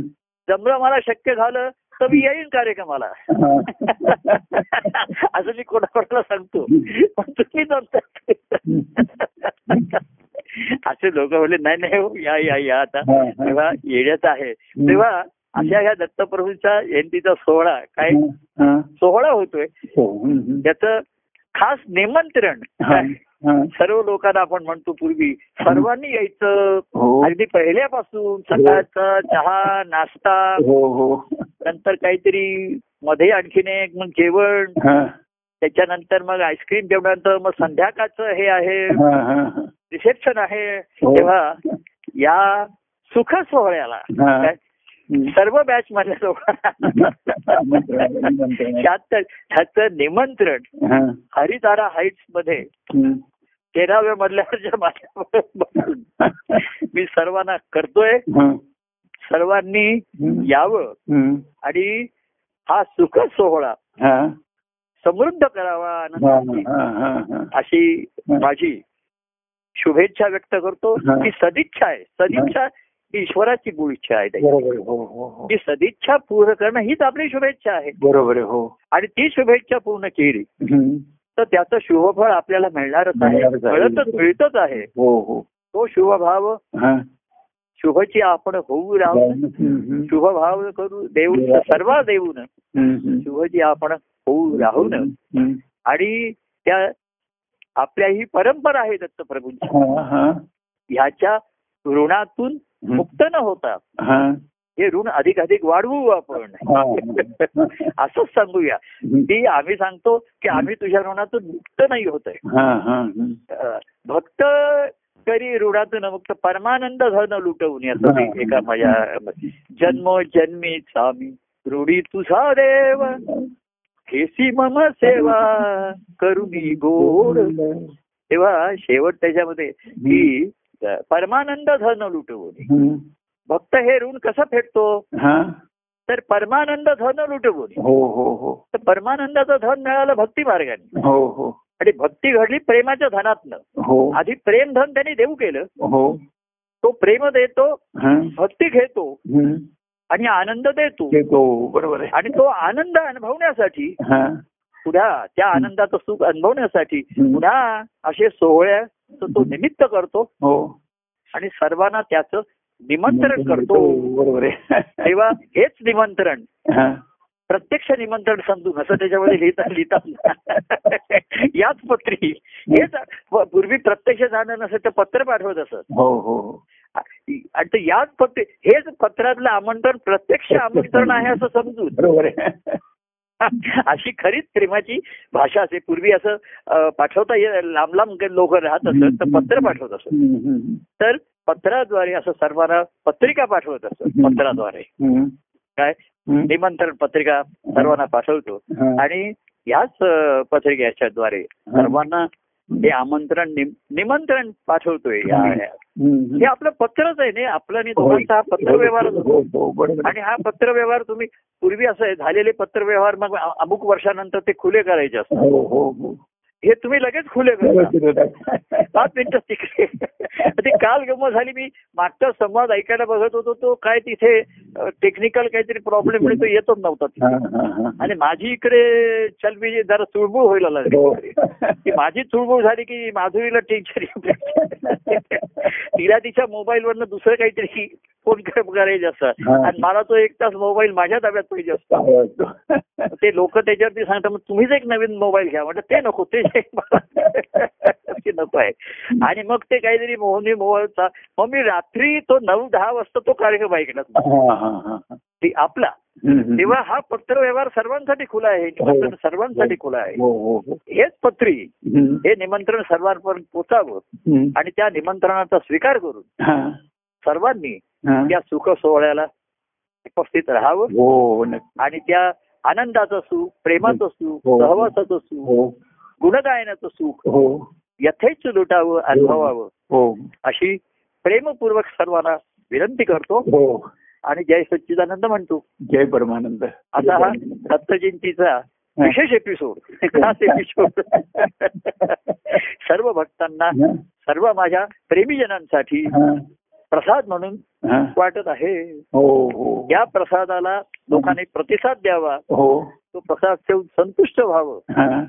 S2: जमलं मला शक्य झालं तर मी येईन कार्यक्रमाला
S1: हा.
S2: असं मी कोणाकोणाला सांगतो पण तुम्ही जमतात असे लोक म्हणले नाही नाही हो, या या या आता
S1: हा, हा.
S2: तेव्हा येण्याचं आहे
S1: हम्म.
S2: तेव्हा अशा ह्या दत्तप्रभूंचा जयंतीचा सोहळा काय
S1: हा, हा.
S2: सोहळा होतोय
S1: हो हम्म, हम्म.
S2: त्याचं खास निमंत्रण
S1: हा, हा.
S2: सर्व लोकांना आपण म्हणतो पूर्वी सर्वांनी यायचं
S1: हो
S2: अगदी पहिल्यापासून सकाळचा चहा नाश्ता
S1: हो हो
S2: नंतर काहीतरी मध्ये आणखीन एक मग जेवण
S1: हा,
S2: त्याच्यानंतर मग आईस्क्रीम जेवणानंतर मग संध्याकाळचं हे आहे
S1: हा, हा, हा.
S2: रिसेप्शन आहे
S1: हो.
S2: तेव्हा या सुख सोहळ्याला
S1: हा.
S2: काय?
S1: हम्म.
S2: सर्व बॅच मधल्या लोकांना त्यात त्याचं निमंत्रण
S1: हा.
S2: हरितारा हाईट्स मध्ये
S1: हम्म.
S2: तेराव्या मधल्यावरच्या माझ्या बसून मी सर्वांना करतोय
S1: हा.
S2: सर्वांनी
S1: हम्म.
S2: यावं
S1: हम्म.
S2: आणि हा सुख सोहळा
S1: हा.
S2: समृद्ध करावा
S1: हा,
S2: आनंदाची
S1: हा, हा, हा.
S2: अशी माझी शुभेच्छा व्यक्त करतो
S1: हा.
S2: ही सदिच्छा आहे सदिच्छा ही ईश्वराची गुण इच्छा आहे त्याची.
S1: बरोबर आहे, हो हो हो
S2: ती सदिच्छा पूर्ण करणं हीच आपली शुभेच्छा आहे
S1: बरोबर आहे, हो
S2: आणि ती शुभेच्छा पूर्ण केली
S1: हम्म.
S2: तर त्याचं शुभफळ आपल्याला मिळणारच आहे
S1: मिळणारच आहे.
S2: मिळतच मिळतच आहे
S1: हो हो
S2: तो शुभभाव
S1: हा.
S2: शुभची आपण होऊ राहू
S1: Vâng. हम्म.
S2: शुभभाव करू देऊ
S1: देवा.
S2: सर्व देऊन
S1: हम्म.
S2: शुभची आपण होऊ
S1: Dạ,
S2: राहू न
S1: हम्म.
S2: आणि त्या आपल्या ही परंपरा आहे दत्तप्रभूंची
S1: हा, हा.
S2: ह्याच्या ऋणातून
S1: हम्म.
S2: मुक्त न होता
S1: हा.
S2: हे ऋण अधिक अधिक वाढवू आपण
S1: हा.
S2: असंच सांगूया
S1: हम्म.
S2: की आम्ही सांगतो की आम्ही तुझ्या ऋणातून मुक्त नाही होत आहे
S1: हा, हा. हम्म.
S2: अं, भक्त करी ऋणातून मुक्त परमानंद धन लुटवून याचं ते एका माझ्या जन्मो जन्मी स्वामी ऋणी तुझा देव हेसी मम सेवा करुणी गोड तेव्हा शेवट त्याच्यामध्ये की अं, परमानंद धन लुटवून
S1: हम्म.
S2: भक्त हे ऋण कसं फेडतो
S1: हा.
S2: तर परमानंद धन लुटवून
S1: हो हो हो
S2: तर परमानंदाचं धन मिळालं भक्ती मार्गाने
S1: हो हो
S2: आणि भक्ती घडली प्रेमाच्या धनातनं
S1: हो
S2: आधी प्रेम धन त्यांनी देऊ केलं
S1: हो
S2: तो प्रेम देतो
S1: हा.
S2: भक्ती घेतो
S1: हम्म.
S2: आणि आनंद देतो
S1: ते तो बरोबर आहे
S2: आणि तो आनंद अनुभवण्यासाठी
S1: हा.
S2: पुन्हा त्या आनंदाचं सुख अनुभवण्यासाठी
S1: हम्म.
S2: पुन्हा असे सोहळ्या तो निमित्त करतो
S1: हो
S2: आणि सर्वांना त्याचं निमंत्रण करतो
S1: बरोबर आहे
S2: तेव्हा हेच निमंत्रण
S1: हा.
S2: प्रत्यक्ष निमंत्रण समजून असं त्याच्यामध्ये लिहिता लिहितात याच पत्री हेच प- पूर्वी प्रत्यक्ष जाणं नसेल तर पत्र पाठवत असत
S1: हो हो हो.
S2: आणि ते याच पत्र हेच पत्रातलं आमंत्रण प्रत्यक्ष आमंत्रण आहे असं समजून
S1: बरोबर आहे
S2: अशी खरीच प्रेमाची भाषा असते पूर्वी असं अ, पाठवता ये- लांब लांब लोक राहत असत तर पत्र पाठवत असत
S1: हम्म, हम्म.
S2: तर पत्राद्वारे असं सर्वांना पत्रिका पाठवत असत पत्राद्वारे
S1: हम्म.
S2: काय
S1: हम्म.
S2: निमंत्रण पत्रिका सर्वांना पाठवतो
S1: हा.
S2: आणि याच अ, पत्रिकेच्या द्वारे सर्वांना हे आमंत्रण निम- निमंत्रण पाठवतोय या- या-
S1: हम्म.
S2: हे आपलं पत्रच आहे ना आपलं आणि दोघांचा हा पत्रव्यवहार
S1: हो, हो, बरोबर आहे.
S2: आणि हा पत्रव्यवहार तुम्ही पूर्वी असं आहे, झालेले पत्रव्यवहार मग अ- अमुक वर्षानंतर ते खुले करायचे असतात
S1: हो हो हो
S2: हे तुम्ही लगेच खुले करता
S1: व्यवस्थित होतात.
S2: पाच मिनिटं तिकडे ती काल गमत झाली मी मागचा संवाद ऐकायला बघत होतो तो काय तिथे टेक्निकल काहीतरी प्रॉब्लेम म्हणजे तो येतच नव्हता तिथे.
S1: हा, हा, हा.
S2: आणि माझी इकडे चलबी जरा चुळबुळ व्हायला लागली
S1: हो.
S2: ती माझी चुळबुळ झाली की माधुरीला टेन्शन तिला तिच्या मोबाईल वरनं दुसरं काहीतरी फोन कर- करायचे असतात
S1: हा.
S2: आणि मला तो एक तास मोबाईल माझ्या ताब्यात पाहिजे असतो ते लोक त्याच्यावरती सांगतात मग तुम्हीच एक नवीन मोबाईल घ्या म्हणजे ते नको ते जे मला- ते नको आहे आणि मग ते काहीतरी मोहनी मोहनचा मग मी रात्री तो नऊ दहा वाजता तो कार्यक्रम ऐकला
S1: हा, हा, हा, हा.
S2: ते आपला
S1: हम्म, हम्म.
S2: तेव्हा हा पत्रव्यवहार सर्वांसाठी खुला आहे निमंत्रण सर्वांसाठी खुला आहे
S1: हो हो हो
S2: हेच पत्री
S1: हम्म,
S2: हे निमंत्रण सर्वांपर्यंत पोचावं
S1: हम्म.
S2: आणि त्या निमंत्रणाचा स्वीकार करून
S1: हा,
S2: सर्वांनी
S1: हा.
S2: त्या सुख सोहळ्याला उपस्थित राहावं
S1: हो हो नक्की.
S2: आणि त्या आनंदाचं सुख प्रेमाचं सुख
S1: हो.
S2: सहवासाचं सुख
S1: हो
S2: गुणगायनाचं सुख
S1: हो
S2: यथेच लुटावं अनुभवावं
S1: हो
S2: अशी प्रेमपूर्वक सर्वांना विनंती करतो
S1: हो
S2: आणि जय सच्चिदानंद म्हणतो
S1: जय परमानंद
S2: असा हा दत्तजयंतीचा विशेष एपिसोड खास एपिसोड सर्व भक्तांना
S1: हा,
S2: सर्व माझ्या प्रेमीजनांसाठी
S1: हा,
S2: प्रसाद म्हणून
S1: हा.
S2: वाटत आहे
S1: हो हो
S2: या प्रसादाला लोकांनी प्रतिसाद द्यावा
S1: हो
S2: तो प्रसाद ठेवून संतुष्ट व्हावं
S1: हा,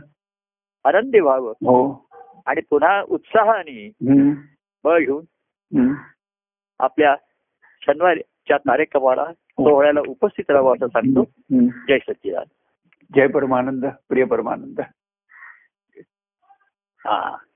S2: आनंदी व्हावं
S1: हो
S2: आणि पुन्हा उत्साहाने
S1: हम्म,
S2: बळ घेऊन
S1: हम्म.
S2: आपल्या शनिवारच्या कार्यक्रमाला सोहळ्याला उपस्थित राहावं असं सांगतो
S1: हम्म.
S2: जय सच्चिदान
S1: जय परमानंद प्रिय परमानंद
S2: हा